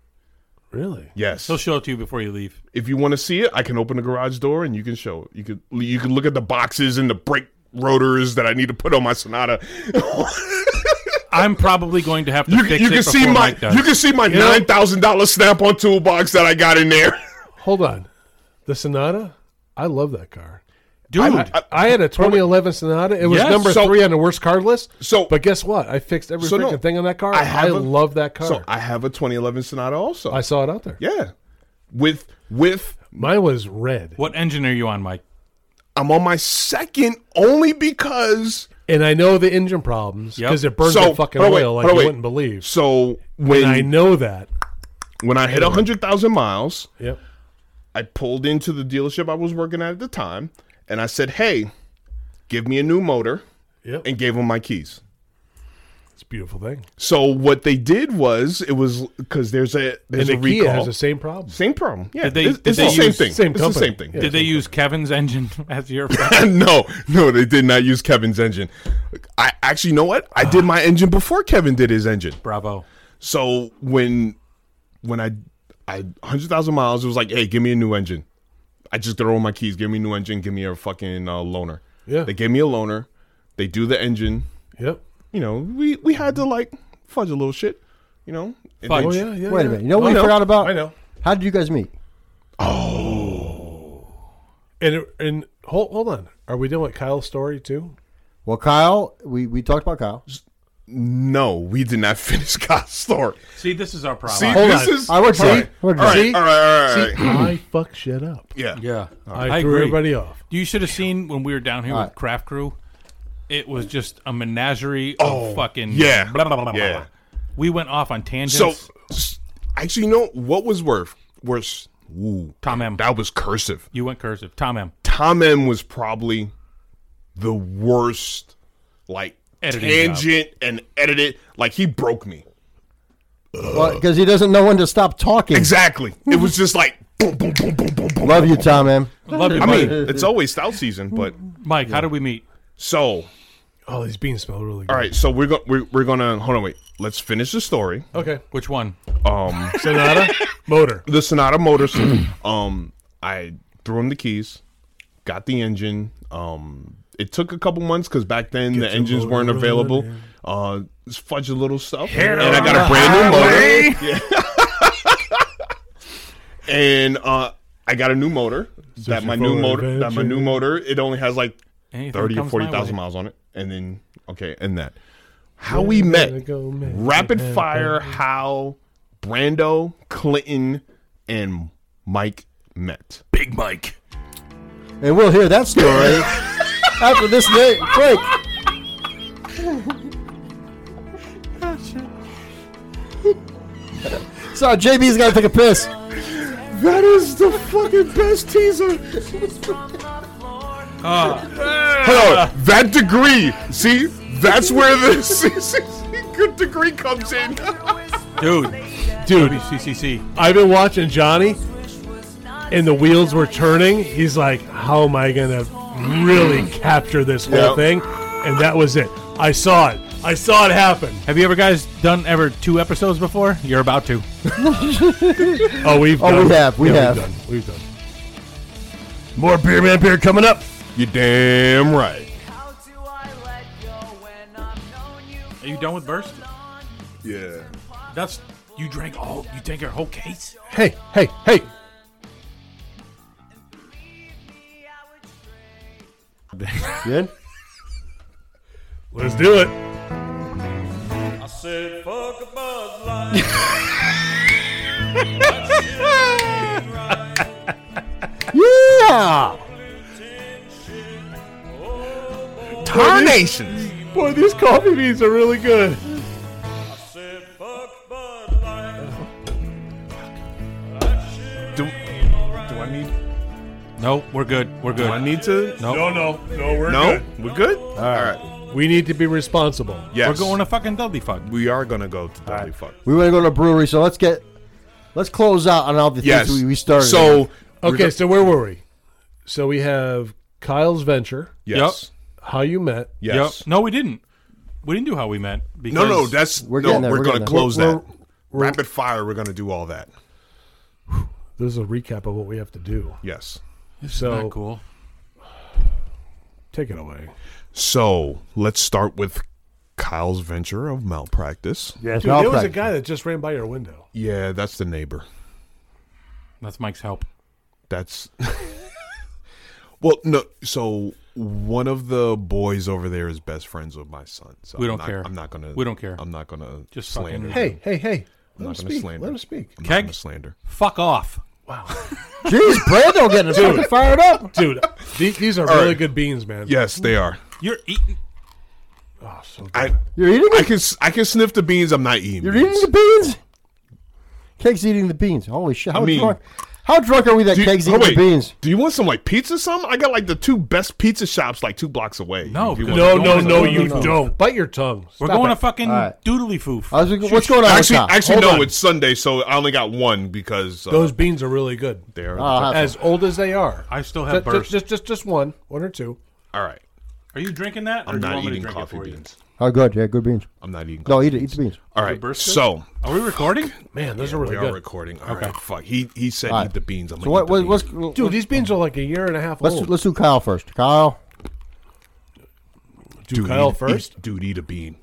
Really?
Yes.
He'll show it to you before you leave.
if you want to see it, I can open the garage door and you can show it. You could you can look at the boxes and the brake rotors that I need to put on my Sonata.
I'm probably going to have to
you
fix
you
it
can see
before
my
Mike does.
you can see my nine thousand dollar snap on toolbox that I got in there.
Hold on. The Sonata. I love that car.
dude.
I, I- I had a 2011 Sonata. It was
Yes.
number
So-
three on the worst card list.
So-
but guess what? I fixed every
So,
freaking
no,
thing on that car.
I
I,
have a-
love that car.
So
I,
I have a 2011 Sonata also.
saw it out there.
yeah, with with
Mine was red,
what engine are you on, Mike?
I'm on my second only because
and I know the engine problems
Yep.
because it burns
so
the fucking
hold on,
oil like
hold
you
on, wait.
wouldn't believe.
So
and I
when
know that.
when I hit 100,000 miles,
Yep.
I pulled into the dealership I was working at at the time, and I said, "Hey, give me a new motor,"
Yep.
and gave them my keys.
It's a beautiful thing.
So what they did was it was because there's a there's
And the
a recall.
Kia has the same problem.
Same problem. Yeah,
Did they-
it's,
did
it's
they
the same
use-
thing.
same
it's the
company.
same thing.
Did they use Kevin's engine (laughs) as
(laughs)
your friend?
no, no, they did not use Kevin's engine. I actually you know what I did my engine before Kevin did his engine.
Bravo.
So when when I I hundred thousand miles, it was like, hey, give me a new engine. I just throw in my keys. Give me a new engine. Give me a fucking uh, loaner.
Yeah.
They gave me a loaner. They do the engine.
Yep.
You know, we we had to like fudge a little shit. You know, And
Fudge.
they-
Oh yeah. Yeah.
Wait a
yeah.
minute. You know
I
what we
know.
forgot about?
I know.
How did you guys meet?
And it- and hold hold on. Are we doing with Kyle's story too?
Well, Kyle, we, we talked about Kyle.
No, we did not (laughs) finish God's story.
See, this is our problem.
See,
Hold
this
on.
is
I worked
all right.
hard. I
All
worked
right, all right, all
hard.
right, all
See,
right.
I fuck shit up.
Yeah,
Yeah,
I, threw everybody off.
You should have seen when we were down here with
Alright.
Craft Crew. It was just a menagerie
Oh,
of fucking
yeah.
Blah, blah, blah, blah,
Yeah.
blah. We went off on tangents.
So, s- actually, you know what was worse? Worse. Ooh,
Tom M.
That was cursive.
you went cursive. Tom M.
Tom M was probably the worst, like
Editing
tangent and edited. Like he broke me.
Because he doesn't know when to stop talking.
Exactly. It was just like boom, boom, boom, boom, boom, boom.
Love you, Tom, man.
Love you,
I
Mike.
mean, it's always style season, but
Mike, how did we meet?
so
Oh, these beans smell really good.
all right. So we're going. We're, we're gonna hold on. Wait. Let's finish the story.
Okay.
Which one?
Sonata motor.
the Sonata Motors. (clears throat) um, I threw him the keys, got the engine. Um, it took a couple months because back then the engines weren't available. Uh, it's fudge a little stuff, and I got a brand
(laughs)
new motor. Yeah. and uh, I got a new motor. that my new
for
motor. That my new
adventure.
motor. It only has like
Anything
thirty or
comes my
forty thousand
way.
miles on it, and then okay, and that. How we met,
go make it
rapid fire. How Brando, Clinton, and Mike met.
Big Mike.
And we'll hear that
(laughs)
story after this day- break. Sorry, JB's got to take a piss.
That is the fucking best teaser. Hold on, that degree. See, that's where the (laughs) good degree comes in. (laughs)
Dude. Dude. WCCC.
I've been watching Johnny, and the wheels were turning. He's like, "How am I gonna really capture this whole
Yeah.
thing?" And that was it. I saw it. I saw it happen.
Have you ever guys done ever two episodes before? You're about to.
Oh, we've.
Oh,
done.
we have, we
Yeah,
have.
We've done. We've done. More beer man beer coming up.
You're damn right.
How do I let go when I've known you?
Are you done with Burst?
Yeah.
That's. You drank all. You drank your whole case?
Hey, hey, hey.
Good?
Let's do it.
Yeah!
Tarnations.
Boy, these coffee beans are really good.
Do, do I need?
No, we're good. We're
Do
good.
I need to?
No, no, no. We're
No, we're good. All right.
good. We need to be responsible.
Yes.
We're going to fucking Dudley fuck.
We are gonna go to Dudley Fuck.
We want to go to a brewery, so let's get let's close out on all the
Yes.
things we, we started.
So
Okay, so where were we? So we have Kyle's venture,
yes,
how you met.
yes.
Yep. No, we didn't. We didn't do how we met. Because
No, no, that's
We're
no,
getting there,
We're,
we're
gonna
getting there.
close
We're-
that. Rapid fire. We're gonna do all that.
This is a recap of what we have to do.
Yes.
so
not cool.
take it away.
So let's start with Kyle's venture of malpractice. Yeah,
Dude, there was a guy that just ran by your window.
that's the neighbor.
That's Mike's help.
That's (laughs) Well, no. So one of the boys over there is best friends with my son. So
We
I'm
don't
not-
care.
I'm not gonna.
We don't care.
I'm not gonna
Just
slander.
fucking-
Hey, hey, hey.
not
Let him
gonna
speak.
slander.
Let him speak.
I'm
Keg?
not gonna slander.
Fuck off.
Jeez, Brando getting fucking fired up.
Dude, these, these are really good beans, man.
Yes, they are.
You're eating.
Oh, so good.
I
You're eating
I
it?
can s- I can sniff the beans. I'm not eating.
You're
beans.
eating the beans? Keg's eating the beans. Holy shit. How
I mean-
drunk How drunk are we that
Do you-
Keg's
oh,
eating the
wait.
beans?
Do you want some like pizza? or Some I got like the two best pizza shops like two blocks away.
No,
If you
because-
want-
no, no,
No,
no,
no,
you
no, no.
don't. Bite your tongue.
We're
Stop
going
it.
to fucking
All right.
doodly foof.
I was like, what's going on?
actually,
with that?
actually,
Hold
no.
on.
It's Sunday, so I only got one because uh,
Those beans are really good.
there.
I'll have
As old as they are.
I still
Ju-
have
ju-
burst.
just, just, just one. One or two.
Uh,
All right,
Are you drinking that? or
I'm
do you
not
want me
eating
to drink
coffee
it for you?
beans.
Oh, good. Yeah, good beans.
I'm not eating.
No,
coffee
eat it. Eat
beans.
the beans.
All
The
right,
burst good?
so
Are we recording?
Man, those are really
we are
good.
recording. All right, fuck. He he said eat the beans. I'm
So
like,
what,
eat
what,
the
what's,
beans.
Dude, these beans are like a year and a half
let's,
old.
let's do Kyle first. Kyle,
do
eat,
Kyle
eat-
first.
dude, eat a bean.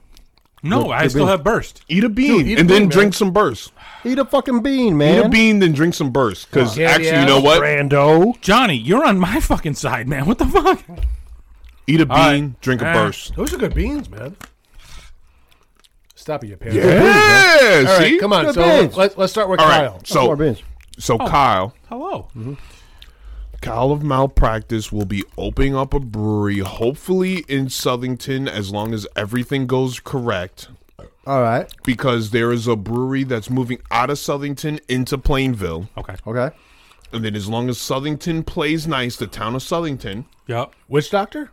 No, I still have burst.
Eat a bean
eat a
and then
bean,
drink
man.
some burst.
eat a fucking bean, man.
Eat a bean, then drink some burst. Because
Yeah,
actually,
yeah.
you know what?
Brando.
Johnny, you're on my (laughs) fucking side, man. What the fuck?
Eat a bean,
right.
drink a
Ah.
burst.
Those are good beans, man. Stop it, you parents.
Yeah,
All right,
see?
come on.
Good
So
beans.
let's, let's start with
All right,
Kyle.
So, More
so
beans.
so
Oh.
Kyle,
Hello.
Kyle of Malpractice will be opening up a brewery, hopefully in Southington, as long as everything goes correct.
All right.
Because there is a brewery that's moving out of Southington into Plainville.
Okay.
Okay.
And then as long as Southington plays nice, the town of Southington,
Yep.
Witch Doctor?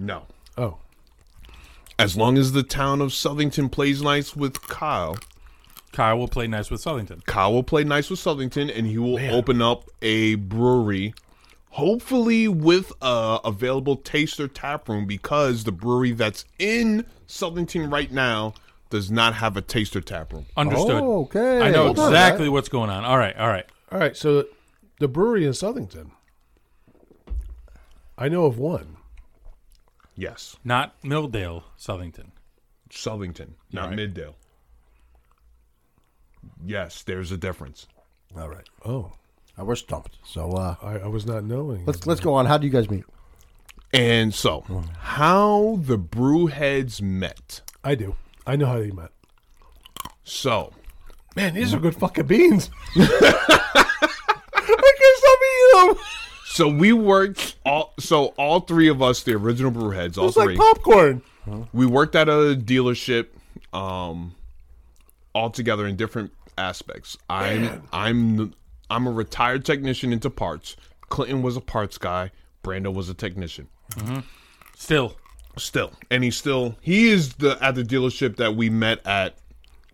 no.
Oh.
As long as the town of Southington plays nice with Kyle,
Kyle will play nice with Southington.
Kyle will play nice with Southington, and he will open up a brewery, hopefully with a available taster tap room because the brewery that's in Southington right now does not have a taster tap room.
Understood.
Oh, okay.
I know
Hold on,
exactly what's going on. All right. All right.
All right, so the brewery in Southington. I know of one.
Yes,
Not Milldale, Southington.
Southington, not Middale. Yes, there's a difference.
All right.
Oh,
Uh, We're stumped. So uh,
I, I was not knowing.
let's let's go on. How do you guys meet?
And so, how the brewheads met.
I do. I know how they met. Mm.
So,
Man, these are good fucking beans. I can stop eating them.
so we worked all. So all three of us, the original brewheads, all
It's
three.
like popcorn.
we worked at a dealership um all together in different aspects i'm i'm i'm a retired technician into parts clinton was a parts guy brando was a technician
Still.
still and he's still he is the at the dealership that we met at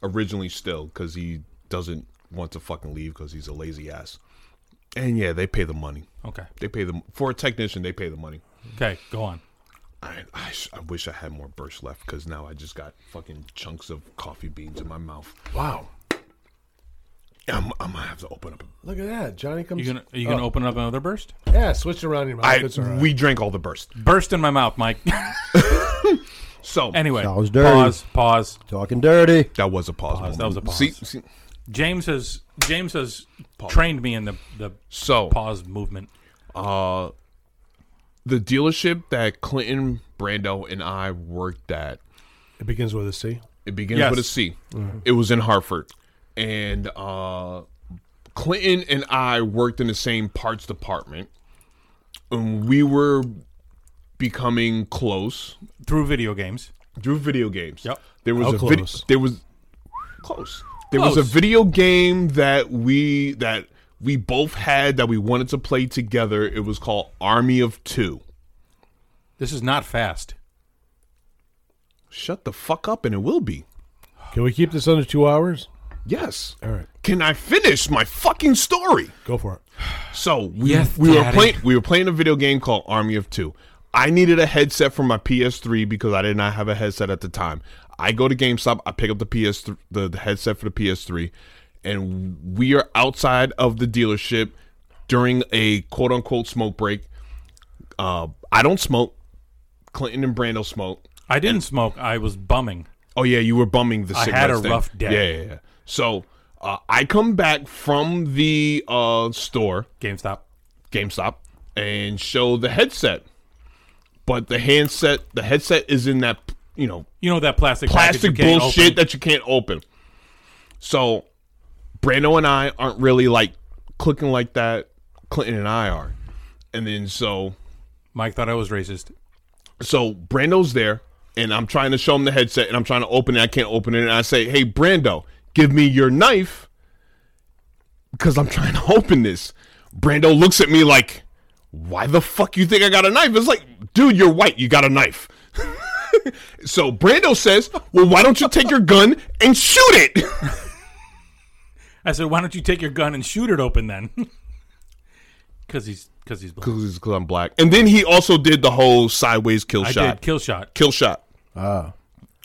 originally still because he doesn't want to fucking leave because he's a lazy ass and yeah they pay the money
Okay.
they pay them for a technician they pay the money
Okay. Go on.
I, I, sh- I wish I had more burst left because now I just got fucking chunks of coffee beans in my mouth.
(laughs) Wow,
I'm, I'm gonna have to open up.
look at that. Johnny comes. Oh,
You gonna are you gonna open up another burst?
yeah, switch it around your mouth.
I
it's all right.
we drank all the burst.
Burst in my mouth, Mike. (laughs)
So
anyway.
Sounds dirty.
Pause. Pause.
Talking dirty.
that was a pause. moment.
Pause, that was a pause.
See, see-
James has James has trained me in the the
so
pause movement.
uh, the dealership that Clinton, Brando, and I worked at,
it begins with a C.
it begins
Yes.
with a C.
Mm-hmm.
It was in Hartford, and uh, Clinton and I worked in the same parts department, and we were becoming close.
Through video games.
Drew video games.
Yep.
There was
How
a vid-
close?
there was close. There was
Close.
a video game that we that we both had that we wanted to play together. It was called Army of Two.
This is not fast.
Shut the fuck up, and it will be.
Can we keep this under two hours?
Yes.
All right,
Can I finish my fucking story?
go for it.
So we
Yes,
we were
Daddy.
playing we were playing a video game called Army of Two. I needed a headset for my PS3 because I did not have a headset at the time. I go to GameStop, I pick up the PS the, the headset for the PS3, and we are outside of the dealership during a quote unquote smoke break. Uh, I don't smoke. Clinton and Brando smoke.
I didn't smoke. I was bumming.
Oh yeah, you were bumming the.
I had
cigarettes
a
thing.
rough day.
Yeah, yeah, yeah. So uh, I come back from the uh, store
GameStop.
GameStop. and show the headset. But the handset, the headset is in that you know
You know that plastic package you
plastic
can't
bullshit
open?
that you can't open. So, Brando and I aren't really like clicking like that. Clinton and I are, and then so
Mike thought I was racist.
so Brando's there, and I'm trying to show him the headset, and I'm trying to open it. I can't open it, and I say, "Hey, Brando, give me your knife," because I'm trying to (laughs) open this. Brando looks at me like, "Why the fuck you think I got a knife?" It's like, dude, you're white. You got a knife. (laughs) so Brando says, "Well, why don't you take your gun and shoot it?" (laughs)
I said, why don't you take your gun and shoot it open then? (laughs) Because he's because he's black.
Because I'm black. And then he also did the whole sideways kill
I
shot,
did kill shot.
kill shot. Ah,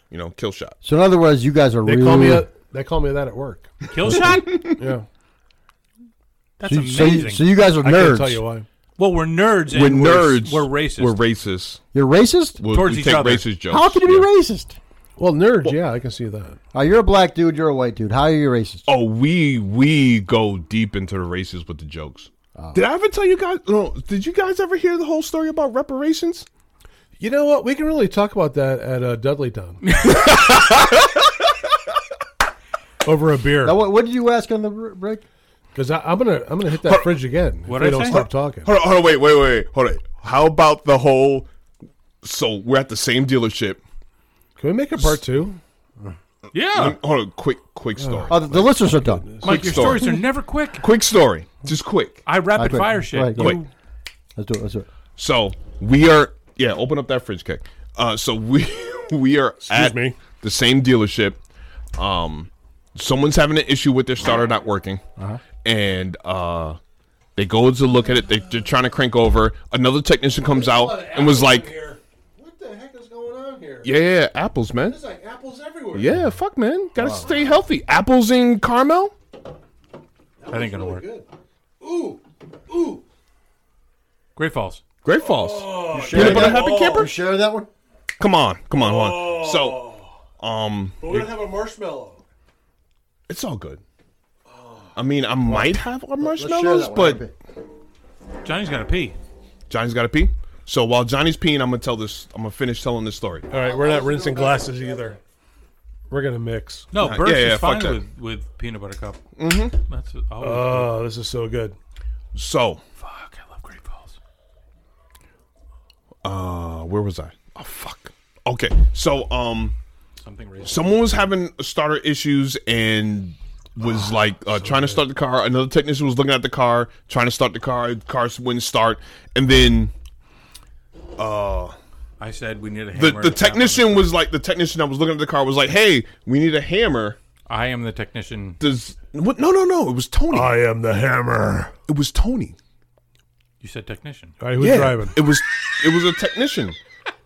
you know, kill shot.
So in other words, you guys are
They
really.
call me a, they call me that at work.
Kill shot.
(laughs) Yeah,
That's
so, so you,
amazing.
so you guys are
I
nerds.
can't tell you why.
well, we're nerds.
We're
and
nerds.
We're, racist.
We're racist.
You're racist.
We'll,
Towards
we
each
take
other.
racist jokes.
How can you be
Yeah.
racist?
Well, nerds. yeah, I can see that.
Oh, you're a black dude. You're a white dude. How are you racist?
Oh, we we go deep into the races with the jokes. Did I ever tell you guys? No, did you guys ever hear the whole story about reparations?
You know what? We can really talk about that at uh,
(laughs)
Dudley Town. Over a beer,
Now, what, what did you ask on the br- break?
because I'm gonna I'm gonna hit that fridge again. If
What'd
they
I
don't
say?
stop talking.
Hold on, hold on, wait, wait, wait, hold on. How about the whole? So we're at the same dealership.
Can we make a part two?
yeah.
Um, Hold on, quick, quick story.
Oh, the, the listeners are done.
Mike, your
story.
stories are never quick.
quick story, just quick.
I rapid
Okay,
fire shit.
right,
You-
Wait.
Let's do it. Let's do it.
So we are yeah, open up that fridge cake. Uh so we (laughs) we are at
me.
the same dealership. Um someone's having an issue with their starter not working.
Uh-huh.
And uh they go to look at it, they, they're trying to crank over. Another technician comes out and was like,
What the heck is going on here?
Yeah, yeah, apples, man.
like apples everywhere.
Yeah, fuck man. Gotta stay healthy. Apples in Carmel?
That ain't gonna work.
Good. Ooh, ooh.
Great Falls.
Great Falls.
Oh,
Peanut butter happy camper?
You sharing that one?
Come on, come on, hold on. So um
We're gonna have a marshmallow.
It's all good. I mean, I might have our
Let's share
marshmallows,
that one.
but
Johnny's gotta pee.
Johnny's got to pee. So while Johnny's peeing, I'm gonna tell this. I'm gonna finish telling this story.
All right, we're not rinsing glasses either. We're gonna mix.
No,
Nah,
Burst
yeah, yeah,
is
fuck
fine
that. Uh,
with, with peanut butter cup. Mm-hmm. That's always
Oh, this is so good.
So
fuck. I love Great Falls.
uh, where was I? Oh fuck. Okay. So um,
Something racist.
someone was having starter issues and
Ah,
was like uh, trying to start the car. Another technician was looking at the car, trying to start the car. Cars wouldn't start, and then
I said we need a
the
hammer.
the
and a tap on
technician
it.
was like, the technician that was looking at the car was like, "Hey, we need a hammer."
I am the technician.
Does what? No, no, no. It was Tony.
am the hammer.
it was Tony.
You said technician.
All
(laughs)
right, who's driving?
It was it was a technician,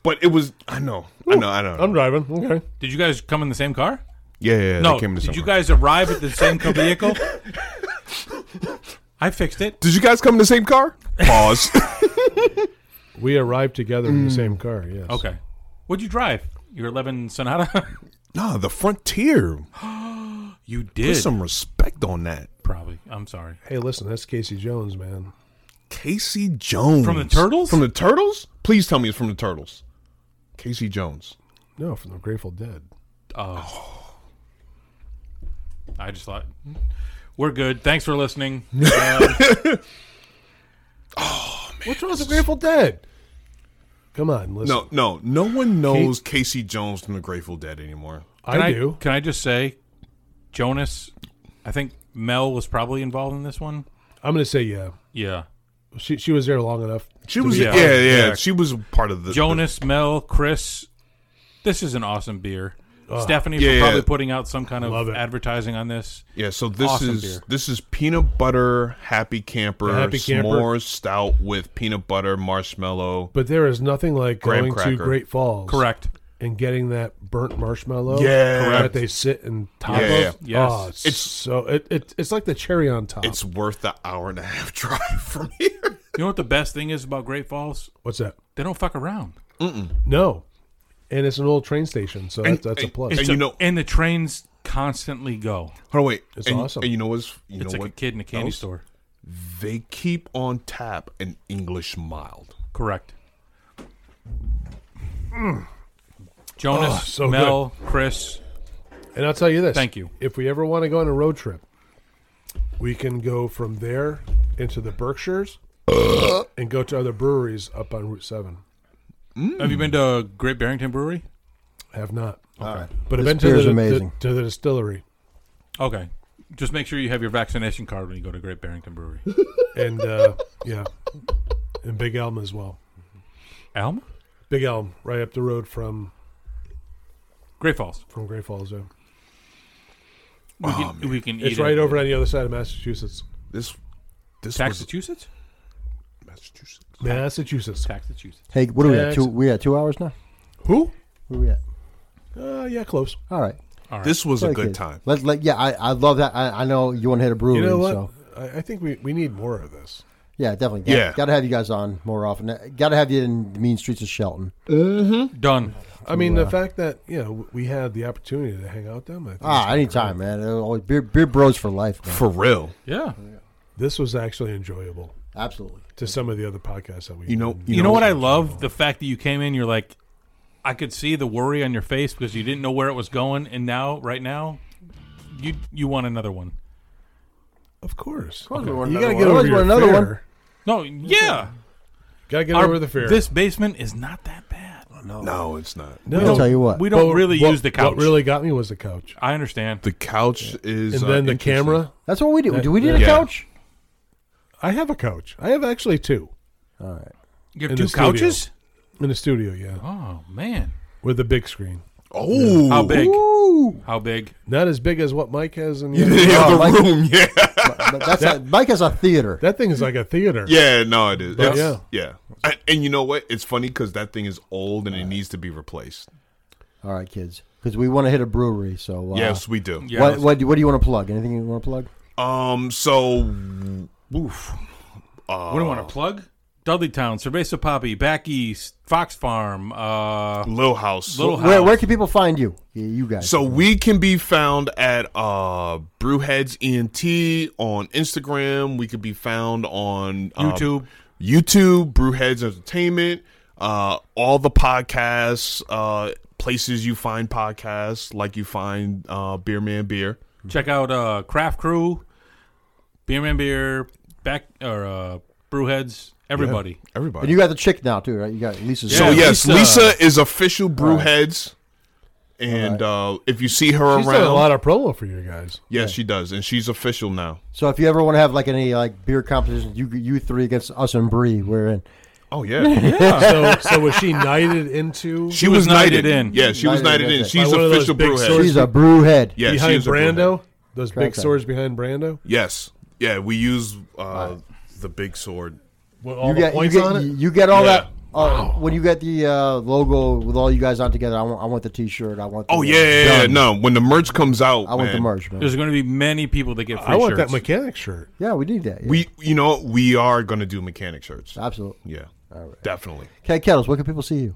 but it was I know I know I know.
I'm driving. Okay.
Did you guys come in the same car?
yeah, yeah, yeah,
No.
They came to
Did you
guys?
guys arrive at the
(laughs)
same co- vehicle? I fixed it.
Did you guys come in the same
(laughs)
car? Pause. (laughs)
We arrived together in the same car. Yes.
Mm. Okay. What'd you drive? Your 11 Sonata? (laughs)
nah, the Frontier.
you
Put
did.
some respect on that.
Probably. I'm sorry.
Hey, listen, that's Casey Jones, man.
Casey Jones
From the Turtles?
From the Turtles? Please tell me it's from the Turtles. Casey Jones.
No, from the Grateful Dead.
I just thought we're good. Thanks for
(laughs)
listening. Uh,
What's wrong with the Grateful Dead? Come on, listen.
No, no, no one knows Casey Jones from the Grateful Dead anymore.
I,
can I,
do.
Can I just say, Jonas? I think Mel was probably involved in this one.
I'm gonna say yeah.
Yeah.
She she was there long enough.
She was yeah,
Yeah.
yeah,
Yeah.
She was part of the
Jonas, Mel, Chris. This is an awesome beer. Stephanie
Yeah,
for
yeah.
probably putting out some kind
Love
of
it.
advertising on this.
Yeah, so this
Awesome
is
beer.
this is peanut butter happy camper,
The Happy Camper.
s'mores stout with peanut butter marshmallow.
But there is nothing like
Graham
going
cracker.
to Great Falls,
Correct.
and getting that burnt marshmallow.
Yeah.
that they sit and top
Yeah, yeah,
of.
yeah.
Oh,
Yes.
it's so it, it it's like the cherry on top.
It's worth the hour and a half (laughs) drive from here.
You know what the best thing is about Great Falls?
What's that?
They don't fuck around.
No, and it's an old train station, so that's, that's a plus.
And
It's
you
a-
know-
and the trains constantly go.
Hold on, wait.
It's
and,
awesome.
And you know what's you
It's
know
like
what
a kid in a candy
else?
store.
they keep on tap an English mild.
Correct. Mm. Jonas,
Oh, so
Mel, Chris.
And I'll tell you this.
Thank you.
If we ever want to go on a road trip, we can go from there into
(coughs)
the Berkshires and go to other breweries up on Route 7.
Have you been to Great Barrington Brewery?
I have not.
All right.
But I've
This
been to
beer's
the,
amazing.
the- to the distillery.
Okay. Just make sure you have your vaccination card when you go to Great Barrington Brewery.
And uh, (laughs) yeah, and Big Elm as well.
(laughs) Alma?
Big Elm, right up the road from,
Great Falls.
from Great Falls. Yeah.
We can, we can eat
Oh, It's right
it.
over on the other side of Massachusetts.
This this was
Massachusetts?
Massachusetts.
Massachusetts.
Massachusetts.
Hey, what are we at?
Next.
Two, we at two hours now?
Who?
Where we at?
Uh, yeah, close.
All right.
This was a
Okay.
good time.
Let, let, yeah, I, I love that. I, I know you want to hit a brewery.
You know what?
So.
I, I think we, we need more of this.
Yeah, definitely. Got,
Yeah.
Got to have you guys on more often. Got to have you in the mean streets of Shelton.
Done.
I mean,
uh,
the fact that you know we had the opportunity to hang out with them. I think
Ah, anytime, man. It'll always- Beer, beer bros for life, man.
For real.
Yeah.
this was actually enjoyable
Absolutely.
to some of the other podcasts that we.
You know
did.
You know what I love? The fact that you came in, you're like, I could see the worry on your face because you didn't know where it was going, and now, right now, you you want another one.
of course,
we want
you
another
gotta
one.
get
Always
over your
want another
fear.
one.
No, yeah,
Gotta get
Our-
over the fear.
This basement is not that bad.
No, it's not.
no,
I'll tell you what.
We don't
But
really
what-
use the couch.
What really got me was the couch,
I understand.
The couch is
and
uh,
then the
interesting.
camera.
That's what we do. Do we need a
Yeah.
couch?
I have a couch. I have actually two
You have
in
two
the studio.
couches?
in the studio. Yeah,
Oh man,
with a big screen,
Oh,
how big? How big?
not as big as what Mike
(laughs)
has in.
Yeah,
The-
(laughs) the
Mike-
room. (laughs) Yeah,
But that's a, Mike has a theater.
that thing is like a theater.
yeah. No, it is.
But-
It's- yeah. And, and you know what? It's funny because that thing is old and it needs to be replaced.
All right, kids. Because we want to hit a brewery. So uh,
yes, we do.
Yeah.
What, what, do- what do you want to plug? Anything you want to plug?
Um. So, oof.
what do you want to plug? Dudley Town, Cerveza Poppy, Back East, Fox Farm, uh,
Little House.
Little House.
Where, where can people find you? Yeah, you guys.
So we can be found at uh, Brewheads ENT on Instagram. We could be found on um,
YouTube.
YouTube, Brewheads Entertainment, uh, all the podcasts, uh, places you find podcasts, like you find uh, Beer Man Beer.
Check out uh, Craft Crew, Beer Man Beer, Back or uh, Brewheads, everybody.
Everybody.
and you got the chick now too, right? You got Lisa's.
so
Yeah,
yes, Lisa,
Lisa-
is official Brewheads, and uh, if you see her
She's done
around,
a lot of promo for you guys.
yes, she does, and she's official now.
So if you ever want to have like any like beer competition, you you three against us and Bree, we're in.
Oh (laughs) yeah.
so, so was she knighted into
She was, knighted, in.
in.
Yeah, she was
Knighted
knighted
in.
in.
By
She's
one of those
official
big
brewhead.
swords.
She's a brew head.
yeah,
behind
she's a
Brando? Those big
Correct.
swords behind Brando
brewhead. Yes. Yeah, we use uh, the big sword.
with all
You
the
get you
points on
get,
it.
you, you get all
Yeah.
that. Uh, When you get the uh, logo with all you guys on together, I want I want the T-shirt. I want. The,
Oh
uh,
yeah, yeah, yeah,
gun.
no. When the merch comes out,
I want the
man,
merch, man.
There's going to be many people that get free
I want
shirts.
that mechanic shirt.
Yeah, we need that. Yeah.
We, you know, we are gonna do mechanic shirts.
absolutely.
Yeah, definitely.
Okay, Kettles, where can people see you?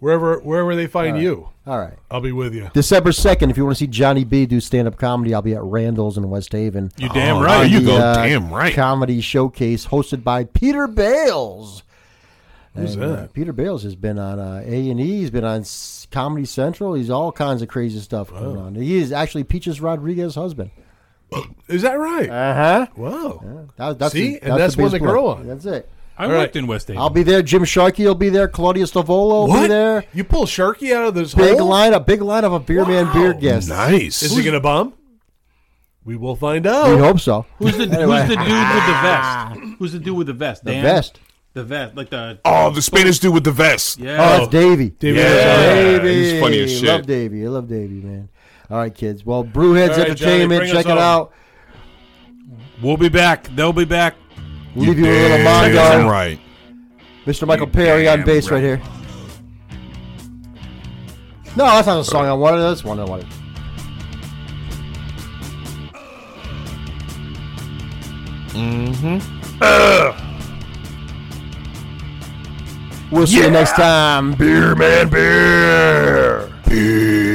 Wherever wherever they find you,
All right,
I'll be with you.
December second. If you want to see Johnny B do stand-up comedy, I'll be at Randall's in West Haven.
you damn
Oh,
right.
there you
the,
go.
uh,
Damn right.
Comedy showcase hosted by Peter Bales.
Who's
And, uh,
that?
Peter Bales has been on A and E. He's been on S- Comedy Central. He's all kinds of crazy stuff going on. He is actually Peaches Rodriguez's husband.
Is that right?
Uh huh.
wow.
That, that's
See?
the-
And that's
the
when
biggest
the girl
part.
on.
That's it.
I
All
worked
right.
in West Haven.
I'll be there. Jim Sharkey will be there. Claudia Stavolo will be
What?
there.
You pull Sharky out of this
Big
hole?
line, a big line of a beer man beer guest.
Nice.
Is he going to bomb? We will find out.
We hope so.
(laughs)
who's, the, who's the dude with the vest? Who's the dude with the vest?
The
Dan?
best.
The vest, like the
oh, the Spanish dude with the vest.
Oh,
yeah.
that's Davey.
Davey
Yeah.
Gonzalez.
Yeah,
Davey.
he's funny as
Love
shit.
Davey. I love Davey, man. All right, kids. Well, Brewheads
All right,
Entertainment.
Johnny, bring
check
us
it
home.
out.
We'll be back. They'll be back.
Leave you with a little
Damn
Mondo.
right.
Mr. Michael Perry on bass right here. No, that's not the song I wanted. That's the one I wanted. Mm-hmm. We'll see you next time.
Beer man, beer. Beer.